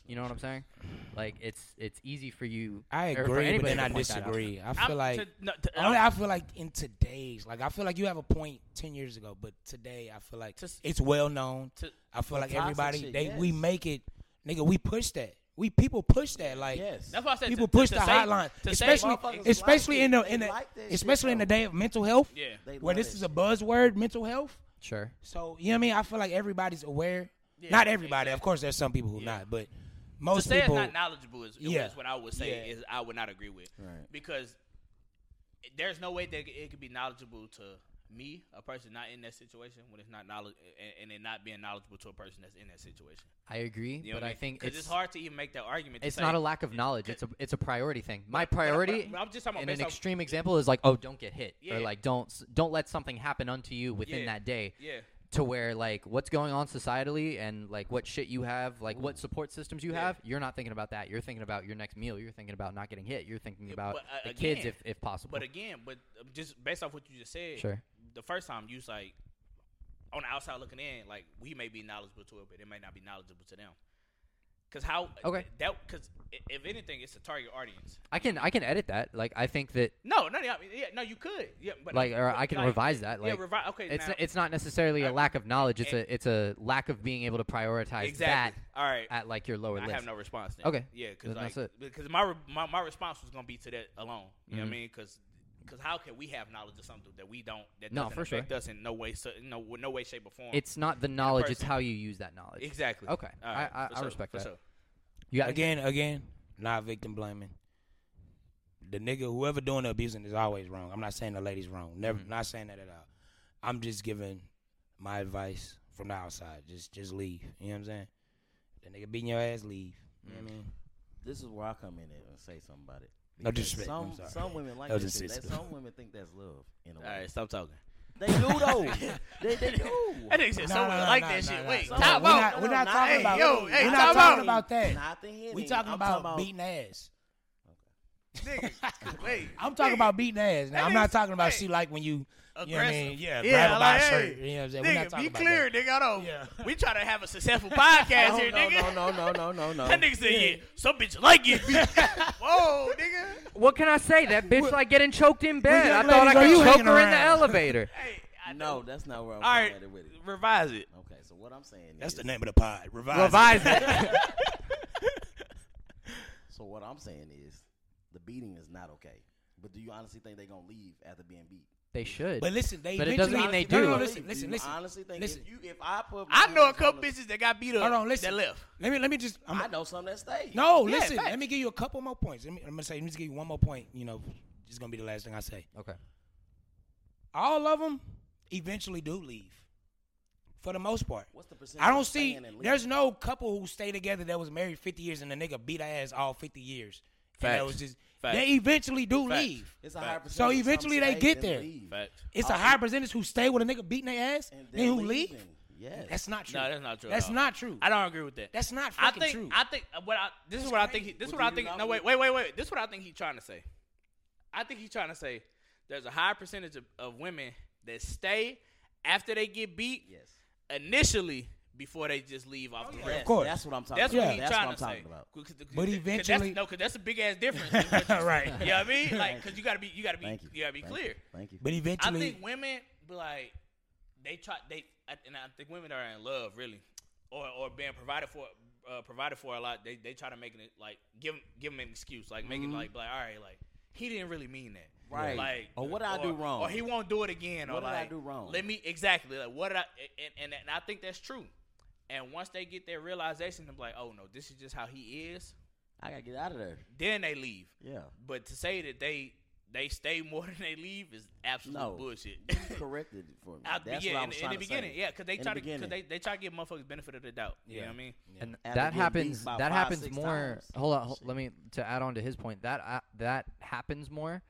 [SPEAKER 1] You know what I'm saying?
[SPEAKER 5] (laughs)
[SPEAKER 1] Like it's it's easy for you.
[SPEAKER 3] I
[SPEAKER 1] or for
[SPEAKER 3] agree, but
[SPEAKER 1] anybody
[SPEAKER 3] then
[SPEAKER 1] to
[SPEAKER 3] I
[SPEAKER 1] point that out.
[SPEAKER 3] disagree. I
[SPEAKER 5] I'm
[SPEAKER 3] feel like
[SPEAKER 5] to- no, to-
[SPEAKER 3] I, mean, I feel like in today's like I feel like you have a point ten years ago, but today I feel like
[SPEAKER 5] Just-
[SPEAKER 3] it's well known.
[SPEAKER 5] to-
[SPEAKER 3] I feel like
[SPEAKER 2] toxic
[SPEAKER 3] everybody
[SPEAKER 2] shit,
[SPEAKER 3] they we
[SPEAKER 2] yes.
[SPEAKER 3] make it, nigga. We push that. We people push that. Like
[SPEAKER 2] Yes.
[SPEAKER 5] that's why I said
[SPEAKER 3] people
[SPEAKER 5] to, to-
[SPEAKER 3] push
[SPEAKER 5] to
[SPEAKER 3] the
[SPEAKER 5] save-
[SPEAKER 3] hotline,
[SPEAKER 5] to save
[SPEAKER 3] especially
[SPEAKER 5] motherfuckers.
[SPEAKER 2] it's-
[SPEAKER 3] especially
[SPEAKER 2] like
[SPEAKER 3] in the
[SPEAKER 2] it.
[SPEAKER 3] in
[SPEAKER 2] They
[SPEAKER 3] the
[SPEAKER 2] like that shit,
[SPEAKER 3] especially in the
[SPEAKER 2] though.
[SPEAKER 3] day of mental health,
[SPEAKER 5] yeah.
[SPEAKER 2] They
[SPEAKER 3] where
[SPEAKER 2] love
[SPEAKER 3] this
[SPEAKER 2] that
[SPEAKER 3] is a
[SPEAKER 2] shit.
[SPEAKER 3] buzzword, mental health.
[SPEAKER 1] Sure.
[SPEAKER 3] So you know what I mean? I feel like everybody's aware. not everybody, of course. There's some people who not, but most
[SPEAKER 5] to say
[SPEAKER 3] people.
[SPEAKER 5] it's not knowledgeable is,
[SPEAKER 3] Yeah.
[SPEAKER 5] is what I would say
[SPEAKER 3] Yeah.
[SPEAKER 5] is I would not agree with
[SPEAKER 2] Right.
[SPEAKER 5] because there's no way that it could be knowledgeable to me, a person not in that situation, when it's not knowledge and, and it not being knowledgeable to a person that's in that situation.
[SPEAKER 1] I agree,
[SPEAKER 5] You know
[SPEAKER 1] but
[SPEAKER 5] what
[SPEAKER 1] I
[SPEAKER 5] mean?
[SPEAKER 1] think
[SPEAKER 5] 'Cause
[SPEAKER 1] it's,
[SPEAKER 5] hard to even make that argument. to
[SPEAKER 1] It's
[SPEAKER 5] say-
[SPEAKER 1] not a lack of knowledge. It's a it's a priority thing. My
[SPEAKER 5] but I- but I-
[SPEAKER 1] priority,
[SPEAKER 5] but I'm just talking about
[SPEAKER 1] in an
[SPEAKER 5] based off-
[SPEAKER 1] extreme example, is like, oh, don't get hit,
[SPEAKER 5] Yeah.
[SPEAKER 1] or like, don't s- don't let something happen unto you within
[SPEAKER 5] Yeah.
[SPEAKER 1] that day.
[SPEAKER 5] Yeah.
[SPEAKER 1] To where like what's going on societally and like what shit you have, like what support systems you
[SPEAKER 5] Yeah.
[SPEAKER 1] have, you're not thinking about that. You're thinking about your next meal. You're thinking about not getting hit. You're thinking
[SPEAKER 5] Yeah,
[SPEAKER 1] about
[SPEAKER 5] but,
[SPEAKER 1] the
[SPEAKER 5] uh,
[SPEAKER 1] kids
[SPEAKER 5] again-
[SPEAKER 1] if if possible.
[SPEAKER 5] But again, but um, just based off what you just said,
[SPEAKER 1] Sure.
[SPEAKER 5] the first time you was like on the outside looking in, like we may be knowledgeable to it, but it may not be knowledgeable to them. Cause how?
[SPEAKER 1] Okay.
[SPEAKER 5] That because if anything, it's a target audience.
[SPEAKER 1] I can I can edit that. Like I think that
[SPEAKER 5] No, no, yeah, I mean, yeah, no, you could, yeah, but
[SPEAKER 1] like or
[SPEAKER 5] but,
[SPEAKER 1] I can
[SPEAKER 5] like,
[SPEAKER 1] revise that. Like
[SPEAKER 5] yeah, revi- okay,
[SPEAKER 1] it's
[SPEAKER 5] now-
[SPEAKER 1] it's not necessarily a
[SPEAKER 5] I-
[SPEAKER 1] lack of knowledge. It's
[SPEAKER 5] eh,
[SPEAKER 1] a it's a lack of being able to prioritize
[SPEAKER 5] exactly.
[SPEAKER 1] that
[SPEAKER 5] All right,
[SPEAKER 1] at like your lower
[SPEAKER 5] I
[SPEAKER 1] list.
[SPEAKER 5] have no response. Then.
[SPEAKER 1] Okay.
[SPEAKER 5] yeah, because
[SPEAKER 1] Then that's
[SPEAKER 5] like
[SPEAKER 1] it. Mm-hmm.
[SPEAKER 5] because my, re- my my response was gonna be to that alone. You know what I mean? Because how can we have knowledge of something that we don't that
[SPEAKER 1] No,
[SPEAKER 5] doesn't
[SPEAKER 1] for sure.
[SPEAKER 5] affect us in no way, so, no no way, shape or form?
[SPEAKER 1] It's not the knowledge; it's
[SPEAKER 5] person.
[SPEAKER 1] how you use that knowledge.
[SPEAKER 5] exactly
[SPEAKER 1] Okay,
[SPEAKER 5] All right,
[SPEAKER 1] I, I,
[SPEAKER 5] for
[SPEAKER 1] I
[SPEAKER 5] sure,
[SPEAKER 1] respect
[SPEAKER 5] for
[SPEAKER 1] that.
[SPEAKER 5] sure.
[SPEAKER 1] You got
[SPEAKER 3] again, again, not victim blaming. The nigga, whoever doing the abusing, is always wrong. I'm not saying the lady's wrong. Never, not saying that at all. I'm just giving my advice from the outside. Just, just leave. You know what I'm saying? The nigga beating your ass, leave. You know what I mean?
[SPEAKER 2] This is where I come in and say something about it.
[SPEAKER 3] No
[SPEAKER 2] Because
[SPEAKER 3] disrespect,
[SPEAKER 2] Some,
[SPEAKER 3] I'm sorry.
[SPEAKER 2] some women like
[SPEAKER 3] That was
[SPEAKER 2] that shit.
[SPEAKER 3] insensitive.
[SPEAKER 2] That- Some women think that's love in a way.
[SPEAKER 5] All right, stop talking.
[SPEAKER 2] They do
[SPEAKER 3] (laughs)
[SPEAKER 2] though. they, they do.
[SPEAKER 5] That nigga said
[SPEAKER 3] Nah,
[SPEAKER 5] someone
[SPEAKER 3] nah,
[SPEAKER 5] like
[SPEAKER 3] nah,
[SPEAKER 5] that
[SPEAKER 3] nah,
[SPEAKER 5] shit.
[SPEAKER 3] nah.
[SPEAKER 5] Wait,
[SPEAKER 3] Nah,
[SPEAKER 5] time
[SPEAKER 3] we're
[SPEAKER 5] out.
[SPEAKER 3] not, we're not
[SPEAKER 2] No, no,
[SPEAKER 5] hey,
[SPEAKER 3] talking about.
[SPEAKER 5] yo, hey,
[SPEAKER 3] we're
[SPEAKER 5] time
[SPEAKER 3] not talking
[SPEAKER 5] out.
[SPEAKER 3] about that.
[SPEAKER 2] Not the hitting.
[SPEAKER 3] We Mm-hmm. talking
[SPEAKER 2] I'm
[SPEAKER 3] about, beating ass. (laughs)
[SPEAKER 5] Nigga, wait.
[SPEAKER 3] I'm talking about beating ass. Now I'm not talking about she like when you, you know what I mean?
[SPEAKER 5] Aggressive.
[SPEAKER 3] Yeah,
[SPEAKER 5] Yeah,
[SPEAKER 3] grab her
[SPEAKER 5] like,
[SPEAKER 3] by her
[SPEAKER 5] hey,
[SPEAKER 3] shirt. You know what I'm saying? We're not
[SPEAKER 5] Nigga,
[SPEAKER 3] talking
[SPEAKER 5] be
[SPEAKER 3] about
[SPEAKER 5] clear,
[SPEAKER 3] that.
[SPEAKER 5] nigga. I don't.
[SPEAKER 3] Yeah.
[SPEAKER 5] (laughs) We trying to have
[SPEAKER 3] (laughs)
[SPEAKER 5] a successful podcast
[SPEAKER 2] No,
[SPEAKER 5] here,
[SPEAKER 2] no,
[SPEAKER 5] nigga.
[SPEAKER 2] no, no, no, no, no,
[SPEAKER 5] (laughs) That
[SPEAKER 2] no.
[SPEAKER 5] nigga said, yeah, some bitch like
[SPEAKER 3] (laughs)
[SPEAKER 5] it. (laughs) Whoa, nigga.
[SPEAKER 1] What can I say? That bitch like getting choked in bed.
[SPEAKER 3] young
[SPEAKER 1] I thought I
[SPEAKER 3] ladies, are
[SPEAKER 1] could
[SPEAKER 3] you
[SPEAKER 1] choke
[SPEAKER 3] hanging
[SPEAKER 1] her in the
[SPEAKER 3] around?
[SPEAKER 1] elevator.
[SPEAKER 5] Hey, I
[SPEAKER 2] No, that's not where I'm
[SPEAKER 5] All
[SPEAKER 2] coming
[SPEAKER 5] right,
[SPEAKER 2] at it with it.
[SPEAKER 5] revise it.
[SPEAKER 2] Okay, so what I'm saying
[SPEAKER 3] That's
[SPEAKER 2] is,
[SPEAKER 3] the name of the pod. Revise.
[SPEAKER 1] Revise it.
[SPEAKER 2] so what I'm saying is, the beating is not okay. But do you honestly think they're gonna leave after being beat?
[SPEAKER 1] (laughs) They should.
[SPEAKER 3] But listen, they
[SPEAKER 1] But it
[SPEAKER 3] eventually-
[SPEAKER 1] doesn't mean they
[SPEAKER 3] No, no,
[SPEAKER 1] do.
[SPEAKER 3] no, listen,
[SPEAKER 2] Do
[SPEAKER 3] listen,
[SPEAKER 2] you
[SPEAKER 3] listen.
[SPEAKER 2] Honestly, think
[SPEAKER 3] listen.
[SPEAKER 2] if you if I put, my
[SPEAKER 5] I know a
[SPEAKER 2] hands
[SPEAKER 5] couple
[SPEAKER 2] on the-
[SPEAKER 5] bitches that got beat up.
[SPEAKER 3] Hold on, listen.
[SPEAKER 5] That left.
[SPEAKER 3] Let me let me just. I'm,
[SPEAKER 2] I know some that stayed.
[SPEAKER 3] No,
[SPEAKER 5] Yeah,
[SPEAKER 3] listen.
[SPEAKER 5] facts.
[SPEAKER 3] Let me give you a couple more points. Let me, I'm gonna say. Let me just give you one more point. You know, it's gonna be the last thing I say.
[SPEAKER 1] okay.
[SPEAKER 3] All of them eventually do leave, for the most part.
[SPEAKER 2] What's the percentage?
[SPEAKER 3] I don't
[SPEAKER 2] of
[SPEAKER 3] see.
[SPEAKER 2] staying and
[SPEAKER 3] There's
[SPEAKER 2] leaving?
[SPEAKER 3] no couple who stay together that was married 50 years and the nigga beat her ass all 50 years. And that
[SPEAKER 5] Facts.
[SPEAKER 3] was just.
[SPEAKER 5] Facts.
[SPEAKER 3] They eventually do
[SPEAKER 5] Facts.
[SPEAKER 3] leave.
[SPEAKER 2] It's a higher
[SPEAKER 5] So
[SPEAKER 2] percentage.
[SPEAKER 3] So
[SPEAKER 2] of some
[SPEAKER 3] eventually they
[SPEAKER 2] stay
[SPEAKER 3] get
[SPEAKER 2] than
[SPEAKER 3] there.
[SPEAKER 2] leave.
[SPEAKER 3] It's a high percentage who stay with a nigga beating their ass
[SPEAKER 2] And
[SPEAKER 3] and
[SPEAKER 2] they're
[SPEAKER 3] who leave.
[SPEAKER 2] leaving. Yes.
[SPEAKER 3] That's not true.
[SPEAKER 5] No, that's not true. at
[SPEAKER 3] That's
[SPEAKER 5] all.
[SPEAKER 3] not true.
[SPEAKER 5] I don't agree with that.
[SPEAKER 3] That's not
[SPEAKER 5] I
[SPEAKER 3] fucking
[SPEAKER 5] think.
[SPEAKER 3] true.
[SPEAKER 5] I think uh, what I. This is what I think. He, this is
[SPEAKER 2] Well,
[SPEAKER 5] what I
[SPEAKER 2] do you
[SPEAKER 5] think.
[SPEAKER 2] not
[SPEAKER 5] No, wait, wait,
[SPEAKER 2] believe-
[SPEAKER 5] wait, wait. This is what I think he's trying to say. I think he's trying to say there's a high percentage of, of women that stay after they get beat
[SPEAKER 2] Yes.
[SPEAKER 5] initially before they just leave off the rip.
[SPEAKER 2] Yes,
[SPEAKER 3] course.
[SPEAKER 2] That's what I'm talking
[SPEAKER 5] That's
[SPEAKER 2] about.
[SPEAKER 5] what he's
[SPEAKER 2] That's
[SPEAKER 5] trying
[SPEAKER 2] what I'm
[SPEAKER 5] to say.
[SPEAKER 2] talking about.
[SPEAKER 5] 'Cause- 'cause-
[SPEAKER 3] But
[SPEAKER 5] 'cause
[SPEAKER 3] eventually-
[SPEAKER 5] that's, no, because that's a big ass
[SPEAKER 2] (laughs)
[SPEAKER 5] difference. in what (laughs) you-
[SPEAKER 3] Right.
[SPEAKER 5] You know what I mean? Like, because you gotta be, you gotta be,
[SPEAKER 2] Thank you.
[SPEAKER 5] you gotta be
[SPEAKER 2] Thank
[SPEAKER 5] clear.
[SPEAKER 2] you. Thank you.
[SPEAKER 3] But
[SPEAKER 5] I
[SPEAKER 3] eventually,
[SPEAKER 5] think women be like they try they I- and I think women are in love really, or or being provided for uh, provided for a lot. They they try to make it like give 'em- give them an excuse like make it like like all right like he didn't really mean that.
[SPEAKER 2] Mm-hmm. Right.
[SPEAKER 5] Like,
[SPEAKER 2] Or what did I do wrong?
[SPEAKER 5] Or he won't do it again. or
[SPEAKER 2] What did I
[SPEAKER 5] like,
[SPEAKER 2] do wrong?
[SPEAKER 5] Let me exactly. Like, what did I? And, and and I think that's true. And once they get their realization, I'm like, oh no, this is just how he is.
[SPEAKER 2] I gotta get out of there.
[SPEAKER 5] Then they leave.
[SPEAKER 2] Yeah.
[SPEAKER 5] But to say that they they stay more (laughs) than they leave is absolute
[SPEAKER 2] No.
[SPEAKER 5] bullshit.
[SPEAKER 2] (laughs) Corrected it
[SPEAKER 5] (laughs)
[SPEAKER 2] for me.
[SPEAKER 5] Out the-
[SPEAKER 2] That's
[SPEAKER 5] yeah,
[SPEAKER 2] what I
[SPEAKER 5] in,
[SPEAKER 2] was
[SPEAKER 5] in
[SPEAKER 2] trying
[SPEAKER 5] the
[SPEAKER 2] to
[SPEAKER 5] beginning,
[SPEAKER 2] say.
[SPEAKER 5] yeah, because they
[SPEAKER 2] In
[SPEAKER 5] try
[SPEAKER 2] the
[SPEAKER 5] to, cause they
[SPEAKER 2] beginning.
[SPEAKER 5] they try to give motherfuckers benefit of the doubt. You know what I mean?
[SPEAKER 1] And
[SPEAKER 2] After
[SPEAKER 1] that
[SPEAKER 2] getting
[SPEAKER 1] happens.
[SPEAKER 2] beat by
[SPEAKER 1] That
[SPEAKER 2] five,
[SPEAKER 1] happens
[SPEAKER 2] six
[SPEAKER 1] more.
[SPEAKER 2] times.
[SPEAKER 1] Hold on. hol-
[SPEAKER 2] Shit.
[SPEAKER 1] let me to add on to his point. That uh, that happens more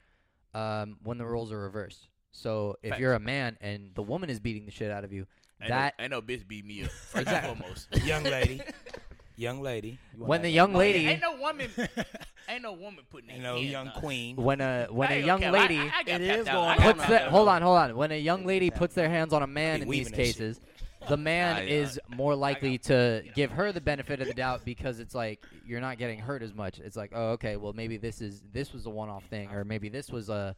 [SPEAKER 1] um, when the roles are reversed. So if
[SPEAKER 5] Facts.
[SPEAKER 1] you're a man and the woman is beating the shit out of you,
[SPEAKER 5] Ain't
[SPEAKER 1] that
[SPEAKER 5] no, ain't no bitch beat me up. First
[SPEAKER 1] Exactly.
[SPEAKER 5] and foremost.
[SPEAKER 3] Young
[SPEAKER 5] (laughs)
[SPEAKER 3] lady. Young lady.
[SPEAKER 1] when the young lady,
[SPEAKER 5] ain't no woman, ain't no woman putting.
[SPEAKER 3] You know,
[SPEAKER 5] their hand
[SPEAKER 3] young
[SPEAKER 5] up.
[SPEAKER 3] queen.
[SPEAKER 1] when a when
[SPEAKER 5] I
[SPEAKER 1] a
[SPEAKER 5] ain't
[SPEAKER 1] young
[SPEAKER 5] gonna cap. I-
[SPEAKER 1] lady
[SPEAKER 5] I, I got
[SPEAKER 2] It
[SPEAKER 5] tapped
[SPEAKER 2] is
[SPEAKER 5] out.
[SPEAKER 2] going
[SPEAKER 5] I
[SPEAKER 2] on.
[SPEAKER 5] got
[SPEAKER 1] puts
[SPEAKER 5] tapped
[SPEAKER 1] their
[SPEAKER 5] out.
[SPEAKER 1] hold on, hold on. When a young lady puts their hands on a man
[SPEAKER 3] Be
[SPEAKER 1] in these
[SPEAKER 3] weaving that shit.
[SPEAKER 1] cases, the man
[SPEAKER 2] Nah,
[SPEAKER 3] uh,
[SPEAKER 2] yeah.
[SPEAKER 1] is more likely to give her the benefit of the doubt because it's like you're not getting hurt as much. It's like, oh, okay, well maybe this is this was a one-off thing, or maybe this was a,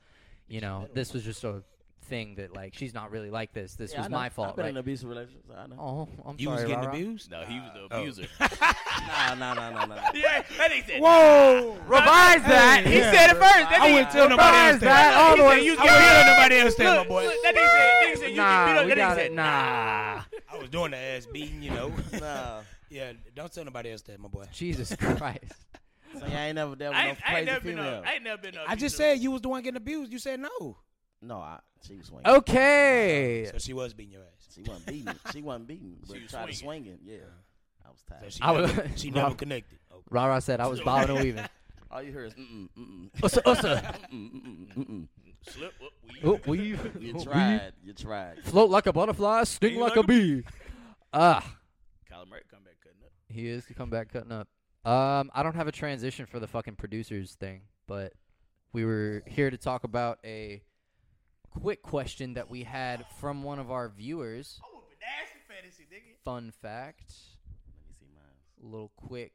[SPEAKER 1] you know, this was just a thing that like she's not really like this. This
[SPEAKER 2] Yeah, I
[SPEAKER 1] was
[SPEAKER 2] know.
[SPEAKER 1] my
[SPEAKER 2] I've
[SPEAKER 1] fault,
[SPEAKER 2] been in
[SPEAKER 1] right?
[SPEAKER 2] an abusive relationship. so I know.
[SPEAKER 1] Oh, I'm
[SPEAKER 3] You
[SPEAKER 1] sorry,
[SPEAKER 3] was getting
[SPEAKER 1] Ra-Ra.
[SPEAKER 3] abused?
[SPEAKER 5] No, he was the
[SPEAKER 3] oh.
[SPEAKER 5] abuser.
[SPEAKER 2] Nah, nah, nah, nah, nah.
[SPEAKER 5] (laughs)
[SPEAKER 2] nah.
[SPEAKER 5] yeah, that nigga said.
[SPEAKER 1] Oh.
[SPEAKER 3] Whoa!
[SPEAKER 1] Revise that. He
[SPEAKER 3] yeah,
[SPEAKER 1] said it first. That
[SPEAKER 3] I
[SPEAKER 1] nigga-
[SPEAKER 3] wouldn't tell
[SPEAKER 1] revise
[SPEAKER 3] nobody else
[SPEAKER 1] that.
[SPEAKER 3] that.
[SPEAKER 1] All the
[SPEAKER 5] said
[SPEAKER 1] way.
[SPEAKER 5] you
[SPEAKER 3] I wouldn't tell nobody else that, my boy.
[SPEAKER 5] That nigga said, nigga said you
[SPEAKER 1] Nah,
[SPEAKER 5] can
[SPEAKER 1] we
[SPEAKER 5] beat up. That
[SPEAKER 1] got
[SPEAKER 5] nigga
[SPEAKER 1] it.
[SPEAKER 5] said,
[SPEAKER 1] Nah.
[SPEAKER 3] I was doing the ass beating, you know.
[SPEAKER 1] (laughs)
[SPEAKER 3] (laughs)
[SPEAKER 2] Nah.
[SPEAKER 3] yeah, don't tell nobody else that, my boy.
[SPEAKER 1] Jesus Christ.
[SPEAKER 2] So y'all ain't never dealt with
[SPEAKER 5] I
[SPEAKER 2] no
[SPEAKER 5] ain't, I ain't
[SPEAKER 2] crazy
[SPEAKER 5] never been.
[SPEAKER 2] female.
[SPEAKER 5] A, I ain't never been. a
[SPEAKER 3] I just
[SPEAKER 5] abuser.
[SPEAKER 3] said you was the one getting abused. You said no.
[SPEAKER 2] No, I, she was
[SPEAKER 1] Oh.
[SPEAKER 2] swinging.
[SPEAKER 1] Okay.
[SPEAKER 3] So she was beating your ass.
[SPEAKER 2] She wasn't beating. She wasn't
[SPEAKER 5] (laughs)
[SPEAKER 2] beating. But
[SPEAKER 5] was
[SPEAKER 2] tried to
[SPEAKER 5] swinging.
[SPEAKER 2] swing it. Yeah. I was
[SPEAKER 3] So
[SPEAKER 2] tired.
[SPEAKER 3] she
[SPEAKER 1] I was-
[SPEAKER 3] never, she
[SPEAKER 1] (laughs) Rob-
[SPEAKER 3] never connected.
[SPEAKER 1] Rara said I was bobbing and weaving. (laughs)
[SPEAKER 2] All you hear is mm mm mm
[SPEAKER 1] Usa,
[SPEAKER 2] (laughs)
[SPEAKER 1] usa.
[SPEAKER 2] mm mm mm.
[SPEAKER 5] slip up. we-
[SPEAKER 1] Oop, (laughs) weave.
[SPEAKER 2] You
[SPEAKER 1] Oop, weave.
[SPEAKER 2] tried. You tried.
[SPEAKER 1] Float like a butterfly, sting
[SPEAKER 5] Sting
[SPEAKER 1] like,
[SPEAKER 5] like
[SPEAKER 1] a
[SPEAKER 5] a
[SPEAKER 1] bee. Ah,
[SPEAKER 5] Kyler Murray come back cutting up.
[SPEAKER 1] he is to come back cutting up. Um, I don't have a transition for the fucking producers thing, but we were here to talk about a quick question that we had from one of our viewers.
[SPEAKER 5] Oh, but that's the fantasy, nigga.
[SPEAKER 1] Fun fact,
[SPEAKER 2] Let me see mine.
[SPEAKER 1] little quick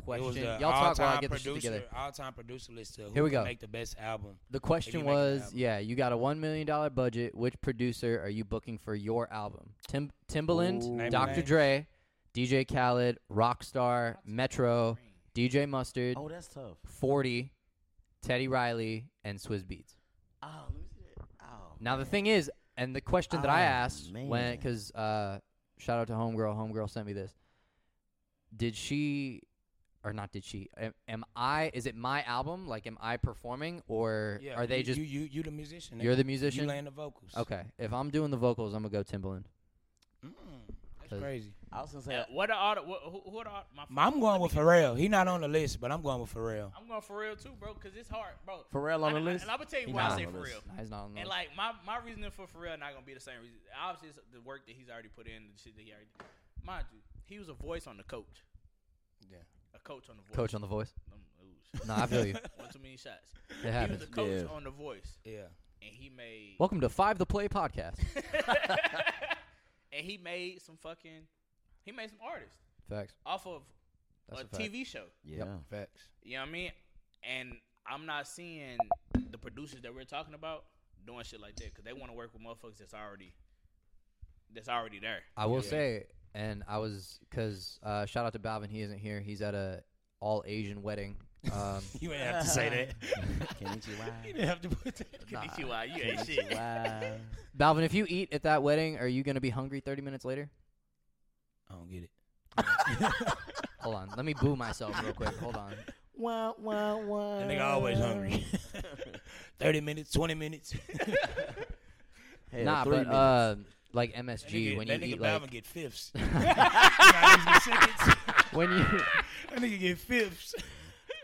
[SPEAKER 3] It was
[SPEAKER 1] question. Y'all
[SPEAKER 3] the
[SPEAKER 1] talk while I
[SPEAKER 3] all-time
[SPEAKER 1] get this shit
[SPEAKER 3] producer,
[SPEAKER 1] together.
[SPEAKER 3] all-time producer list. Of who
[SPEAKER 1] Here we
[SPEAKER 3] can
[SPEAKER 1] go.
[SPEAKER 3] Make the best album.
[SPEAKER 1] The question
[SPEAKER 3] you make an
[SPEAKER 1] was,
[SPEAKER 3] album.
[SPEAKER 1] yeah, you got a one million dollar budget. Which producer are you booking for your album? Tim
[SPEAKER 2] Ooh.
[SPEAKER 1] Timbaland,
[SPEAKER 3] Name
[SPEAKER 1] Dr.
[SPEAKER 3] names.
[SPEAKER 1] Dre, DJ Khaled, Rockstar, Metro, DJ Mustard,
[SPEAKER 2] Oh, that's tough.
[SPEAKER 1] Forty, Teddy Riley, and Swizz Beats.
[SPEAKER 2] Oh, let me see that. Oh.
[SPEAKER 1] Now the thing is, and the question that I
[SPEAKER 2] Oh,
[SPEAKER 3] Ah,
[SPEAKER 1] asked when,
[SPEAKER 2] man.
[SPEAKER 1] because uh, shout out to Homegirl, Homegirl sent me this. Did she, or not? Did she? Am, am I? Is it my album? Like, am I performing, or are they
[SPEAKER 3] you,
[SPEAKER 1] just?
[SPEAKER 3] you? You you the musician?
[SPEAKER 1] You're
[SPEAKER 3] nigga.
[SPEAKER 1] the musician.
[SPEAKER 3] You laying the vocals.
[SPEAKER 1] Okay, if I'm doing the vocals, I'm gonna go Timbaland.
[SPEAKER 3] Mm,
[SPEAKER 1] Cause-
[SPEAKER 3] that's crazy.
[SPEAKER 2] I was gonna say.
[SPEAKER 5] Yeah, what are all the, what, who, who are the, my?
[SPEAKER 3] Ma- I'm going with Pharrell. He not on the list, but I'm going with Pharrell.
[SPEAKER 5] I'm going for real too, bro. Cause it's hard, bro.
[SPEAKER 2] Pharrell on
[SPEAKER 5] And-
[SPEAKER 2] the list?
[SPEAKER 5] And I'm gonna tell you
[SPEAKER 2] He
[SPEAKER 5] why
[SPEAKER 1] not
[SPEAKER 5] I say
[SPEAKER 2] on
[SPEAKER 5] for
[SPEAKER 2] the
[SPEAKER 5] real.
[SPEAKER 2] list.
[SPEAKER 1] Nah, he's not on the
[SPEAKER 5] And
[SPEAKER 1] list. Mm-hmm.
[SPEAKER 5] like my my reasoning for Pharrell not gonna be the same reason. Obviously, it's the work that he's already put in, the shit that he already. Mind you, he was a voice on the coach.
[SPEAKER 3] Yeah.
[SPEAKER 5] A coach on the voice.
[SPEAKER 1] Coach on the voice.
[SPEAKER 5] Um, ooh,
[SPEAKER 1] (laughs)
[SPEAKER 5] shit.
[SPEAKER 1] No, I feel
[SPEAKER 3] (laughs)
[SPEAKER 1] you.
[SPEAKER 5] (laughs) One too many shots.
[SPEAKER 1] It
[SPEAKER 5] He was
[SPEAKER 1] happens.
[SPEAKER 5] a coach
[SPEAKER 2] Yeah.
[SPEAKER 5] on the voice,
[SPEAKER 3] Yeah.
[SPEAKER 5] and he made
[SPEAKER 1] Welcome to Five the Play podcast.
[SPEAKER 3] (laughs)
[SPEAKER 5] and he made some fucking. He made some artists
[SPEAKER 1] Facts.
[SPEAKER 5] off of
[SPEAKER 1] That's a
[SPEAKER 5] a
[SPEAKER 1] fact.
[SPEAKER 5] TV show.
[SPEAKER 2] Yeah.
[SPEAKER 3] Facts.
[SPEAKER 5] You know what I mean? And I'm not seeing the producers that we're talking about doing shit like that because they want to work with motherfuckers that's already that's already there.
[SPEAKER 1] I will say, and I was because uh, shout out to Balvin. He isn't here. He's at a all Asian wedding.
[SPEAKER 3] (laughs)
[SPEAKER 1] Um,
[SPEAKER 3] You ain't have to say that. (laughs)
[SPEAKER 5] (laughs)
[SPEAKER 3] you
[SPEAKER 2] Konnichiwa.
[SPEAKER 3] didn't have to put that.
[SPEAKER 1] nah.
[SPEAKER 5] Konnichiwa, you ain't shit.
[SPEAKER 2] Konnichiwa.
[SPEAKER 1] Balvin, if you eat at that wedding, are you gonna be hungry thirty minutes later?
[SPEAKER 3] I don't get it.
[SPEAKER 1] Hold on, let me boo myself real quick. Hold
[SPEAKER 2] (laughs)
[SPEAKER 1] on.
[SPEAKER 2] Wah, wah, wah.
[SPEAKER 3] That nigga always hungry. (laughs) Thirty minutes, twenty (laughs) minutes.
[SPEAKER 2] Hell,
[SPEAKER 1] nah,
[SPEAKER 2] three
[SPEAKER 1] but
[SPEAKER 2] minutes.
[SPEAKER 1] uh, like
[SPEAKER 3] That
[SPEAKER 1] MSG
[SPEAKER 3] nigga-
[SPEAKER 1] when you
[SPEAKER 3] that nigga
[SPEAKER 1] eat like
[SPEAKER 3] Balvin get (laughs) fifths. Not even seconds.
[SPEAKER 1] when
[SPEAKER 3] (laughs)
[SPEAKER 1] you.
[SPEAKER 3] That nigga get fifths.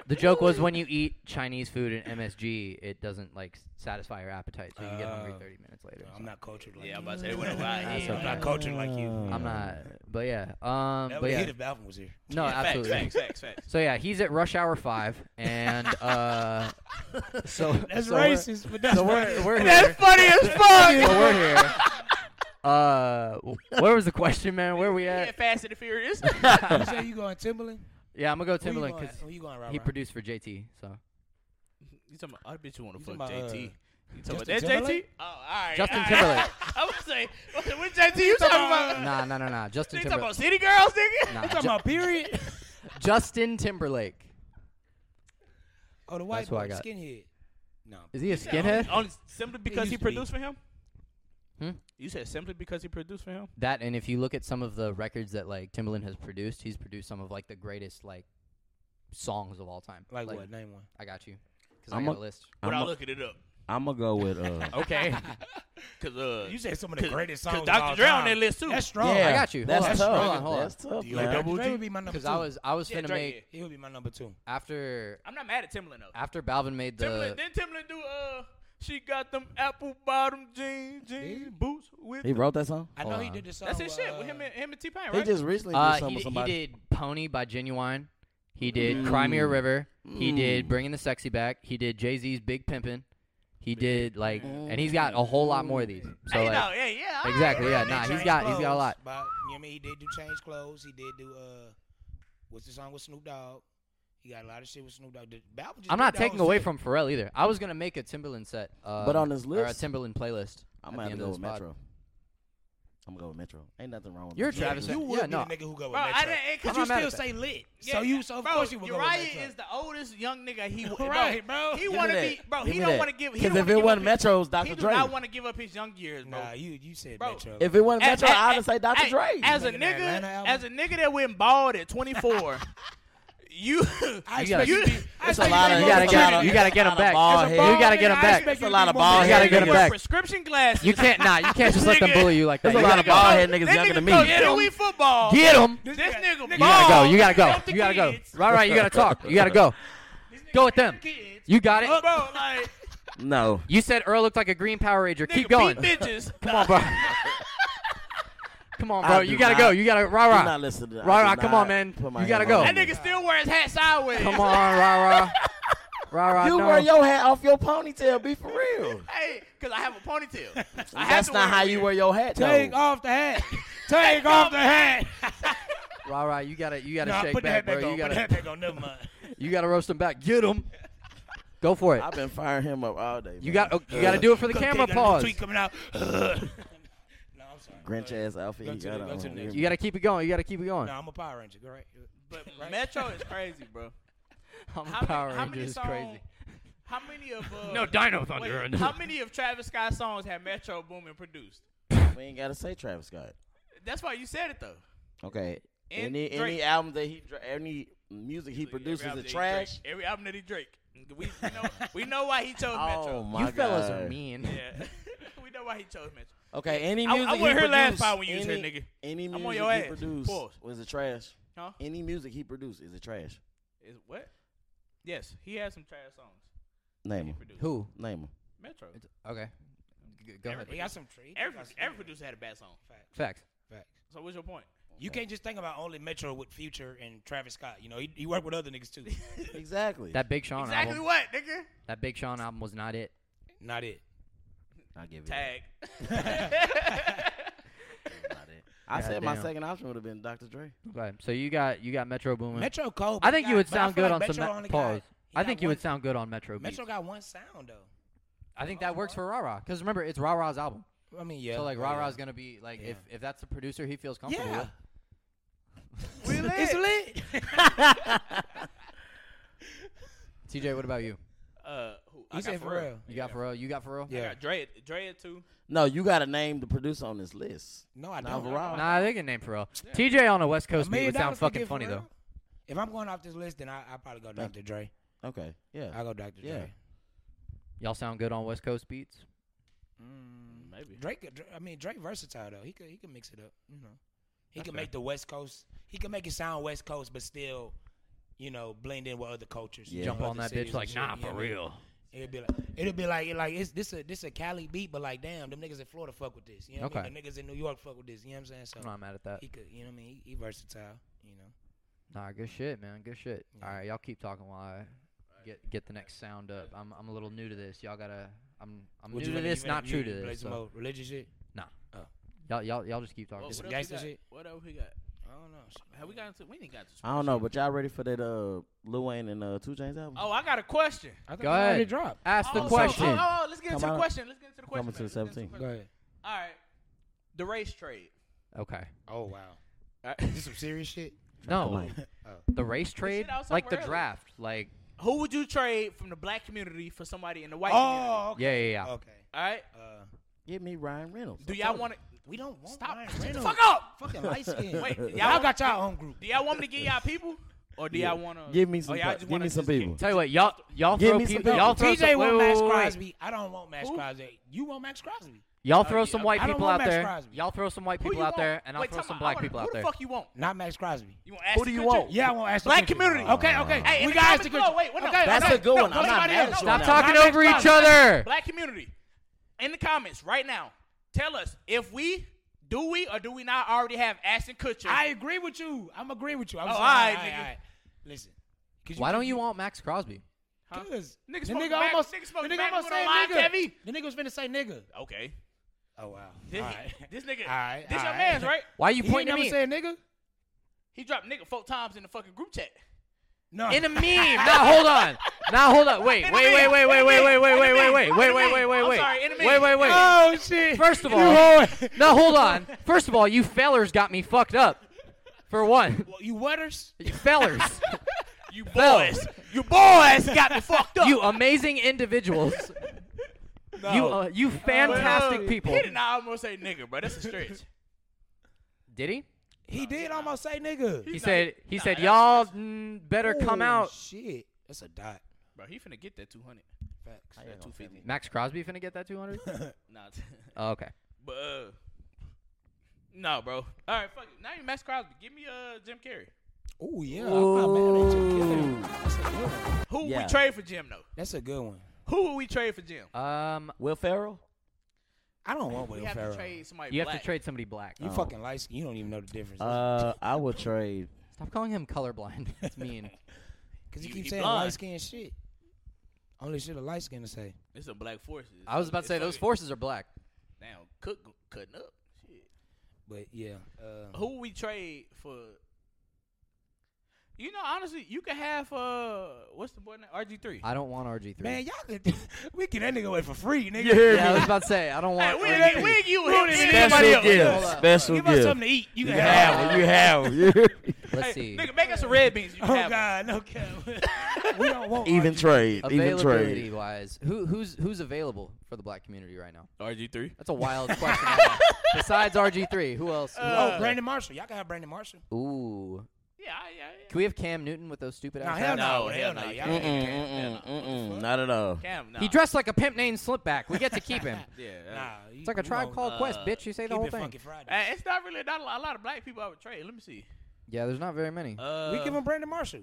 [SPEAKER 1] The joke was when you eat Chinese food in MSG, it doesn't like satisfy your appetite, so you get hungry
[SPEAKER 3] Oh.
[SPEAKER 1] 30 minutes later.
[SPEAKER 3] I'm not cultured like
[SPEAKER 5] Yeah, I'm
[SPEAKER 3] you.
[SPEAKER 5] about to
[SPEAKER 3] (laughs)
[SPEAKER 5] say what about
[SPEAKER 1] That's
[SPEAKER 5] yeah.
[SPEAKER 1] okay.
[SPEAKER 3] I'm not cultured like you.
[SPEAKER 1] I'm not, but yeah, um,
[SPEAKER 3] That
[SPEAKER 1] but
[SPEAKER 3] would
[SPEAKER 1] yeah,
[SPEAKER 3] hit if Balvin was here. (laughs)
[SPEAKER 1] no,
[SPEAKER 5] Facts,
[SPEAKER 1] absolutely.
[SPEAKER 5] facts, facts, facts.
[SPEAKER 1] (laughs) So yeah, he's at rush hour five,
[SPEAKER 3] (laughs)
[SPEAKER 1] and uh, so
[SPEAKER 3] That's
[SPEAKER 1] so we're-
[SPEAKER 3] racist, but that's
[SPEAKER 1] So
[SPEAKER 3] what
[SPEAKER 1] we're
[SPEAKER 3] it is. (laughs)
[SPEAKER 1] we're here.
[SPEAKER 5] funny as fuck.
[SPEAKER 1] (laughs) so we're here. Uh, where was the question, man? Where we
[SPEAKER 5] Yeah,
[SPEAKER 3] (laughs)
[SPEAKER 1] at?
[SPEAKER 5] Fast and the Furious.
[SPEAKER 3] You say you going Timberland?
[SPEAKER 1] (laughs) Yeah, I'm gonna go
[SPEAKER 3] Who you
[SPEAKER 1] (laughs) Timberland
[SPEAKER 3] going-
[SPEAKER 1] because
[SPEAKER 3] Who you going?
[SPEAKER 1] he
[SPEAKER 3] Rara?
[SPEAKER 1] produced for JT. So
[SPEAKER 5] You talking about? I bet you want
[SPEAKER 3] You
[SPEAKER 5] to fuck
[SPEAKER 3] talking about,
[SPEAKER 5] JT.
[SPEAKER 3] uh,
[SPEAKER 5] you talking
[SPEAKER 3] Justin
[SPEAKER 5] about that JT?
[SPEAKER 3] Timberlake?
[SPEAKER 5] Oh, all right.
[SPEAKER 1] Justin
[SPEAKER 5] all right.
[SPEAKER 1] Timberlake.
[SPEAKER 5] (laughs) I was saying, what JT you talking about?
[SPEAKER 1] nah, nah, nah, nah.
[SPEAKER 5] You
[SPEAKER 1] Justin
[SPEAKER 5] talking
[SPEAKER 1] Timberlake.
[SPEAKER 5] about City Girls, nigga?
[SPEAKER 1] Nah,
[SPEAKER 3] You talking
[SPEAKER 1] Ju-
[SPEAKER 3] about period?
[SPEAKER 1] (laughs) Justin Timberlake.
[SPEAKER 3] Oh, the white
[SPEAKER 1] That's what
[SPEAKER 3] boy,
[SPEAKER 1] I
[SPEAKER 3] the
[SPEAKER 1] got.
[SPEAKER 3] skinhead. No.
[SPEAKER 1] Is he a
[SPEAKER 5] Only,
[SPEAKER 3] Oh,
[SPEAKER 1] skinhead?
[SPEAKER 5] only simply because
[SPEAKER 3] used
[SPEAKER 5] he
[SPEAKER 3] to be.
[SPEAKER 5] produced for him.
[SPEAKER 1] Hmm?
[SPEAKER 5] You said simply because he produced for him.
[SPEAKER 1] That and if you look at some of the records that like Timbaland has produced, he's produced some of like the greatest like songs of all time.
[SPEAKER 3] Like, what? Name one.
[SPEAKER 1] I got you. Cause i
[SPEAKER 2] I'm
[SPEAKER 1] got
[SPEAKER 2] a-
[SPEAKER 1] a list.
[SPEAKER 5] Without
[SPEAKER 2] I'm
[SPEAKER 5] looking it up.
[SPEAKER 2] gonna go with uh.
[SPEAKER 5] Okay. (laughs) Cause uh,
[SPEAKER 3] You said some of the greatest songs.
[SPEAKER 5] cause
[SPEAKER 3] of
[SPEAKER 5] Dr.
[SPEAKER 3] all
[SPEAKER 5] Dre
[SPEAKER 3] time.
[SPEAKER 5] on that list too.
[SPEAKER 3] That's strong.
[SPEAKER 1] Yeah. I got you. Hold
[SPEAKER 2] That's
[SPEAKER 1] on,
[SPEAKER 2] tough.
[SPEAKER 1] hold on, hold on.
[SPEAKER 2] That's tough.
[SPEAKER 3] Yo,
[SPEAKER 2] man.
[SPEAKER 3] Double
[SPEAKER 5] Dre
[SPEAKER 3] G
[SPEAKER 5] would
[SPEAKER 3] would be my number
[SPEAKER 1] Because
[SPEAKER 3] two.
[SPEAKER 1] I was I was
[SPEAKER 5] Yeah,
[SPEAKER 1] finna make
[SPEAKER 5] Drake did.
[SPEAKER 3] He would be my number two.
[SPEAKER 1] after
[SPEAKER 5] I'm not mad at Timbaland though.
[SPEAKER 1] after Balvin made the
[SPEAKER 5] Timbaland, didn't Timbaland do uh She got them apple bottom jeans, jeans, boots with.
[SPEAKER 2] He wrote that song.
[SPEAKER 3] I know he did the song.
[SPEAKER 5] That's his shit with
[SPEAKER 3] uh,
[SPEAKER 5] him and him and T Pain,
[SPEAKER 2] He
[SPEAKER 5] right?
[SPEAKER 2] just recently
[SPEAKER 1] Uh,
[SPEAKER 2] did something
[SPEAKER 1] he,
[SPEAKER 2] with
[SPEAKER 1] he
[SPEAKER 2] somebody. Mm.
[SPEAKER 1] did Pony by Genuine. He did Cry Me a River. He did Bringing the Sexy Back. He did Jay Z's Big Pimpin'. He did like,
[SPEAKER 2] Mm.
[SPEAKER 1] and he's got a whole lot more of these. So
[SPEAKER 5] Hey,
[SPEAKER 1] like,
[SPEAKER 5] no, yeah, yeah. all
[SPEAKER 1] exactly, yeah.
[SPEAKER 3] He
[SPEAKER 1] Nah, he's
[SPEAKER 3] changed
[SPEAKER 1] got he's got a
[SPEAKER 3] clothes,
[SPEAKER 1] lot.
[SPEAKER 3] But, you know what I mean? He did do change clothes. He did do uh, what's the song with Snoop Dogg? He got a lot of shit with Snoop Dogg. The album just
[SPEAKER 1] I'm not
[SPEAKER 3] Snoop Dogg
[SPEAKER 1] taking
[SPEAKER 3] was
[SPEAKER 1] away
[SPEAKER 3] good.
[SPEAKER 1] from Pharrell either. I was gonna make a Timberland set, uh,
[SPEAKER 2] But on his
[SPEAKER 1] or a
[SPEAKER 2] list-
[SPEAKER 1] Timberland playlist.
[SPEAKER 2] I'm
[SPEAKER 1] at the
[SPEAKER 2] gonna have to
[SPEAKER 1] end
[SPEAKER 2] go
[SPEAKER 1] of
[SPEAKER 2] with
[SPEAKER 1] this pod.
[SPEAKER 2] Metro. I'm gonna go with Metro. Ain't nothing wrong with
[SPEAKER 1] You're
[SPEAKER 2] Metro.
[SPEAKER 3] Yeah,
[SPEAKER 1] Travis
[SPEAKER 3] You
[SPEAKER 1] Scott.
[SPEAKER 3] would
[SPEAKER 1] Yeah,
[SPEAKER 3] be
[SPEAKER 1] no.
[SPEAKER 3] the nigga who go with
[SPEAKER 5] Bro, I
[SPEAKER 3] Metro.
[SPEAKER 5] didn't, eh,
[SPEAKER 1] I'm
[SPEAKER 5] cause
[SPEAKER 1] not
[SPEAKER 5] you
[SPEAKER 1] mad
[SPEAKER 5] still
[SPEAKER 1] at that.
[SPEAKER 5] say lit.
[SPEAKER 3] So you- so of
[SPEAKER 5] bro,
[SPEAKER 3] course you would go with
[SPEAKER 5] Uriah
[SPEAKER 3] Metro.
[SPEAKER 5] is the oldest young nigga
[SPEAKER 3] (laughs)
[SPEAKER 5] he
[SPEAKER 3] Right, bro.
[SPEAKER 5] He
[SPEAKER 3] Give
[SPEAKER 2] me
[SPEAKER 5] want to
[SPEAKER 2] that.
[SPEAKER 5] be, bro.
[SPEAKER 2] Give
[SPEAKER 5] he
[SPEAKER 2] me
[SPEAKER 5] don't
[SPEAKER 2] that.
[SPEAKER 5] want to give. he
[SPEAKER 2] 'Cause
[SPEAKER 5] don't
[SPEAKER 2] if
[SPEAKER 5] wanna
[SPEAKER 2] it
[SPEAKER 5] give
[SPEAKER 2] wasn't
[SPEAKER 5] up his-
[SPEAKER 2] Metro, it was Dr.
[SPEAKER 5] He do
[SPEAKER 2] Dre.
[SPEAKER 5] not want to give up his young years, bro.
[SPEAKER 3] Nah, you you said
[SPEAKER 5] Bro,
[SPEAKER 3] Metro.
[SPEAKER 2] If it wasn't
[SPEAKER 5] A-
[SPEAKER 2] Metro,
[SPEAKER 5] a-
[SPEAKER 2] I'd have say Dr.
[SPEAKER 5] a-
[SPEAKER 2] Dre.
[SPEAKER 5] As a
[SPEAKER 3] Making an
[SPEAKER 5] nigga,
[SPEAKER 3] Atlanta album?
[SPEAKER 5] as a nigga that went bald at
[SPEAKER 3] (laughs)
[SPEAKER 5] 24, you,
[SPEAKER 3] I
[SPEAKER 1] You gotta-
[SPEAKER 3] expect you. I
[SPEAKER 2] It's a
[SPEAKER 3] expect
[SPEAKER 2] lot
[SPEAKER 3] you
[SPEAKER 2] of
[SPEAKER 1] You
[SPEAKER 3] to
[SPEAKER 1] gotta
[SPEAKER 3] be
[SPEAKER 1] get
[SPEAKER 3] more
[SPEAKER 1] him. You
[SPEAKER 3] mature.
[SPEAKER 1] gotta get him
[SPEAKER 2] It's a
[SPEAKER 1] back.
[SPEAKER 2] bald
[SPEAKER 1] You
[SPEAKER 2] head.
[SPEAKER 1] gotta get
[SPEAKER 3] I
[SPEAKER 1] him back.
[SPEAKER 3] expect
[SPEAKER 2] It's a
[SPEAKER 3] you to
[SPEAKER 2] lot
[SPEAKER 3] be
[SPEAKER 2] of
[SPEAKER 3] more
[SPEAKER 2] bald
[SPEAKER 3] mature.
[SPEAKER 1] You gotta get him
[SPEAKER 5] wear
[SPEAKER 1] back.
[SPEAKER 5] prescription glasses.
[SPEAKER 1] You can't. Nah, you can't just let them
[SPEAKER 5] Nigga.
[SPEAKER 1] bully you like that.
[SPEAKER 2] There's a
[SPEAKER 1] You
[SPEAKER 2] lot
[SPEAKER 1] gotta
[SPEAKER 2] of
[SPEAKER 1] go.
[SPEAKER 2] bald head niggas
[SPEAKER 5] That
[SPEAKER 2] younger than me.
[SPEAKER 5] nigga coach Pee Wee football.
[SPEAKER 1] Get him.
[SPEAKER 5] This nigga bald.
[SPEAKER 1] You gotta go. You gotta go. You gotta go. Right, right. You gotta talk. You gotta go. Go with them. You got it.
[SPEAKER 5] Bro,
[SPEAKER 1] (laughs)
[SPEAKER 5] like,
[SPEAKER 2] No.
[SPEAKER 1] You said Earl looked like a green Power Ranger.
[SPEAKER 5] nigga
[SPEAKER 1] Keep going.
[SPEAKER 5] beat bitches.
[SPEAKER 1] (laughs) Come on, bro. Come on, bro.
[SPEAKER 2] I
[SPEAKER 1] You
[SPEAKER 2] do
[SPEAKER 1] gotta
[SPEAKER 2] not-
[SPEAKER 1] go. You gotta rah
[SPEAKER 2] Do
[SPEAKER 1] rah.
[SPEAKER 2] not listen to that.
[SPEAKER 1] Rah,
[SPEAKER 2] I do
[SPEAKER 1] rah, come on,
[SPEAKER 2] not
[SPEAKER 1] man.
[SPEAKER 2] put
[SPEAKER 1] You
[SPEAKER 2] my hand
[SPEAKER 1] gotta go.
[SPEAKER 2] on
[SPEAKER 5] That nigga still wear his hat sideways.
[SPEAKER 1] Come on, rah
[SPEAKER 3] (laughs)
[SPEAKER 1] rah. Rah rah.
[SPEAKER 2] You
[SPEAKER 1] no.
[SPEAKER 2] wear your hat off your ponytail. Be for real.
[SPEAKER 5] (laughs) Hey, because I have a
[SPEAKER 1] (laughs)
[SPEAKER 5] ponytail. I have
[SPEAKER 2] That's
[SPEAKER 5] to
[SPEAKER 2] not
[SPEAKER 5] wear
[SPEAKER 2] how
[SPEAKER 5] it
[SPEAKER 2] you
[SPEAKER 5] weird.
[SPEAKER 2] wear your hat, though.
[SPEAKER 3] Take off the hat. (laughs) Take off the hat.
[SPEAKER 1] Rah rah. You gotta. You gotta
[SPEAKER 3] Nah,
[SPEAKER 1] shake
[SPEAKER 3] put the
[SPEAKER 1] back,
[SPEAKER 3] hat
[SPEAKER 1] bro.
[SPEAKER 3] back
[SPEAKER 1] You
[SPEAKER 3] on. Put the
[SPEAKER 1] gotta.
[SPEAKER 3] hat back on. Never mind.
[SPEAKER 1] You gotta roast him back. Get him. Go for it.
[SPEAKER 2] I've been firing him up all day.
[SPEAKER 1] You
[SPEAKER 2] man.
[SPEAKER 1] got. oh, You
[SPEAKER 2] Uh,
[SPEAKER 1] gotta do it (laughs) for the camera
[SPEAKER 3] Got a little
[SPEAKER 1] pause.
[SPEAKER 3] Tweet coming out. (laughs) no, I'm sorry.
[SPEAKER 2] Grinch ass outfit.
[SPEAKER 3] Go
[SPEAKER 2] he
[SPEAKER 3] to
[SPEAKER 2] got
[SPEAKER 3] the- go
[SPEAKER 2] on.
[SPEAKER 3] to the next
[SPEAKER 1] You gotta keep it going. You gotta keep it going.
[SPEAKER 3] No, I'm a Power Ranger. Go right. But
[SPEAKER 5] Metro is crazy, bro.
[SPEAKER 1] I'm
[SPEAKER 2] (laughs)
[SPEAKER 5] How,
[SPEAKER 1] a Power
[SPEAKER 5] many,
[SPEAKER 1] Ranger.
[SPEAKER 5] how many
[SPEAKER 1] is
[SPEAKER 5] song,
[SPEAKER 1] crazy.
[SPEAKER 5] How many of uh,
[SPEAKER 4] No Dino
[SPEAKER 5] wait,
[SPEAKER 4] Thunder.
[SPEAKER 5] How many of Travis Scott's songs have Metro Boomin produced?
[SPEAKER 2] We ain't gotta say Travis Scott.
[SPEAKER 5] That's why you said it though.
[SPEAKER 2] Okay.
[SPEAKER 5] And
[SPEAKER 2] any
[SPEAKER 5] Drake.
[SPEAKER 2] any album that he dra- any music he produces
[SPEAKER 5] Every
[SPEAKER 2] is
[SPEAKER 5] album that he
[SPEAKER 2] trash.
[SPEAKER 5] Drake- Every album that he Drake. We, we, know, we know why he chose
[SPEAKER 2] Oh
[SPEAKER 5] Metro.
[SPEAKER 2] my
[SPEAKER 1] you
[SPEAKER 2] god.
[SPEAKER 1] fellas are mean.
[SPEAKER 5] Yeah. (laughs) we know why he chose Metro.
[SPEAKER 2] Okay. Any
[SPEAKER 5] I- I
[SPEAKER 2] music he
[SPEAKER 5] wasn't here
[SPEAKER 2] produced.
[SPEAKER 5] last time when you was here,
[SPEAKER 2] any,
[SPEAKER 5] nigga.
[SPEAKER 2] Any
[SPEAKER 5] I'm on
[SPEAKER 2] music
[SPEAKER 5] your
[SPEAKER 2] he
[SPEAKER 5] ass.
[SPEAKER 2] produced
[SPEAKER 5] Pause.
[SPEAKER 2] was it trash.
[SPEAKER 5] Huh?
[SPEAKER 2] Any music he produced is it trash.
[SPEAKER 5] Is what? Yes, he has some trash songs.
[SPEAKER 2] Name
[SPEAKER 5] He
[SPEAKER 2] him.
[SPEAKER 5] produced.
[SPEAKER 1] Who?
[SPEAKER 2] Name him.
[SPEAKER 5] Metro.
[SPEAKER 1] It's- okay. G- go ahead.
[SPEAKER 3] we got some trees.
[SPEAKER 5] Every every producer had a bad song.
[SPEAKER 1] Facts.
[SPEAKER 3] Facts.
[SPEAKER 5] So what's your point?
[SPEAKER 3] You can't just think about only Metro with Future and Travis Scott. You know, he, he worked with other niggas (laughs) too.
[SPEAKER 2] Exactly.
[SPEAKER 1] That Big Sean
[SPEAKER 5] Exactly
[SPEAKER 1] album.
[SPEAKER 5] what, nigga?
[SPEAKER 1] That Big Sean album was not it.
[SPEAKER 3] Not it.
[SPEAKER 2] I give you
[SPEAKER 5] Tag.
[SPEAKER 2] that. Not it. I said my
[SPEAKER 1] Goddamn.
[SPEAKER 2] second option would have been Dr. Dre.
[SPEAKER 1] Okay. So you got you got Metro Boomin.
[SPEAKER 3] Metro Cole.
[SPEAKER 1] I think you would sound good on
[SPEAKER 3] Metro
[SPEAKER 1] some Met-
[SPEAKER 3] only
[SPEAKER 1] pause.
[SPEAKER 3] Got, he
[SPEAKER 1] I
[SPEAKER 3] got
[SPEAKER 1] think you
[SPEAKER 3] one-
[SPEAKER 1] would sound good on Metro beats.
[SPEAKER 3] Metro got one sound though.
[SPEAKER 1] I think that works for Rah Rah. Because remember, it's Rah Rah's album.
[SPEAKER 3] I mean, yeah.
[SPEAKER 1] So like
[SPEAKER 3] yeah.
[SPEAKER 1] Rah Rah's gonna be like
[SPEAKER 3] Yeah.
[SPEAKER 1] if if that's the producer he feels comfortable
[SPEAKER 3] Yeah.
[SPEAKER 1] with.
[SPEAKER 5] we lit.
[SPEAKER 3] It's lit.
[SPEAKER 1] TJ, what about you?
[SPEAKER 5] Uh, who? I
[SPEAKER 3] You
[SPEAKER 5] got
[SPEAKER 3] said for real.
[SPEAKER 1] You got Pharrell. You got Pharrell.
[SPEAKER 5] I
[SPEAKER 3] Yeah.
[SPEAKER 5] got Dre, Dre too.
[SPEAKER 2] No, you gotta name the producer on this list.
[SPEAKER 3] No, I
[SPEAKER 2] Now
[SPEAKER 3] don't.
[SPEAKER 2] Varela.
[SPEAKER 1] Nah, they can name Pharrell. TJ on a West Coast beat
[SPEAKER 3] Million
[SPEAKER 1] would sound
[SPEAKER 3] dollars could
[SPEAKER 1] fucking
[SPEAKER 3] get
[SPEAKER 1] funny though.
[SPEAKER 3] Pharrell. If I'm going off this list, then I I probably go Dr. Dre.
[SPEAKER 2] Okay. Yeah.
[SPEAKER 3] I go Dr. Dre.
[SPEAKER 2] Yeah.
[SPEAKER 1] Y'all sound good on West Coast beats.
[SPEAKER 5] Maybe.
[SPEAKER 3] Drake, Dra- I mean Drake, versatile though. He could he could mix it up. You know, he could make the West Coast. He could make it sound West Coast, but still, you know, blend in with other cultures.
[SPEAKER 2] Yeah.
[SPEAKER 3] you know,
[SPEAKER 1] Jump on
[SPEAKER 3] other
[SPEAKER 1] that
[SPEAKER 3] cities
[SPEAKER 1] bitch
[SPEAKER 3] and
[SPEAKER 1] like
[SPEAKER 3] shit,
[SPEAKER 4] Nah,
[SPEAKER 3] you know
[SPEAKER 4] for
[SPEAKER 3] what I mean?
[SPEAKER 4] real.
[SPEAKER 3] It'd be like it'd be like like it's this a this a Cali beat, but like damn, them niggas in Florida fuck with this. You know, what I mean?
[SPEAKER 1] Okay.
[SPEAKER 3] the niggas in New York fuck with this. You know what I'm saying? So
[SPEAKER 1] I'm not mad at that.
[SPEAKER 3] he could, you know what I mean? He, he versatile. You know,
[SPEAKER 1] Nah, good shit, man. Good shit.
[SPEAKER 3] Yeah.
[SPEAKER 1] All right, y'all keep talking while I get get the next sound up. I'm I'm a little new to this. Y'all gotta. I'm I'm
[SPEAKER 3] Would
[SPEAKER 1] new
[SPEAKER 3] you
[SPEAKER 1] to
[SPEAKER 3] rather-
[SPEAKER 1] this,
[SPEAKER 3] you rather-
[SPEAKER 1] not
[SPEAKER 3] you
[SPEAKER 1] true to
[SPEAKER 3] rather play
[SPEAKER 1] this.
[SPEAKER 3] some
[SPEAKER 1] so-
[SPEAKER 3] old religious shit.
[SPEAKER 1] Nah.
[SPEAKER 3] Oh.
[SPEAKER 1] Y'all y'all y'all just keep talking.
[SPEAKER 5] Well,
[SPEAKER 3] Just
[SPEAKER 5] what else
[SPEAKER 3] gangsta
[SPEAKER 5] we got?
[SPEAKER 3] shit?
[SPEAKER 5] What else we got?
[SPEAKER 3] I don't know. shit.
[SPEAKER 5] Have we gotten to? We ain't got to.
[SPEAKER 2] I don't know, but y'all ready for that uh Lil Wayne and uh Two Chainz album?
[SPEAKER 5] Oh, I got a question.
[SPEAKER 3] I thought
[SPEAKER 1] Go
[SPEAKER 3] I already
[SPEAKER 1] ahead.
[SPEAKER 3] dropped.
[SPEAKER 1] Ask the
[SPEAKER 5] oh, so-
[SPEAKER 1] question.
[SPEAKER 5] oh, oh, oh, let's get
[SPEAKER 2] Come
[SPEAKER 5] into the
[SPEAKER 2] on.
[SPEAKER 5] question. Let's get into the question.
[SPEAKER 2] Coming to
[SPEAKER 5] man.
[SPEAKER 2] the
[SPEAKER 5] Let's get
[SPEAKER 2] 17.
[SPEAKER 5] into the
[SPEAKER 3] Go
[SPEAKER 5] question.
[SPEAKER 3] ahead.
[SPEAKER 5] All right. The race trade.
[SPEAKER 1] Okay.
[SPEAKER 3] Oh wow.
[SPEAKER 5] All
[SPEAKER 3] Is this some serious shit?
[SPEAKER 1] No,
[SPEAKER 3] Oh.
[SPEAKER 1] the race trade,
[SPEAKER 5] shit out
[SPEAKER 1] like the
[SPEAKER 5] somewhere early.
[SPEAKER 1] draft, like
[SPEAKER 5] (laughs) Who would you trade from the black community for somebody in the white
[SPEAKER 3] Oh, okay.
[SPEAKER 1] yeah, yeah, yeah.
[SPEAKER 3] Okay.
[SPEAKER 5] community? All right.
[SPEAKER 3] Uh,
[SPEAKER 2] Give me Ryan Reynolds.
[SPEAKER 5] Do
[SPEAKER 2] I
[SPEAKER 5] y'all
[SPEAKER 2] told
[SPEAKER 5] want to?
[SPEAKER 3] we don't want
[SPEAKER 5] Stop.
[SPEAKER 3] Ryan
[SPEAKER 5] Shut the
[SPEAKER 3] Reynolds.
[SPEAKER 5] fuck up.
[SPEAKER 3] Fucking
[SPEAKER 5] (laughs)
[SPEAKER 3] light skin.
[SPEAKER 5] Wait, y'all
[SPEAKER 3] y'all
[SPEAKER 5] want-
[SPEAKER 3] got y'all own group.
[SPEAKER 5] Do y'all want me to give y'all people, or do y'all want to?
[SPEAKER 2] you. Give me some.
[SPEAKER 5] y'all
[SPEAKER 2] pe-
[SPEAKER 5] just
[SPEAKER 2] give
[SPEAKER 5] wanna
[SPEAKER 2] me some
[SPEAKER 5] just get-
[SPEAKER 2] people.
[SPEAKER 1] Tell you what, y'all y'all
[SPEAKER 2] Give
[SPEAKER 1] throw
[SPEAKER 2] me some
[SPEAKER 1] people.
[SPEAKER 2] people.
[SPEAKER 1] Y'all throw
[SPEAKER 3] TJ
[SPEAKER 1] some, wait,
[SPEAKER 3] want
[SPEAKER 1] wait,
[SPEAKER 3] Max
[SPEAKER 1] wait, wait.
[SPEAKER 3] Crosby. I don't want Max
[SPEAKER 5] Who?
[SPEAKER 3] Crosby. You want Max Crosby?
[SPEAKER 1] Y'all throw some
[SPEAKER 5] yeah,
[SPEAKER 1] white
[SPEAKER 3] I don't
[SPEAKER 1] people
[SPEAKER 3] want
[SPEAKER 1] out
[SPEAKER 3] Max
[SPEAKER 1] there.
[SPEAKER 3] Crosby.
[SPEAKER 1] Y'all throw some white
[SPEAKER 5] Who
[SPEAKER 1] people
[SPEAKER 5] you
[SPEAKER 1] out there,
[SPEAKER 5] want?
[SPEAKER 1] and I'll
[SPEAKER 5] Wait,
[SPEAKER 1] throw
[SPEAKER 5] time
[SPEAKER 1] some
[SPEAKER 5] out. I
[SPEAKER 1] black
[SPEAKER 5] wanna-
[SPEAKER 1] people
[SPEAKER 5] who
[SPEAKER 1] out
[SPEAKER 5] the
[SPEAKER 1] there.
[SPEAKER 5] fuck you want?
[SPEAKER 3] Not Max Crosby.
[SPEAKER 5] You want Ashton
[SPEAKER 2] do you
[SPEAKER 5] Kutcher?
[SPEAKER 2] want?
[SPEAKER 3] Yeah, I want Ashton
[SPEAKER 5] Black
[SPEAKER 3] Kutcher.
[SPEAKER 5] community.
[SPEAKER 3] Okay, okay.
[SPEAKER 5] Hey,
[SPEAKER 3] we
[SPEAKER 5] and
[SPEAKER 3] got
[SPEAKER 5] the
[SPEAKER 3] Ashton
[SPEAKER 5] comments-
[SPEAKER 3] Kutcher.
[SPEAKER 5] no, wait, what- no,
[SPEAKER 3] okay,
[SPEAKER 2] That's
[SPEAKER 3] okay.
[SPEAKER 2] a good
[SPEAKER 5] no,
[SPEAKER 2] one. I'm not
[SPEAKER 5] somebody
[SPEAKER 2] mad at
[SPEAKER 5] else.
[SPEAKER 2] you.
[SPEAKER 1] Stop
[SPEAKER 2] on that.
[SPEAKER 1] talking
[SPEAKER 3] Max
[SPEAKER 1] over each
[SPEAKER 3] Crosby.
[SPEAKER 1] other.
[SPEAKER 5] Black community, in the comments right now, tell us if we do we or do we not already have Ashton
[SPEAKER 2] Oh.
[SPEAKER 5] Kutcher.
[SPEAKER 3] I agree with you. I'm agreeing with you. I'm
[SPEAKER 5] Oh,
[SPEAKER 3] saying,
[SPEAKER 5] all right,
[SPEAKER 3] all
[SPEAKER 5] nigga.
[SPEAKER 3] all right. Listen. 'Cause
[SPEAKER 1] Why don't
[SPEAKER 3] keep-
[SPEAKER 1] you want Max Crosby?
[SPEAKER 5] Huh?
[SPEAKER 3] Cause
[SPEAKER 5] Niggas
[SPEAKER 3] the
[SPEAKER 5] smoking
[SPEAKER 3] nigga
[SPEAKER 5] back-
[SPEAKER 3] almost,
[SPEAKER 5] niggas smoking
[SPEAKER 3] the nigga
[SPEAKER 5] back
[SPEAKER 3] almost
[SPEAKER 5] with
[SPEAKER 3] said
[SPEAKER 5] on
[SPEAKER 3] nigga.
[SPEAKER 5] live TV.
[SPEAKER 3] The nigga was finna say nigga.
[SPEAKER 5] okay.
[SPEAKER 3] Oh wow.
[SPEAKER 5] This,
[SPEAKER 3] All right.
[SPEAKER 5] (laughs) this nigga,
[SPEAKER 3] Alright,
[SPEAKER 5] this your
[SPEAKER 3] alright.
[SPEAKER 5] man's right.
[SPEAKER 1] Why are you
[SPEAKER 3] He ain't
[SPEAKER 1] pointing at
[SPEAKER 3] never
[SPEAKER 1] me?
[SPEAKER 3] said nigga.
[SPEAKER 5] He dropped nigga four times in the fucking group chat.
[SPEAKER 3] No.
[SPEAKER 1] in a meme. Now hold on. Now hold on. Wait,
[SPEAKER 5] In
[SPEAKER 1] wait,
[SPEAKER 5] a meme.
[SPEAKER 1] wait, wait, wait,
[SPEAKER 5] In a
[SPEAKER 1] wait, wait,
[SPEAKER 5] meme.
[SPEAKER 1] wait,
[SPEAKER 5] In a
[SPEAKER 1] wait,
[SPEAKER 5] meme.
[SPEAKER 1] wait, wait,
[SPEAKER 5] In
[SPEAKER 1] wait,
[SPEAKER 5] a meme.
[SPEAKER 1] wait, wait, wait,
[SPEAKER 5] I'm
[SPEAKER 1] wait.
[SPEAKER 5] sorry, in a meme.
[SPEAKER 1] Wait, wait, wait.
[SPEAKER 3] oh shit.
[SPEAKER 1] First of all- Now hold on. First of all, you fellers got me fucked up. For one,
[SPEAKER 3] Well, (laughs) you wetters.
[SPEAKER 1] you
[SPEAKER 5] (laughs)
[SPEAKER 1] fellers,
[SPEAKER 5] You
[SPEAKER 1] No.
[SPEAKER 5] boys, you boys got me fucked up.
[SPEAKER 1] you amazing individuals, you uh, you fantastic people.
[SPEAKER 5] He did not almost say nigga, bro. That's a stretch.
[SPEAKER 1] Did he?
[SPEAKER 3] He did almost say nigga.
[SPEAKER 1] He
[SPEAKER 5] He's
[SPEAKER 1] said
[SPEAKER 5] not-
[SPEAKER 1] he
[SPEAKER 5] nah,
[SPEAKER 1] said
[SPEAKER 5] that's-
[SPEAKER 1] y'all mm, better come
[SPEAKER 3] Oh,
[SPEAKER 1] out.
[SPEAKER 3] Shit. That's a dot.
[SPEAKER 5] Bro, he finna get that 200. Facts.
[SPEAKER 2] ain't
[SPEAKER 5] That
[SPEAKER 2] gonna
[SPEAKER 5] 250.
[SPEAKER 1] Max Crosby finna get that
[SPEAKER 5] (laughs)
[SPEAKER 1] 200?
[SPEAKER 5] Nah.
[SPEAKER 1] oh, okay.
[SPEAKER 5] but, uh, no, bro. All right, fuck it. Now you Max Crosby. Give me uh Jim Carrey.
[SPEAKER 3] Oh yeah. I'm not mad at you. Yeah. That's a good one.
[SPEAKER 5] Who would we
[SPEAKER 2] Yeah.
[SPEAKER 5] trade for Jim, though?
[SPEAKER 3] That's a good one.
[SPEAKER 5] Who would we trade for Jim?
[SPEAKER 1] Um
[SPEAKER 2] Will Ferrell?
[SPEAKER 3] I don't want Will
[SPEAKER 5] we have
[SPEAKER 3] Ferrell.
[SPEAKER 5] to trade somebody
[SPEAKER 1] you
[SPEAKER 5] black.
[SPEAKER 1] have to trade somebody black.
[SPEAKER 3] You fucking light skin. You don't even know the difference.
[SPEAKER 2] Uh, I would trade.
[SPEAKER 1] Stop calling him colorblind. It's mean.
[SPEAKER 3] Cause you
[SPEAKER 5] you-
[SPEAKER 3] keep
[SPEAKER 5] he
[SPEAKER 3] saying
[SPEAKER 5] blind.
[SPEAKER 3] light skin shit. Only shit a light skin to say.
[SPEAKER 5] It's a black forces.
[SPEAKER 1] I was about to say those forces are black.
[SPEAKER 5] Damn, Cook go- cutting up. Shit.
[SPEAKER 3] But yeah.
[SPEAKER 1] Oh.
[SPEAKER 3] Uh,
[SPEAKER 5] Who would we trade for? You know, honestly, you could have uh, what's the boy name? RG three.
[SPEAKER 1] I don't want RG3.
[SPEAKER 3] man, y'all could (laughs) we get that nigga away for free, nigga.
[SPEAKER 1] yeah, I
[SPEAKER 2] (laughs)
[SPEAKER 1] was about to say I don't
[SPEAKER 5] Hey,
[SPEAKER 1] want.
[SPEAKER 5] we
[SPEAKER 1] RG3.
[SPEAKER 5] ain't we ain't you
[SPEAKER 3] don't
[SPEAKER 5] him,
[SPEAKER 3] even
[SPEAKER 5] nigga.
[SPEAKER 3] need Somebody
[SPEAKER 2] Special
[SPEAKER 3] else.
[SPEAKER 1] Hold
[SPEAKER 2] gift.
[SPEAKER 1] up.
[SPEAKER 2] Special
[SPEAKER 3] Give us
[SPEAKER 2] gift.
[SPEAKER 3] something to eat. You
[SPEAKER 2] You
[SPEAKER 3] can have
[SPEAKER 2] have
[SPEAKER 3] one.
[SPEAKER 2] it. You have it.
[SPEAKER 1] Let's
[SPEAKER 5] Hey,
[SPEAKER 1] see.
[SPEAKER 5] nigga, make us some red beans. You can
[SPEAKER 3] Oh
[SPEAKER 5] have 'em.
[SPEAKER 3] God, no cap. we don't
[SPEAKER 2] (laughs)
[SPEAKER 3] want
[SPEAKER 2] Even trade. Even
[SPEAKER 1] Availability
[SPEAKER 2] trade.
[SPEAKER 1] wise, who who's who's available for the black community right now?
[SPEAKER 5] RG3.
[SPEAKER 1] That's a wild question. Besides RG3, who else? Who
[SPEAKER 3] Oh,
[SPEAKER 1] else?
[SPEAKER 3] Brandon Marshall. Y'all can have Brandon Marshall.
[SPEAKER 1] Ooh,
[SPEAKER 5] Yeah, yeah, yeah.
[SPEAKER 1] can we have Cam Newton with those stupid
[SPEAKER 3] No,
[SPEAKER 1] ass?
[SPEAKER 3] hell
[SPEAKER 1] abs?
[SPEAKER 3] no, hell no. Y'all
[SPEAKER 5] you
[SPEAKER 3] can't.
[SPEAKER 5] can't.
[SPEAKER 2] Mm-mm,
[SPEAKER 5] Hell no.
[SPEAKER 2] mm-mm, Not at all.
[SPEAKER 5] Cam, no.
[SPEAKER 1] He dressed like a pimp named Slipback. We get to keep him.
[SPEAKER 5] Yeah. that-
[SPEAKER 3] Nah,
[SPEAKER 1] It's like a tribe called Quest, bitch. You say the whole thing.
[SPEAKER 3] Funky Friday.
[SPEAKER 5] Hey, it's not really not a lot, a lot of black people I would trade. Let me see.
[SPEAKER 1] Yeah, there's not very many.
[SPEAKER 5] Uh,
[SPEAKER 3] we give him Brandon Marshall.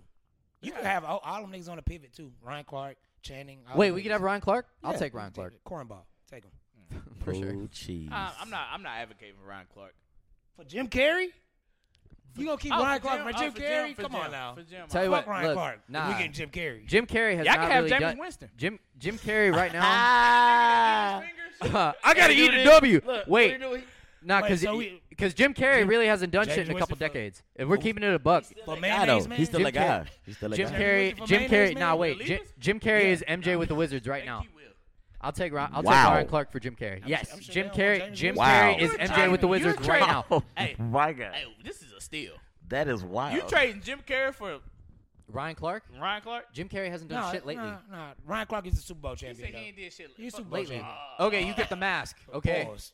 [SPEAKER 3] You could have all, all them niggas on the pivot too. Ryan Clark, Channing. all
[SPEAKER 1] Wait,
[SPEAKER 3] them
[SPEAKER 1] we could
[SPEAKER 3] niggas.
[SPEAKER 1] have Ryan Clark. I'll
[SPEAKER 3] Yeah,
[SPEAKER 1] take
[SPEAKER 3] we
[SPEAKER 1] Ryan
[SPEAKER 3] can
[SPEAKER 1] Clark
[SPEAKER 3] it. Cornball, take him
[SPEAKER 1] for sure.
[SPEAKER 2] Oh, cheese.
[SPEAKER 5] I- Uh, I'm not. I'm not advocating for Ryan Clark.
[SPEAKER 3] for Jim Carrey. You gonna keep
[SPEAKER 5] Oh,
[SPEAKER 3] Ryan Clark for
[SPEAKER 5] oh,
[SPEAKER 3] Jim Carrey?
[SPEAKER 5] for
[SPEAKER 3] Come
[SPEAKER 5] Jim,
[SPEAKER 3] on now.
[SPEAKER 5] For Jim,
[SPEAKER 1] Tell you
[SPEAKER 3] Fuck
[SPEAKER 1] what,
[SPEAKER 3] Ryan
[SPEAKER 1] look,
[SPEAKER 3] Clark.
[SPEAKER 1] nah.
[SPEAKER 3] We getting Jim Carry.
[SPEAKER 1] Jim Carrey has
[SPEAKER 5] Y'all
[SPEAKER 1] not
[SPEAKER 5] can have
[SPEAKER 1] really
[SPEAKER 5] James
[SPEAKER 1] done.
[SPEAKER 5] Winston.
[SPEAKER 1] Jim Jim Carrey right now. (laughs)
[SPEAKER 2] Ah.
[SPEAKER 1] I gotta eat a W. Wait, nah,
[SPEAKER 3] Wait,
[SPEAKER 1] because
[SPEAKER 3] so we-
[SPEAKER 1] because Jim Carrey really hasn't done
[SPEAKER 3] James
[SPEAKER 1] shit in a couple
[SPEAKER 3] Winston for-
[SPEAKER 1] decades. If we're keeping it a buck,
[SPEAKER 3] For
[SPEAKER 2] I know.
[SPEAKER 3] mayonnaise, man.
[SPEAKER 2] He's still
[SPEAKER 1] Jim
[SPEAKER 2] a guy. He's still a
[SPEAKER 1] Jim
[SPEAKER 2] guy.
[SPEAKER 1] Carrey,
[SPEAKER 3] Winston for
[SPEAKER 1] Jim Carrey.
[SPEAKER 3] mayonnaise,
[SPEAKER 1] Nah,
[SPEAKER 3] man?
[SPEAKER 1] wait,
[SPEAKER 5] Believe
[SPEAKER 1] Jim,
[SPEAKER 5] us?
[SPEAKER 1] Jim Carrey is MJ with the Wizards right now. I'll take Ron, I'll
[SPEAKER 2] Wow.
[SPEAKER 1] take Ryan Clark for Jim Carrey. Yes,
[SPEAKER 3] I'm
[SPEAKER 1] Jim
[SPEAKER 3] sure they don't want
[SPEAKER 1] Carrey.
[SPEAKER 3] James
[SPEAKER 1] Jim
[SPEAKER 2] Winston.
[SPEAKER 1] Carrey
[SPEAKER 2] Wow.
[SPEAKER 1] is
[SPEAKER 2] You're
[SPEAKER 1] MJ with the
[SPEAKER 5] trading-
[SPEAKER 1] Wizards
[SPEAKER 5] you're
[SPEAKER 1] right now.
[SPEAKER 2] (laughs) Oh,
[SPEAKER 5] Hey.
[SPEAKER 2] my God.
[SPEAKER 5] Hey, this is a steal.
[SPEAKER 2] That is wild.
[SPEAKER 5] You trading Jim Carrey for
[SPEAKER 1] Ryan Clark.
[SPEAKER 5] Ryan Clark?
[SPEAKER 1] Jim Carrey hasn't done
[SPEAKER 3] Nah,
[SPEAKER 1] shit lately.
[SPEAKER 3] nah, nah. Ryan Clark is the Super Bowl
[SPEAKER 5] He
[SPEAKER 3] champion.
[SPEAKER 5] said he ain't
[SPEAKER 3] though.
[SPEAKER 5] did shit.
[SPEAKER 3] He's
[SPEAKER 5] Fuck
[SPEAKER 3] Super Bowl
[SPEAKER 1] Lately.
[SPEAKER 3] champion.
[SPEAKER 5] Oh.
[SPEAKER 1] Okay, you get the mask. Okay,
[SPEAKER 3] Pause.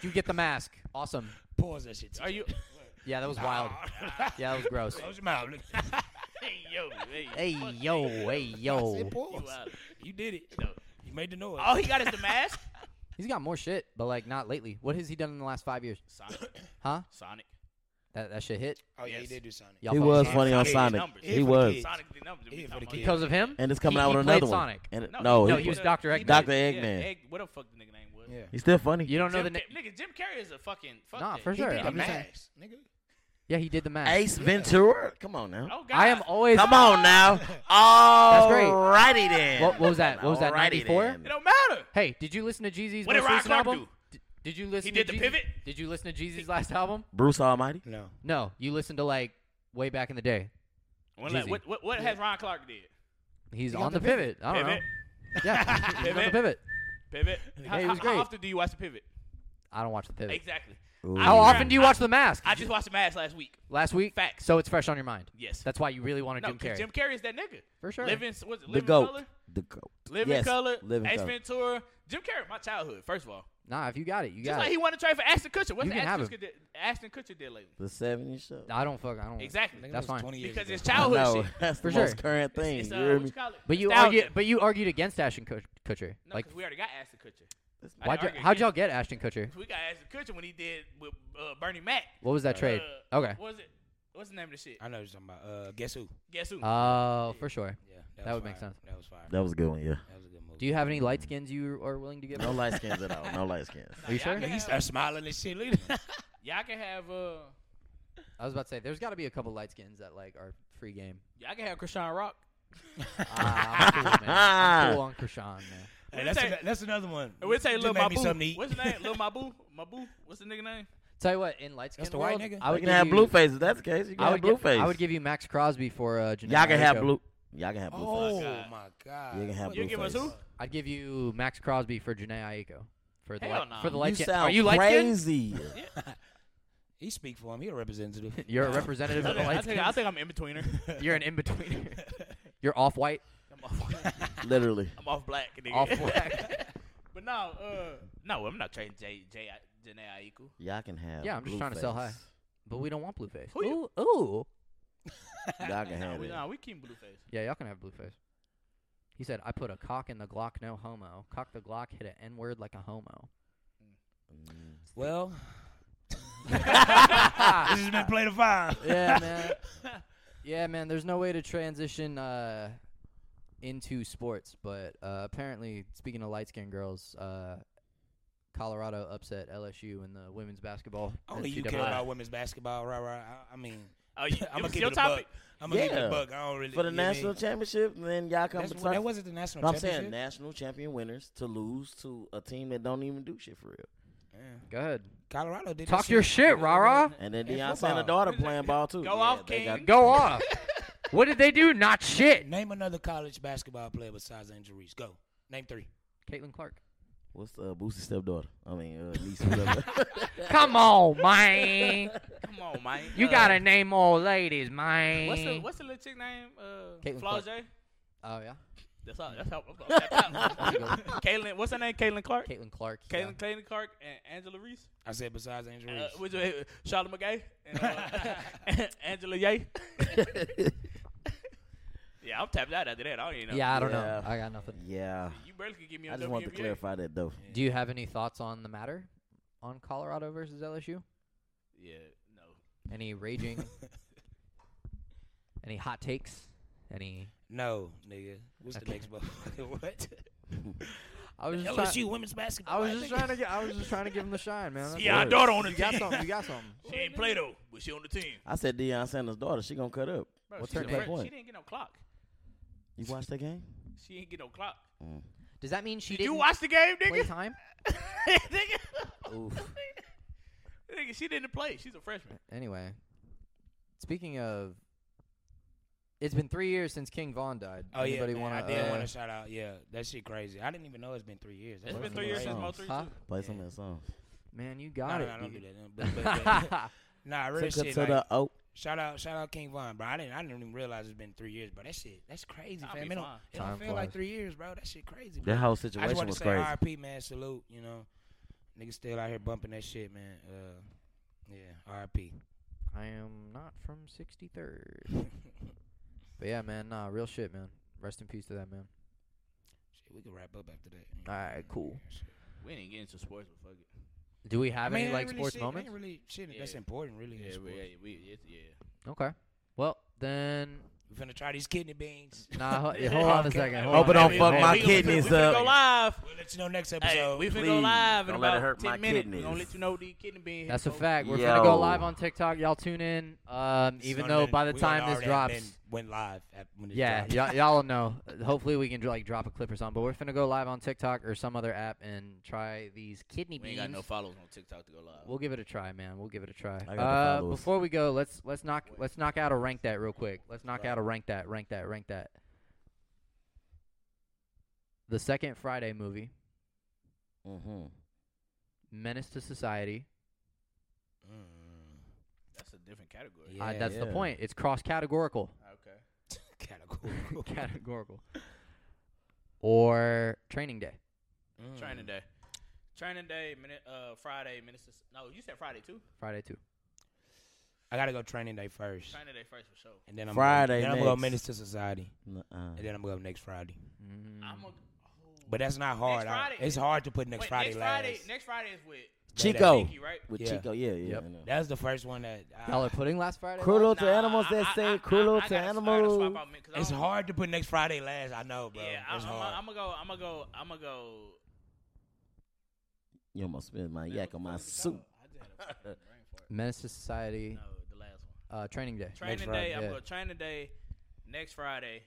[SPEAKER 1] you get the mask. Awesome.
[SPEAKER 3] Pause that shit.
[SPEAKER 5] Are you?
[SPEAKER 1] Yeah, that was wild. Yeah, that was gross.
[SPEAKER 3] Close your mouth. look.
[SPEAKER 5] hey yo, (laughs) hey.
[SPEAKER 1] Hey yo, hey
[SPEAKER 3] I
[SPEAKER 1] yo.
[SPEAKER 3] said pause.
[SPEAKER 5] You out.
[SPEAKER 3] You did it. You made the noise.
[SPEAKER 5] All he got is the (laughs) mask.
[SPEAKER 1] He's got more shit, but like not lately. What has he done in the last five years?
[SPEAKER 5] Sonic.
[SPEAKER 1] Huh?
[SPEAKER 5] Sonic.
[SPEAKER 1] That that shit hit.
[SPEAKER 3] Oh yeah, he
[SPEAKER 5] Yes.
[SPEAKER 3] did do Sonic.
[SPEAKER 1] Y'all
[SPEAKER 2] He
[SPEAKER 1] fucking
[SPEAKER 2] was
[SPEAKER 1] suck.
[SPEAKER 2] funny on
[SPEAKER 5] Sonic
[SPEAKER 2] Sonic.
[SPEAKER 5] numbers.
[SPEAKER 2] He
[SPEAKER 3] Hit for the
[SPEAKER 2] was.
[SPEAKER 3] kids.
[SPEAKER 5] Sonic the numbers. we
[SPEAKER 3] Yeah, for
[SPEAKER 5] talking
[SPEAKER 3] the
[SPEAKER 5] about.
[SPEAKER 1] because of him.
[SPEAKER 2] And it's coming
[SPEAKER 1] He-
[SPEAKER 2] out
[SPEAKER 1] he
[SPEAKER 2] with
[SPEAKER 1] played
[SPEAKER 2] another one.
[SPEAKER 1] Sonic.
[SPEAKER 2] And, no,
[SPEAKER 1] no,
[SPEAKER 2] he,
[SPEAKER 1] he was
[SPEAKER 2] was.
[SPEAKER 1] Dr. Eggman.
[SPEAKER 2] Dr.
[SPEAKER 5] Yeah,
[SPEAKER 2] Eggman.
[SPEAKER 5] Egg, what the fuck the nigga name was?
[SPEAKER 3] Yeah.
[SPEAKER 2] He's still funny.
[SPEAKER 1] You don't know the
[SPEAKER 5] Jim
[SPEAKER 1] name.
[SPEAKER 5] Car- nigga, Jim Carrey is a fucking. Fuck
[SPEAKER 1] Nah,
[SPEAKER 5] that.
[SPEAKER 1] for
[SPEAKER 3] He
[SPEAKER 1] sure.
[SPEAKER 3] did the
[SPEAKER 1] I'm just saying.
[SPEAKER 3] mask, nigga.
[SPEAKER 1] Yeah, he did the mask.
[SPEAKER 2] Ace Ventura. Come on now.
[SPEAKER 5] Oh god.
[SPEAKER 1] I am always.
[SPEAKER 2] Come
[SPEAKER 1] (laughs)
[SPEAKER 2] on now. All
[SPEAKER 1] great.
[SPEAKER 2] righty then.
[SPEAKER 1] What, what was that? What was that?
[SPEAKER 2] Alrighty
[SPEAKER 1] 94?
[SPEAKER 2] then.
[SPEAKER 5] It don't matter.
[SPEAKER 1] Hey, did you listen to Jeezy's
[SPEAKER 5] What did
[SPEAKER 1] most
[SPEAKER 5] Ryan
[SPEAKER 1] recent
[SPEAKER 5] Clark
[SPEAKER 1] album?
[SPEAKER 5] do?
[SPEAKER 1] D- did you listen?
[SPEAKER 5] He did
[SPEAKER 1] to
[SPEAKER 5] the
[SPEAKER 1] Jeezy-
[SPEAKER 5] pivot?
[SPEAKER 1] Did you listen to Jeezy's last album?
[SPEAKER 2] Bruce Almighty.
[SPEAKER 3] No.
[SPEAKER 1] No, you listened to like way back in the day.
[SPEAKER 5] Well, like,
[SPEAKER 1] Jeezy.
[SPEAKER 5] what what, what has Ron Clark did?
[SPEAKER 1] He's
[SPEAKER 3] got
[SPEAKER 1] on
[SPEAKER 3] the
[SPEAKER 1] the pivot. I don't
[SPEAKER 5] Pivot,
[SPEAKER 1] know. Yeah, he's on the
[SPEAKER 5] Pivot.
[SPEAKER 1] pivot.
[SPEAKER 5] pivot. How,
[SPEAKER 1] he was
[SPEAKER 5] how-
[SPEAKER 1] great.
[SPEAKER 5] how often do you watch the pivot?
[SPEAKER 1] I don't watch the pivot.
[SPEAKER 5] Exactly.
[SPEAKER 1] How often do you watch The Mask?
[SPEAKER 5] I just watched the match last week.
[SPEAKER 1] last week.
[SPEAKER 5] Facts.
[SPEAKER 1] So it's fresh on your mind.
[SPEAKER 5] Yes.
[SPEAKER 1] That's why you really wanted
[SPEAKER 5] No,
[SPEAKER 1] Jim Carrey.
[SPEAKER 5] Jim Carrey is that nigga.
[SPEAKER 1] For sure.
[SPEAKER 5] Living was it
[SPEAKER 2] The
[SPEAKER 5] Living
[SPEAKER 2] goat.
[SPEAKER 5] Color?
[SPEAKER 2] The goat.
[SPEAKER 5] Living
[SPEAKER 2] yes.
[SPEAKER 5] Color.
[SPEAKER 2] Living
[SPEAKER 5] Ace
[SPEAKER 2] Color.
[SPEAKER 5] Ventura. Jim Carrey, my childhood. First of all,
[SPEAKER 1] nah, if you got it, you
[SPEAKER 5] just
[SPEAKER 1] got
[SPEAKER 5] like
[SPEAKER 1] it.
[SPEAKER 5] he wanted to trade for Ashton Kutcher. What's
[SPEAKER 1] You can have
[SPEAKER 5] Ashton
[SPEAKER 1] him.
[SPEAKER 5] Kutcher, did, Ashton Kutcher did lately?
[SPEAKER 2] The 70s show.
[SPEAKER 1] I don't fuck. I don't.
[SPEAKER 5] Exactly.
[SPEAKER 3] Nigga,
[SPEAKER 1] That's
[SPEAKER 3] that was
[SPEAKER 1] fine.
[SPEAKER 3] 20 years
[SPEAKER 5] Because
[SPEAKER 3] ago.
[SPEAKER 5] it's
[SPEAKER 2] I know.
[SPEAKER 1] (laughs)
[SPEAKER 5] childhood shit.
[SPEAKER 2] (laughs) That's
[SPEAKER 1] For
[SPEAKER 2] the most
[SPEAKER 1] sure.
[SPEAKER 2] current thing.
[SPEAKER 5] It's,
[SPEAKER 2] you
[SPEAKER 5] uh,
[SPEAKER 2] hear
[SPEAKER 5] what
[SPEAKER 2] me?
[SPEAKER 5] you call it?
[SPEAKER 1] But you
[SPEAKER 5] Nostalgia.
[SPEAKER 1] argued. But you argued against Ashton Kut- Kutcher.
[SPEAKER 5] No,
[SPEAKER 1] like
[SPEAKER 5] because we already got Ashton Kutcher. I
[SPEAKER 1] Why'd you,
[SPEAKER 5] argue
[SPEAKER 1] how'd y'all
[SPEAKER 5] against-
[SPEAKER 1] get Ashton Kutcher?
[SPEAKER 5] We got Ashton Kutcher when he did with uh, Bernie Mac.
[SPEAKER 1] What was that trade?
[SPEAKER 5] Uh,
[SPEAKER 1] Okay.
[SPEAKER 5] What was it? What's the name of the shit?
[SPEAKER 3] I know what you're talking about. Uh, guess who?
[SPEAKER 5] Guess who?
[SPEAKER 1] Oh, for sure.
[SPEAKER 3] Yeah,
[SPEAKER 1] That
[SPEAKER 3] was
[SPEAKER 1] would make
[SPEAKER 3] fire.
[SPEAKER 1] sense.
[SPEAKER 3] That was fire.
[SPEAKER 2] That was a good one, yeah.
[SPEAKER 3] That was a good movie.
[SPEAKER 1] Do you have any light skins you are willing to give?
[SPEAKER 2] No
[SPEAKER 1] us?
[SPEAKER 5] (laughs)
[SPEAKER 2] light skins at all. No light skins.
[SPEAKER 1] Are you sure?
[SPEAKER 5] Yeah.
[SPEAKER 3] He started smiling and shit. Look at-
[SPEAKER 5] Y'all can have uh,
[SPEAKER 1] I was about to say there's got to be a couple light skins that like are free
[SPEAKER 5] (laughs)
[SPEAKER 1] game.
[SPEAKER 5] y'all can have Krishan Rock.
[SPEAKER 1] Ah, I'm cool, man. I'm cool on Krishan, man.
[SPEAKER 3] Hey, that's,
[SPEAKER 5] We'll
[SPEAKER 3] an- that's another one.
[SPEAKER 5] And we say
[SPEAKER 3] You
[SPEAKER 5] Lil
[SPEAKER 3] made me
[SPEAKER 5] Mabu.
[SPEAKER 3] something to eat.
[SPEAKER 5] What's his name? Lil Mabu. Mabu. What's the nigga name?
[SPEAKER 1] Tell you what, in light skin
[SPEAKER 3] That's the white
[SPEAKER 1] world,
[SPEAKER 3] nigga?
[SPEAKER 1] (laughs) I
[SPEAKER 2] You
[SPEAKER 1] would
[SPEAKER 2] can
[SPEAKER 1] give
[SPEAKER 2] have
[SPEAKER 1] you-
[SPEAKER 2] blue face. If that's the case, you can
[SPEAKER 1] I
[SPEAKER 2] have
[SPEAKER 1] would
[SPEAKER 2] blue
[SPEAKER 1] give,
[SPEAKER 2] face.
[SPEAKER 1] I would give you Max Crosby for uh, Janelle
[SPEAKER 2] Y'all can have
[SPEAKER 1] Monáe.
[SPEAKER 2] blue. Y'all can have blue
[SPEAKER 3] (laughs) Oh
[SPEAKER 2] face.
[SPEAKER 3] my god.
[SPEAKER 2] You can have
[SPEAKER 5] You
[SPEAKER 2] blue
[SPEAKER 5] give us
[SPEAKER 2] face.
[SPEAKER 5] who?
[SPEAKER 1] I'd give you Max Crosby for Janae Aiko for the
[SPEAKER 5] Hell
[SPEAKER 1] light,
[SPEAKER 5] nah.
[SPEAKER 1] for the
[SPEAKER 2] You
[SPEAKER 1] light skin. Are
[SPEAKER 2] sound
[SPEAKER 1] you light skinned? (laughs)
[SPEAKER 2] crazy.
[SPEAKER 3] He speak for him. He a representative.
[SPEAKER 5] (laughs)
[SPEAKER 1] You're a representative
[SPEAKER 5] I
[SPEAKER 1] of the
[SPEAKER 5] think, I
[SPEAKER 1] light
[SPEAKER 5] think,
[SPEAKER 1] skin.
[SPEAKER 5] I think I'm in
[SPEAKER 3] (laughs)
[SPEAKER 5] betweener.
[SPEAKER 1] You're an in betweener.
[SPEAKER 5] (laughs)
[SPEAKER 1] You're off white,
[SPEAKER 5] I'm off,
[SPEAKER 2] Literally.
[SPEAKER 5] I'm off black. Nigga.
[SPEAKER 1] off black.
[SPEAKER 5] But no, uh, no, I'm not trading J J Janae Aiku.
[SPEAKER 2] Y'all can have.
[SPEAKER 1] Yeah, I'm just
[SPEAKER 2] blue
[SPEAKER 1] trying to sell high.
[SPEAKER 2] face.
[SPEAKER 1] But we don't want blue face.
[SPEAKER 5] Who you-
[SPEAKER 1] Ooh, ooh.
[SPEAKER 2] Y'all can
[SPEAKER 5] No,
[SPEAKER 2] have
[SPEAKER 5] we,
[SPEAKER 2] it.
[SPEAKER 5] no, we keep
[SPEAKER 3] (laughs)
[SPEAKER 5] Blueface.
[SPEAKER 1] Yeah, y'all can have blue face. He said, I put a cock in the Glock, no homo. Cock the Glock, hit an N word like a homo.
[SPEAKER 2] Mm.
[SPEAKER 3] well, this has been play the five.
[SPEAKER 1] Yeah, man. yeah, man. There's no way to transition uh, into sports, but uh, apparently, speaking of light skinned girls, uh, Colorado upset LSU in the women's basketball.
[SPEAKER 3] Only Oh, you
[SPEAKER 1] NCAA.
[SPEAKER 3] care about women's basketball, right? Right. I, I mean,
[SPEAKER 5] Oh, you,
[SPEAKER 3] I'm
[SPEAKER 5] it
[SPEAKER 3] gonna
[SPEAKER 5] was
[SPEAKER 3] keep
[SPEAKER 5] your
[SPEAKER 3] it a
[SPEAKER 5] topic.
[SPEAKER 3] buck. I'm gonna keep it
[SPEAKER 2] Yeah.
[SPEAKER 3] a buck. I don't really
[SPEAKER 2] For the
[SPEAKER 3] you know what I
[SPEAKER 2] national
[SPEAKER 3] mean?
[SPEAKER 2] championship, and then y'all come.
[SPEAKER 3] That's-
[SPEAKER 2] to
[SPEAKER 3] That
[SPEAKER 2] talk-
[SPEAKER 3] wasn't the national
[SPEAKER 2] No, I'm
[SPEAKER 3] championship.
[SPEAKER 2] saying national champion winners to lose to a team that don't even do shit for real.
[SPEAKER 1] Go ahead.
[SPEAKER 3] Colorado did.
[SPEAKER 1] Talk
[SPEAKER 3] that
[SPEAKER 1] your shit, Rara.
[SPEAKER 2] And then
[SPEAKER 3] In
[SPEAKER 2] Deion
[SPEAKER 3] football.
[SPEAKER 2] Sanders' daughter playing ball too.
[SPEAKER 5] Go off,
[SPEAKER 2] they
[SPEAKER 5] King.
[SPEAKER 1] Go off. what did they do? Not shit.
[SPEAKER 3] Name another college basketball player besides Angel Reese. Go. Name three.
[SPEAKER 1] Caitlin Clark.
[SPEAKER 2] What's uh, Boosie's stepdaughter? I mean, uh, niece.
[SPEAKER 3] (laughs)
[SPEAKER 2] whatever.
[SPEAKER 1] Come on, man.
[SPEAKER 5] Come on, man.
[SPEAKER 1] You
[SPEAKER 5] Uh,
[SPEAKER 1] gotta name more ladies, man.
[SPEAKER 5] What's the what's the little chick name? Uh,
[SPEAKER 1] Caitlin
[SPEAKER 5] Flaw
[SPEAKER 1] Clark.
[SPEAKER 5] J.
[SPEAKER 1] oh yeah,
[SPEAKER 5] That's all. That's how. That's
[SPEAKER 1] (laughs)
[SPEAKER 5] how. Caitlin, what's her name? Caitlin Clark.
[SPEAKER 1] Caitlin Clark. yeah.
[SPEAKER 5] Caitlin, Caitlin Clark and Angela Reese.
[SPEAKER 3] I said besides Angel
[SPEAKER 5] Uh,
[SPEAKER 3] Reese.
[SPEAKER 5] which, uh, Charlotte McGay and
[SPEAKER 1] (laughs)
[SPEAKER 5] uh, (laughs) Angela Yay. yeah, I'm tapped out after that. I don't even know.
[SPEAKER 1] Yeah, I don't know.
[SPEAKER 2] Yeah.
[SPEAKER 1] I got nothing.
[SPEAKER 2] yeah,
[SPEAKER 5] You barely could give me. a
[SPEAKER 2] I just wanted to
[SPEAKER 5] WNBA.
[SPEAKER 2] clarify that though.
[SPEAKER 1] Do you have any thoughts on the matter on Colorado versus LSU?
[SPEAKER 5] Yeah, no.
[SPEAKER 1] Any raging? any hot takes? Any?
[SPEAKER 3] no, nigga. What's the next motherfucker? (laughs) what?
[SPEAKER 1] I was just
[SPEAKER 3] LSU women's basketball. nigga.
[SPEAKER 1] to get. I was just trying to give him the shine, man. That's
[SPEAKER 5] Yeah, I
[SPEAKER 1] what-
[SPEAKER 5] daughter on the
[SPEAKER 1] You got
[SPEAKER 5] team.
[SPEAKER 1] something. You got something.
[SPEAKER 5] (laughs) She ain't play though, but she on the team.
[SPEAKER 2] I said Deion Sanders' daughter. She gonna cut up.
[SPEAKER 5] Bro,
[SPEAKER 1] What's
[SPEAKER 5] she's
[SPEAKER 1] her
[SPEAKER 5] a
[SPEAKER 1] name?
[SPEAKER 5] freshman.
[SPEAKER 2] What?
[SPEAKER 5] She didn't get no clock.
[SPEAKER 2] You watched that game? Mm.
[SPEAKER 5] She ain't get no clock.
[SPEAKER 1] Does that mean she
[SPEAKER 5] Did you
[SPEAKER 1] didn't
[SPEAKER 5] watch the game,
[SPEAKER 1] play
[SPEAKER 5] nigga?
[SPEAKER 1] time?
[SPEAKER 5] nigga.
[SPEAKER 1] Oof.
[SPEAKER 5] (laughs)
[SPEAKER 3] (laughs)
[SPEAKER 5] nigga, she didn't play. She's a freshman.
[SPEAKER 1] Anyway, speaking of, it's been three years since King Vaughn died.
[SPEAKER 3] Oh
[SPEAKER 1] Anybody
[SPEAKER 3] yeah, man,
[SPEAKER 1] wanna,
[SPEAKER 3] I did
[SPEAKER 1] uh,
[SPEAKER 3] want to shout out. Yeah, that shit crazy. I didn't even know it's been three years.
[SPEAKER 5] It's been
[SPEAKER 2] Wasn't
[SPEAKER 5] three years since
[SPEAKER 2] right.
[SPEAKER 5] Mo three
[SPEAKER 1] Huh?
[SPEAKER 5] too.
[SPEAKER 2] Play some of that song.
[SPEAKER 1] Man, you
[SPEAKER 3] No,
[SPEAKER 1] got
[SPEAKER 3] no,
[SPEAKER 1] it.
[SPEAKER 3] no, don't do
[SPEAKER 1] dude.
[SPEAKER 3] that. No,
[SPEAKER 1] (laughs)
[SPEAKER 3] But, but, but, nah, real
[SPEAKER 2] Took her
[SPEAKER 3] shit.
[SPEAKER 2] to
[SPEAKER 3] like,
[SPEAKER 2] the oh,
[SPEAKER 3] Shout out, shout out, King Von, bro. I didn't, I didn't even realize it's been three years, bro. That shit, that's crazy,
[SPEAKER 5] I'll
[SPEAKER 3] fam.
[SPEAKER 5] be
[SPEAKER 3] It don't,
[SPEAKER 5] fine.
[SPEAKER 3] it don't
[SPEAKER 1] Time
[SPEAKER 3] feel like
[SPEAKER 1] flies.
[SPEAKER 3] three years, bro. That shit crazy. Bro.
[SPEAKER 2] that whole
[SPEAKER 3] I just
[SPEAKER 2] situation
[SPEAKER 3] want to
[SPEAKER 2] was
[SPEAKER 3] say
[SPEAKER 2] crazy.
[SPEAKER 3] RIP, man. Salute, you know. Niggas still out here bumping that shit, man. Uh, yeah, RIP.
[SPEAKER 1] I am not from
[SPEAKER 3] (laughs)
[SPEAKER 1] 63rd. but yeah, man, nah, real shit, man. Rest in peace to that man.
[SPEAKER 3] Shit, we can wrap up after that.
[SPEAKER 1] Alright, cool.
[SPEAKER 3] Yeah, shit.
[SPEAKER 5] We didn't get into sports, but fuck it.
[SPEAKER 1] Do we have
[SPEAKER 3] I mean,
[SPEAKER 1] any
[SPEAKER 3] it
[SPEAKER 1] like
[SPEAKER 3] ain't really
[SPEAKER 1] sports
[SPEAKER 3] shit, it
[SPEAKER 1] moments?
[SPEAKER 3] Ain't really shit
[SPEAKER 5] Yeah.
[SPEAKER 3] that's important, really. in
[SPEAKER 5] Yeah, we,
[SPEAKER 3] sports.
[SPEAKER 5] yeah, we, it's, yeah.
[SPEAKER 1] Okay. Well, then
[SPEAKER 3] We finna try these kidney
[SPEAKER 5] (laughs)
[SPEAKER 3] beans.
[SPEAKER 1] nah,
[SPEAKER 3] (laughs)
[SPEAKER 1] ho- yeah, hold on a second. Hold
[SPEAKER 2] Hope it
[SPEAKER 1] on.
[SPEAKER 2] don't fuck
[SPEAKER 5] Hey,
[SPEAKER 2] my
[SPEAKER 5] we- we-
[SPEAKER 2] kidneys
[SPEAKER 5] we, finna
[SPEAKER 2] up.
[SPEAKER 5] go live.
[SPEAKER 3] We'll let you know next episode.
[SPEAKER 5] Hey, we finna go
[SPEAKER 2] please,
[SPEAKER 5] live in
[SPEAKER 2] don't let it
[SPEAKER 5] about
[SPEAKER 2] hurt
[SPEAKER 5] 10
[SPEAKER 2] my
[SPEAKER 5] minutes.
[SPEAKER 2] kidneys.
[SPEAKER 5] We're gonna let you know what these kidney beans.
[SPEAKER 1] That's a
[SPEAKER 5] folks.
[SPEAKER 1] fact. We're gonna go
[SPEAKER 2] Yo.
[SPEAKER 1] live on TikTok. Y'all tune in. Um,
[SPEAKER 3] It's
[SPEAKER 1] even
[SPEAKER 3] not
[SPEAKER 1] though
[SPEAKER 3] nothing-
[SPEAKER 1] by the
[SPEAKER 3] we
[SPEAKER 1] time
[SPEAKER 3] done
[SPEAKER 1] this
[SPEAKER 3] already
[SPEAKER 1] drops,
[SPEAKER 3] been- went live at, when this
[SPEAKER 1] yeah,
[SPEAKER 3] drops.
[SPEAKER 1] y'all, y'all will know. Hopefully, we can like drop a clip or something. But we're finna go live on TikTok or some other app and try these kidney
[SPEAKER 5] We
[SPEAKER 1] beans.
[SPEAKER 5] ain't got no followers on TikTok to go live.
[SPEAKER 1] We'll give it a try, man. We'll give it a try.
[SPEAKER 2] got the
[SPEAKER 1] Uh,
[SPEAKER 2] followers.
[SPEAKER 1] before we go, let's let's knock let's knock out a rank that real quick. Let's knock out a rank that, rank that, rank that. The second Friday movie,
[SPEAKER 2] Mm-hmm.
[SPEAKER 1] Menace to Society.
[SPEAKER 5] That's a different category.
[SPEAKER 1] Uh,
[SPEAKER 3] Yeah,
[SPEAKER 1] that's the
[SPEAKER 2] yeah.
[SPEAKER 1] point. It's cross
[SPEAKER 2] (laughs)
[SPEAKER 1] categorical.
[SPEAKER 5] Okay.
[SPEAKER 3] (laughs)
[SPEAKER 1] (laughs)
[SPEAKER 3] Categorical.
[SPEAKER 1] categorical. Or Training Day.
[SPEAKER 5] (laughs)
[SPEAKER 3] Hmm.
[SPEAKER 5] Training day. Training day. Minute. Uh, Friday. Minutes. to- No, you said Friday too.
[SPEAKER 1] Friday too.
[SPEAKER 3] I gotta go training day first,
[SPEAKER 5] Training day first for sure.
[SPEAKER 3] and then I'm
[SPEAKER 2] Friday
[SPEAKER 3] Gonna, then I'm gonna go
[SPEAKER 2] next.
[SPEAKER 3] minutes to society,
[SPEAKER 2] Nuh-uh.
[SPEAKER 1] Mm.
[SPEAKER 3] and then I'm gonna go next Friday.
[SPEAKER 5] I'm a.
[SPEAKER 3] Hmm. But that's not hard.
[SPEAKER 5] Next
[SPEAKER 3] I-
[SPEAKER 5] Friday-
[SPEAKER 3] it's hard to put next
[SPEAKER 5] Wait,
[SPEAKER 3] Friday Oh.
[SPEAKER 5] next
[SPEAKER 3] last. uh,
[SPEAKER 5] Friday, next Friday is with
[SPEAKER 2] Chico.
[SPEAKER 5] Pinky, right?
[SPEAKER 2] With
[SPEAKER 3] Yeah.
[SPEAKER 2] Chico, yeah, yeah.
[SPEAKER 1] Yep.
[SPEAKER 2] I know.
[SPEAKER 3] that was the first one that. I-
[SPEAKER 1] Y'all are putting last Friday.
[SPEAKER 2] Cruel
[SPEAKER 1] last?
[SPEAKER 2] to animals
[SPEAKER 5] I-
[SPEAKER 2] that
[SPEAKER 5] I- I-
[SPEAKER 2] say cruel
[SPEAKER 5] I
[SPEAKER 2] to
[SPEAKER 5] gotta- I gotta swap
[SPEAKER 2] animals.
[SPEAKER 5] out men, 'cause I
[SPEAKER 3] It's
[SPEAKER 5] don't-
[SPEAKER 3] hard to put next Friday last. I know, bro.
[SPEAKER 5] Yeah,
[SPEAKER 3] it's
[SPEAKER 5] I'm,
[SPEAKER 3] hard.
[SPEAKER 5] I'm, gonna go. I'm gonna go. I'm gonna go.
[SPEAKER 2] You almost spilled my yak on my soup.
[SPEAKER 5] I just had a fucking brain fart.
[SPEAKER 1] Menace to Society,
[SPEAKER 5] (laughs) No, the last one.
[SPEAKER 1] uh, Training Day.
[SPEAKER 5] Training day.
[SPEAKER 3] Friday,
[SPEAKER 5] I'm
[SPEAKER 1] yeah.
[SPEAKER 5] gonna training day next Friday.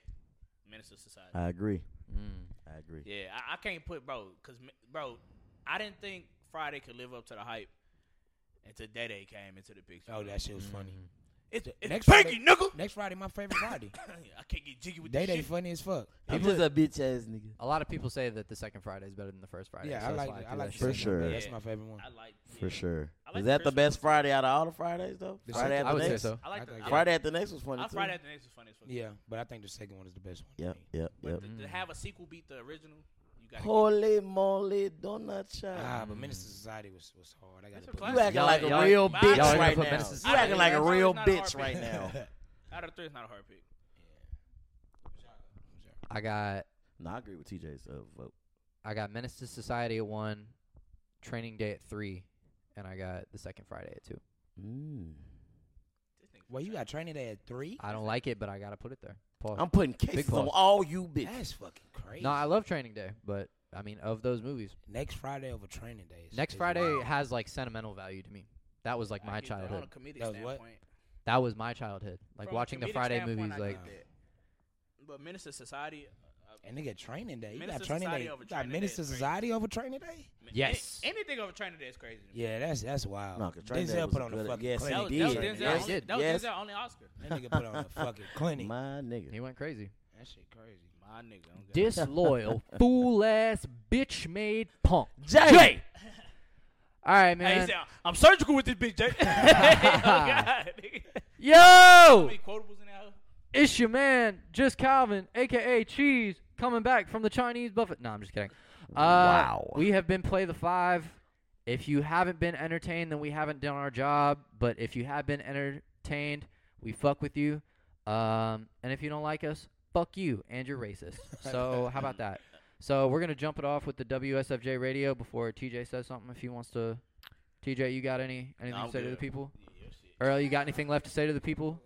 [SPEAKER 5] Minister Society.
[SPEAKER 2] I agree.
[SPEAKER 1] Mm.
[SPEAKER 2] I agree.
[SPEAKER 5] Yeah, I, I can't put bro, cause m- bro, I didn't think Friday could live up to the hype until Day Day came into the picture.
[SPEAKER 3] oh, that shit
[SPEAKER 1] Mm.
[SPEAKER 3] was funny.
[SPEAKER 5] it's, it's
[SPEAKER 3] Next
[SPEAKER 5] Pinky
[SPEAKER 3] Friday-
[SPEAKER 5] nigga. (laughs)
[SPEAKER 3] Next Friday, my favorite Friday.
[SPEAKER 5] I can't get jiggy (laughs) with
[SPEAKER 3] Day
[SPEAKER 5] this
[SPEAKER 3] Day
[SPEAKER 5] shit.
[SPEAKER 3] funny as fuck.
[SPEAKER 2] I'm
[SPEAKER 3] People-
[SPEAKER 2] just a bitch ass nigga.
[SPEAKER 1] A lot of people say that the second Friday is better than the first Friday.
[SPEAKER 3] yeah,
[SPEAKER 1] so
[SPEAKER 3] I
[SPEAKER 1] that's
[SPEAKER 3] like
[SPEAKER 1] why
[SPEAKER 3] I,
[SPEAKER 1] do
[SPEAKER 3] like
[SPEAKER 1] that
[SPEAKER 2] For
[SPEAKER 1] shit.
[SPEAKER 3] second
[SPEAKER 2] sure.
[SPEAKER 3] one. That's
[SPEAKER 5] Yeah.
[SPEAKER 3] my favorite one.
[SPEAKER 5] I like
[SPEAKER 2] For
[SPEAKER 5] yeah.
[SPEAKER 2] sure.
[SPEAKER 5] I like
[SPEAKER 2] Is that the
[SPEAKER 5] Christmas.
[SPEAKER 2] best Friday out of all the Fridays though?
[SPEAKER 3] The
[SPEAKER 2] Friday
[SPEAKER 3] second-
[SPEAKER 2] after
[SPEAKER 1] I would say
[SPEAKER 2] next.
[SPEAKER 1] so.
[SPEAKER 5] I like the
[SPEAKER 3] I
[SPEAKER 5] I
[SPEAKER 3] like-
[SPEAKER 2] Friday after next was
[SPEAKER 5] I
[SPEAKER 2] funny
[SPEAKER 5] like
[SPEAKER 2] too.
[SPEAKER 5] Friday at the next is funny as fuck.
[SPEAKER 3] Yeah, but I think the second one is the best one.
[SPEAKER 2] Yep, yep,
[SPEAKER 5] But
[SPEAKER 2] yep.
[SPEAKER 5] to, to have a sequel beat the original, you got to
[SPEAKER 2] Holy moly, donut shop.
[SPEAKER 3] Ah,
[SPEAKER 1] Mm.
[SPEAKER 3] but Minister Society was was hard. I
[SPEAKER 5] It's
[SPEAKER 3] gotta
[SPEAKER 5] a
[SPEAKER 3] put
[SPEAKER 5] classic.
[SPEAKER 2] You acting
[SPEAKER 1] Y'all-
[SPEAKER 2] like a
[SPEAKER 1] y'all-
[SPEAKER 2] real
[SPEAKER 5] y'all
[SPEAKER 2] bitch
[SPEAKER 5] ain't gonna
[SPEAKER 2] right
[SPEAKER 1] put
[SPEAKER 2] now.
[SPEAKER 1] Madison
[SPEAKER 2] You acting like a
[SPEAKER 5] Society.
[SPEAKER 2] real
[SPEAKER 5] It's not a
[SPEAKER 2] bitch
[SPEAKER 5] hard
[SPEAKER 2] right
[SPEAKER 5] pick.
[SPEAKER 2] now.
[SPEAKER 3] (laughs)
[SPEAKER 5] out of three is not a hard pick.
[SPEAKER 1] I got
[SPEAKER 2] No, I agree with TJ's uh, vote.
[SPEAKER 1] I got Menace to Society at one, Training Day at three, and I got the second Friday at two.
[SPEAKER 2] Mm.
[SPEAKER 3] Well, you got training day at three.
[SPEAKER 1] I don't like it, but I gotta put it there. Paul.
[SPEAKER 2] I'm putting cases on
[SPEAKER 1] pause.
[SPEAKER 2] all you bitches.
[SPEAKER 3] That's fucking crazy.
[SPEAKER 1] no, I love Training Day, but I mean of those movies,
[SPEAKER 3] next Friday over training day. is-
[SPEAKER 1] next
[SPEAKER 3] is
[SPEAKER 1] Friday
[SPEAKER 3] wild.
[SPEAKER 1] has like sentimental value to me. That was like my
[SPEAKER 5] On
[SPEAKER 1] childhood.
[SPEAKER 5] a comedic
[SPEAKER 3] That was what?
[SPEAKER 5] standpoint,
[SPEAKER 1] That was my childhood. Like
[SPEAKER 5] From a
[SPEAKER 1] watching the
[SPEAKER 5] comedic
[SPEAKER 1] Friday
[SPEAKER 5] standpoint,
[SPEAKER 1] movies.
[SPEAKER 5] I
[SPEAKER 1] Like
[SPEAKER 5] get that. But Minister Society. uh, uh,
[SPEAKER 3] And nigga, training day. You
[SPEAKER 5] Minister
[SPEAKER 3] got training
[SPEAKER 5] Society
[SPEAKER 3] day.
[SPEAKER 5] over
[SPEAKER 3] You got
[SPEAKER 5] Training Day
[SPEAKER 3] Minister
[SPEAKER 5] is crazy.
[SPEAKER 3] Society over training day.
[SPEAKER 5] man,
[SPEAKER 1] Yes.
[SPEAKER 5] any- anything over training day is crazy. to me.
[SPEAKER 3] Yeah, that's that's wild.
[SPEAKER 2] No, 'cause Training Day
[SPEAKER 3] Denzel
[SPEAKER 2] was
[SPEAKER 3] put
[SPEAKER 2] a
[SPEAKER 3] on a
[SPEAKER 2] good-
[SPEAKER 3] fucking
[SPEAKER 2] yes, he
[SPEAKER 5] That was,
[SPEAKER 3] clinic.
[SPEAKER 5] that was
[SPEAKER 2] did.
[SPEAKER 5] Denzel's
[SPEAKER 1] Yes,
[SPEAKER 5] only-
[SPEAKER 1] did.
[SPEAKER 5] that was
[SPEAKER 2] Yes.
[SPEAKER 5] Denzel's only Oscar.
[SPEAKER 3] That nigga put on a fucking clinic.
[SPEAKER 2] My nigga.
[SPEAKER 1] he went
[SPEAKER 5] (laughs)
[SPEAKER 1] crazy.
[SPEAKER 3] That shit crazy.
[SPEAKER 5] My nigga. I'm good.
[SPEAKER 1] Disloyal, fool ass, bitch made punk.
[SPEAKER 2] Jay.
[SPEAKER 1] All right,
[SPEAKER 5] Hey, he
[SPEAKER 1] man.
[SPEAKER 5] said, I'm surgical with this bitch, Jay. (laughs) oh, God. nigga. How
[SPEAKER 1] Yo,
[SPEAKER 5] many quotables in that? hoe?
[SPEAKER 1] it's your man, just Calvin, aka Cheese, coming back from the Chinese buffet. No, I'm just kidding. Uh,
[SPEAKER 2] Wow.
[SPEAKER 1] We have been play the five. If you haven't been entertained, then we haven't done our job. But if you have been entertained, we fuck with you. Um, and if you don't like us, fuck you and you're
[SPEAKER 5] (laughs)
[SPEAKER 1] racist. So how about that? So we're gonna jump it off with the WSFJ radio before TJ says something. If he wants to, TJ, you got any anything
[SPEAKER 5] I'm
[SPEAKER 1] to say to the
[SPEAKER 5] good.
[SPEAKER 1] people? Earl, you got anything left to say to the people?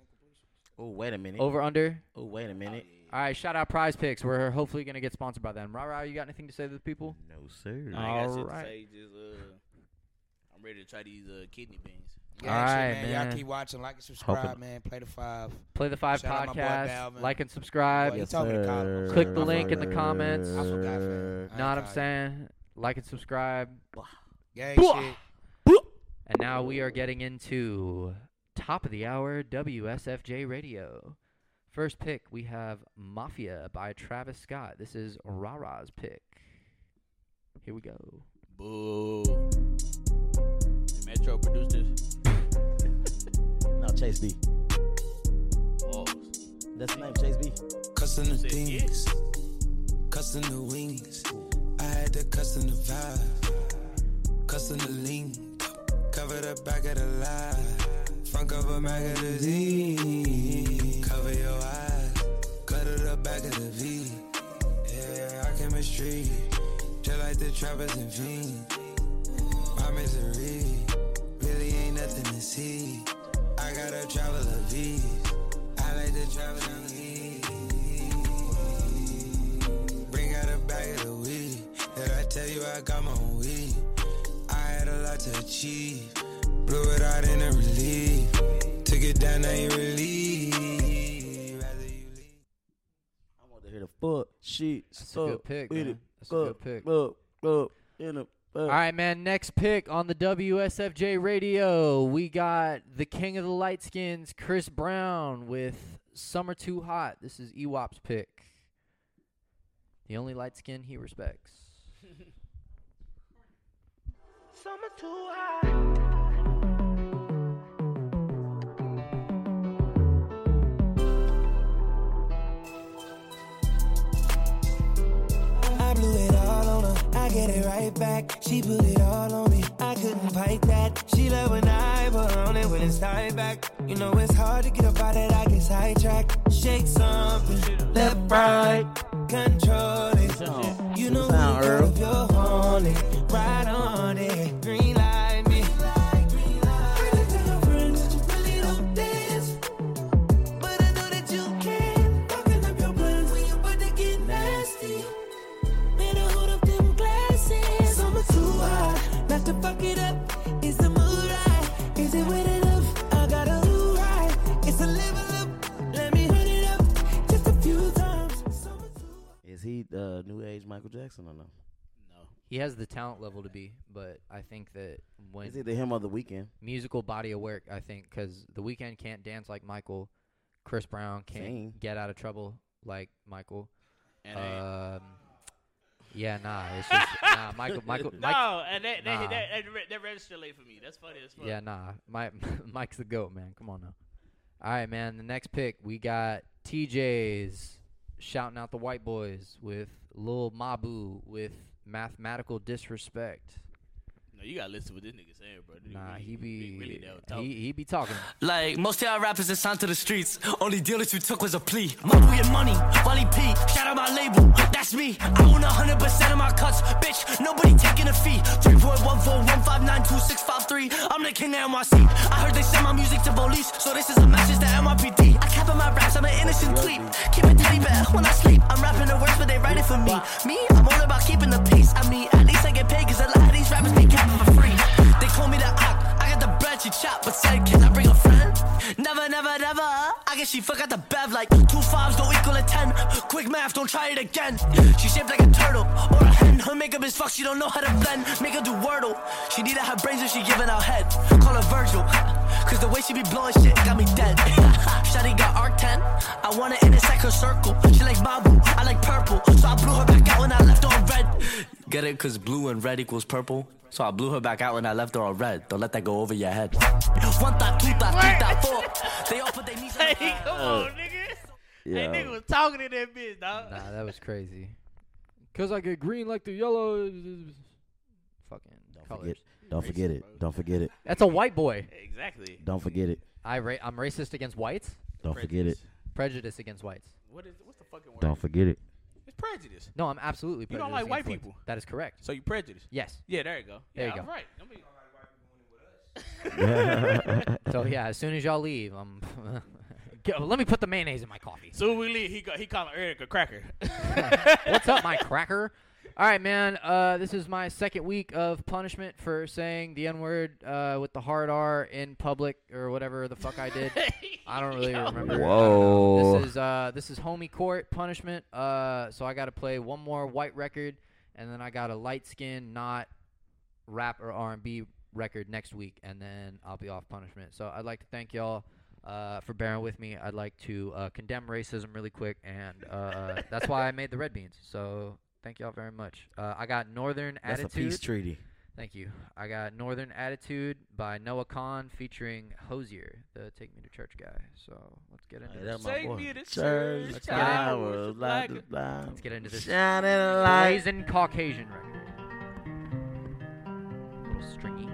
[SPEAKER 2] Oh, wait a minute.
[SPEAKER 1] Over under.
[SPEAKER 2] Oh, wait a minute.
[SPEAKER 1] All right, shout out Prize Picks. We're hopefully gonna get sponsored by them. Ra Ra, you got anything to say to the people?
[SPEAKER 2] No, sir.
[SPEAKER 5] I ain't got shit
[SPEAKER 1] Alright.
[SPEAKER 5] to say. Just, uh, I'm ready to try these uh, kidney beans.
[SPEAKER 3] Yeah,
[SPEAKER 1] All
[SPEAKER 3] shit,
[SPEAKER 1] right,
[SPEAKER 3] man.
[SPEAKER 1] man.
[SPEAKER 3] Y'all keep watching, like and subscribe,
[SPEAKER 2] Hoping-
[SPEAKER 3] man. Play the five.
[SPEAKER 1] Play the Five
[SPEAKER 3] Shout out my boy
[SPEAKER 1] podcast,
[SPEAKER 3] Dalvin.
[SPEAKER 1] like and subscribe.
[SPEAKER 3] Boy, he talking to Colin. I'm
[SPEAKER 2] sir.
[SPEAKER 1] Click the
[SPEAKER 3] sorry.
[SPEAKER 1] link in the comments.
[SPEAKER 3] I forgot. fam. I
[SPEAKER 1] Know what
[SPEAKER 3] ain't
[SPEAKER 1] I'm
[SPEAKER 3] tired.
[SPEAKER 1] saying? Like and subscribe.
[SPEAKER 3] Gang
[SPEAKER 1] Blah.
[SPEAKER 3] shit.
[SPEAKER 1] And now we are getting into top of the hour WSFJ radio. First pick we have Mafia by Travis Scott. This is Ra Ra's pick. Here we go.
[SPEAKER 5] Boo. Did Metro produced this.
[SPEAKER 2] Now, Chase B.
[SPEAKER 5] Pause.
[SPEAKER 2] That's the name, Chase B.
[SPEAKER 6] Custom the
[SPEAKER 5] Oh, Said
[SPEAKER 6] things, custom the wings. I had to custom the vibe, custom the link. Cover the back of the lie, front cover magazine. Cover your eyes, cover the back of the V. Yeah, our chemistry, just like the trappers and fiends. My misery really ain't nothing to see. I gotta travel a V. I like to travel down the V. Bring out a bag of the weed. Did I tell you I got my own weed? I had a lot to achieve. Blew it out in a relief. Took it down, I ain't relieved. Rather you leave.
[SPEAKER 2] I want to hear the fuck, shit,
[SPEAKER 1] That's a
[SPEAKER 2] fuck,
[SPEAKER 1] good pick,
[SPEAKER 2] with
[SPEAKER 1] man.
[SPEAKER 2] it,
[SPEAKER 1] That's a good
[SPEAKER 2] fuck,
[SPEAKER 1] pick.
[SPEAKER 2] Fuck, fuck, in a, fuck.
[SPEAKER 1] All right, man. Next pick on the WSFJ radio, we got the king of the light skins, Chris Brown, with "Summer Too Hot." This is Ewop's pick. The only light skin he respects.
[SPEAKER 6] I blew it all on her. I get it right back. She put it all on me. I couldn't fight that. She love when I put on it when it's tied back. You know it's hard to get up out of it. I get sidetracked. Shake something, left right. control it.
[SPEAKER 2] Sound-
[SPEAKER 6] You know
[SPEAKER 2] sound
[SPEAKER 6] we got
[SPEAKER 2] Earl.
[SPEAKER 6] if you're horny. Ride on it. Green light me. I can tell your friends that you really don't dance, but I know that you can. Fucking up your plans when you 'bout to get nasty. Better hold up them glasses. Summer too hot, not to fuck it up. Is the mood right? Is it wet enough? I gotta do right. It's a level up. Let me hit it up just a few times. Summer too hot.
[SPEAKER 2] Is he uh, new age Michael Jackson or no?
[SPEAKER 1] He has the talent level to be, but I think that when
[SPEAKER 2] Is it the him or the weekend?
[SPEAKER 1] musical body of work, I think, because The Weeknd can't dance like Michael, Chris Brown can't
[SPEAKER 2] Sing.
[SPEAKER 1] get out of trouble like Michael.
[SPEAKER 5] And they-
[SPEAKER 1] Um, yeah, nah, it's just nah, Michael, Michael, Mike,
[SPEAKER 5] no, uh, and they, they,
[SPEAKER 1] Nah.
[SPEAKER 5] they, they, re- they register late for me. That's funny as fuck.
[SPEAKER 1] yeah, nah, (laughs) Mike, Mike's the goat, man. Come on now. All right, man. The next pick we got TJ's shouting out the white boys with Lil Mabu with mathematical disrespect.
[SPEAKER 5] No, you gotta listen to what this nigga saying, bro. This
[SPEAKER 1] Nah,
[SPEAKER 5] nigga
[SPEAKER 1] he be
[SPEAKER 5] really down talk.
[SPEAKER 1] he, he be talking.
[SPEAKER 9] Like most of y'all rappers is signed to the streets. Only deal that you took was a plea. Mom with money, Wally P. Shout out my label, that's me. I own 100% of my cuts, bitch. Nobody taking a fee. 3.141592653. I'm the king of NYC. I heard they send my music to police, so this is a message to NYPD. I cap on my raps, I'm an innocent tweet. Keep it teddy bear when I sleep. I'm rapping the words, but they write it for me. Me, I'm all about keeping the peace. I mean, at least I get paid, cause a lot of these rappers be capping for free. They call me the op. I got the bread she chop, but said, Can I bring a friend? Never, never, never. I guess she forgot the bev like two fives don't equal a ten. Quick math, don't try it again. She shaped like a turtle or a hen. Her makeup is fucked, she don't know how to blend. Make her do wordle. She needed her brains if she giving out head. Call her Virgil. Cause the way she be blowing shit got me dead. (laughs) Shotty got arc 10. I want her in a second circle. She like Babu, I like purple. So I blew her back out when I left her on red. Get it? Cause blue and red equals purple. So I blew her back out when I left her on red. Don't let that go over your head. One thought, two thought, three thought, four. They all put their knees on the
[SPEAKER 5] (laughs) Hey, come
[SPEAKER 8] Oh.
[SPEAKER 5] on, nigga.
[SPEAKER 2] Yeah.
[SPEAKER 5] That nigga was talking to that bitch, dog.
[SPEAKER 1] Nah, that was crazy. Cause I get green like the yellow. Fucking
[SPEAKER 2] Don't
[SPEAKER 1] colors.
[SPEAKER 2] forget, don't forget it. Don't forget it.
[SPEAKER 1] That's a white boy.
[SPEAKER 5] Exactly.
[SPEAKER 2] Don't forget it.
[SPEAKER 1] I ra- I'm racist against whites.
[SPEAKER 2] Don't forget it.
[SPEAKER 1] Prejudice against whites.
[SPEAKER 5] What is what's the fucking word?
[SPEAKER 2] Don't forget it.
[SPEAKER 5] It's prejudice.
[SPEAKER 1] No, I'm absolutely.
[SPEAKER 5] You don't
[SPEAKER 1] prejudiced
[SPEAKER 5] like white
[SPEAKER 1] against whites.
[SPEAKER 5] people.
[SPEAKER 1] That is correct.
[SPEAKER 5] So you prejudice.
[SPEAKER 1] Yes.
[SPEAKER 5] Yeah, there you go.
[SPEAKER 1] There
[SPEAKER 5] yeah,
[SPEAKER 1] you
[SPEAKER 5] I'm
[SPEAKER 1] go.
[SPEAKER 5] right. I mean,
[SPEAKER 1] So yeah, as soon as y'all leave, I'm. (laughs) Go- Let me put the mayonnaise in my coffee.
[SPEAKER 5] soon we leave, he got he called Eric a cracker. (laughs)
[SPEAKER 1] What's up, my cracker? All right, man. Uh, this is my second week of punishment for saying the N word uh, with the hard R in public or whatever the fuck I did. I don't really remember. I don't know. This is uh, this is homie court punishment. Uh, so I got to play one more white record, and then I got a light skin, not rap or R and B record next week, and then I'll be off punishment. So I'd like to thank y'all. Uh, for bearing with me, I'd like to uh, condemn racism really quick, and uh, that's why I made the red beans. So thank y'all very much. Uh, I got Northern
[SPEAKER 2] (laughs) That's a
[SPEAKER 1] Attitude.
[SPEAKER 2] peace treaty.
[SPEAKER 1] Thank you. I got Northern Attitude by Noah Kahn featuring Hosier, the Take Me to Church guy. So let's get into
[SPEAKER 2] Hey,
[SPEAKER 1] this.
[SPEAKER 2] that's my
[SPEAKER 5] Take
[SPEAKER 2] boy.
[SPEAKER 5] me to church,
[SPEAKER 2] Church
[SPEAKER 1] get in.
[SPEAKER 2] towers,
[SPEAKER 5] Like
[SPEAKER 2] light
[SPEAKER 5] a-
[SPEAKER 2] the light.
[SPEAKER 1] Let's get into this
[SPEAKER 2] Shining light.
[SPEAKER 1] Blazing Caucasian record. little stringy.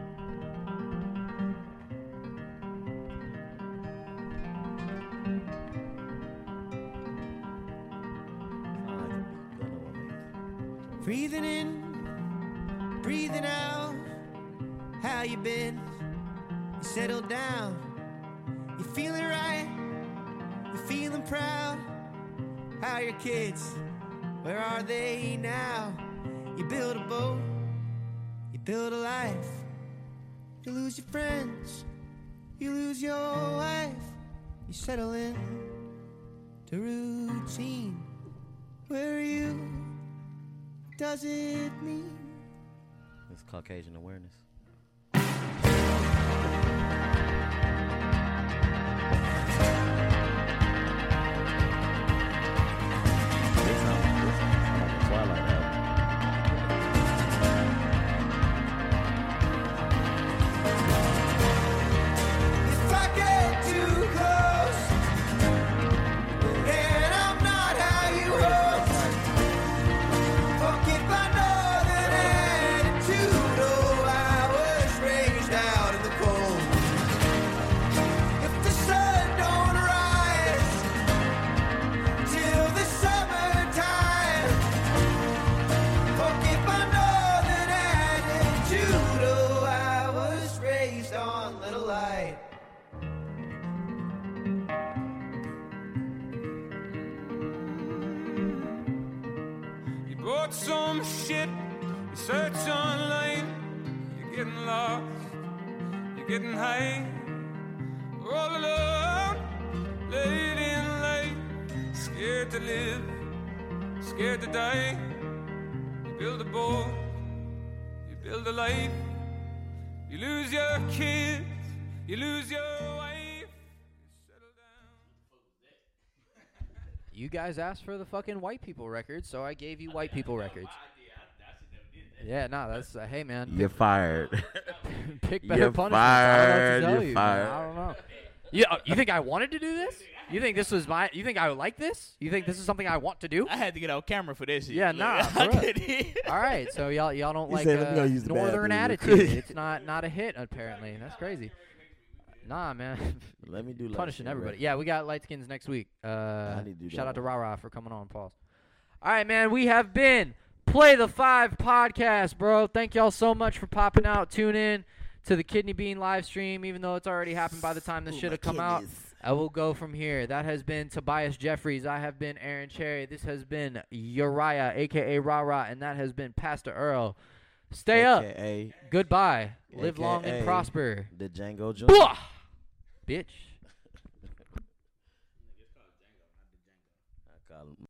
[SPEAKER 6] Breathing in, breathing out. How you been? You settled down. You feeling right? You feeling proud? How are your kids? Where are they now? You build a boat, you build a life. You lose your friends, you lose your wife. You settle in to routine. Where are you? does it mean?
[SPEAKER 2] It's Caucasian awareness. This sound- this sound like a Twilight album.
[SPEAKER 6] If I get too close, then I'm not how you hoped. Fuck if I know that attitude, oh, I
[SPEAKER 8] bought some shit. You search online, you're getting lost, you're getting high. All alone, late in life, scared to live, scared to die. You build a boat, you build a life, you lose your kids, you lose your wife. Settle down.
[SPEAKER 1] You guys asked for the fucking white people records, so I gave you white people records. Yeah, no, that's uh, hey man,
[SPEAKER 2] You're fired.
[SPEAKER 1] pick better
[SPEAKER 2] You're
[SPEAKER 1] punishment. I don't know what to
[SPEAKER 2] fired,
[SPEAKER 1] tell
[SPEAKER 2] you're
[SPEAKER 1] you, man. I
[SPEAKER 2] fired.
[SPEAKER 1] don't know. You, uh, you think I wanted to do this? You think this was my? You think I like this? You think this is something I want to do?
[SPEAKER 5] I had to get out camera for this. shit.
[SPEAKER 1] Yeah,
[SPEAKER 5] Look,
[SPEAKER 1] nah,
[SPEAKER 5] (laughs) I
[SPEAKER 1] bruh.
[SPEAKER 5] couldn't-
[SPEAKER 1] All right, so y'all y'all
[SPEAKER 2] (laughs)
[SPEAKER 1] don't
[SPEAKER 2] He
[SPEAKER 1] like
[SPEAKER 2] said, "Let me
[SPEAKER 1] uh,
[SPEAKER 2] go use the
[SPEAKER 1] northern
[SPEAKER 2] bathroom real
[SPEAKER 1] attitude.
[SPEAKER 2] (laughs) quick."
[SPEAKER 1] it's not not a hit apparently. That's crazy. Nah, man,
[SPEAKER 2] (laughs) Let me do light
[SPEAKER 1] punishing
[SPEAKER 2] skin, bro.
[SPEAKER 1] everybody. Yeah, we got light skins next week. Uh,
[SPEAKER 2] need to do
[SPEAKER 1] shout
[SPEAKER 2] that
[SPEAKER 1] out to
[SPEAKER 2] one.
[SPEAKER 1] Rara for coming on. Pause. All right, man, we have been play the five podcast, bro. Thank y'all so much for popping out. Tune in to the kidney bean live stream, even though it's already happened by the time this
[SPEAKER 2] Ooh,
[SPEAKER 1] should
[SPEAKER 2] my
[SPEAKER 1] have come out.
[SPEAKER 2] kidneys.
[SPEAKER 1] I will go from here. That has been Tobias Jeffries. I have been Aaron Cherry. This has been Uriah, aka Rara, and that has been Pastor Earl. Stay up.
[SPEAKER 2] AKA
[SPEAKER 1] Goodbye. Live long and
[SPEAKER 2] AKA.
[SPEAKER 1] prosper.
[SPEAKER 2] the Django Jones.
[SPEAKER 1] Bwah! Bitch.
[SPEAKER 2] I call him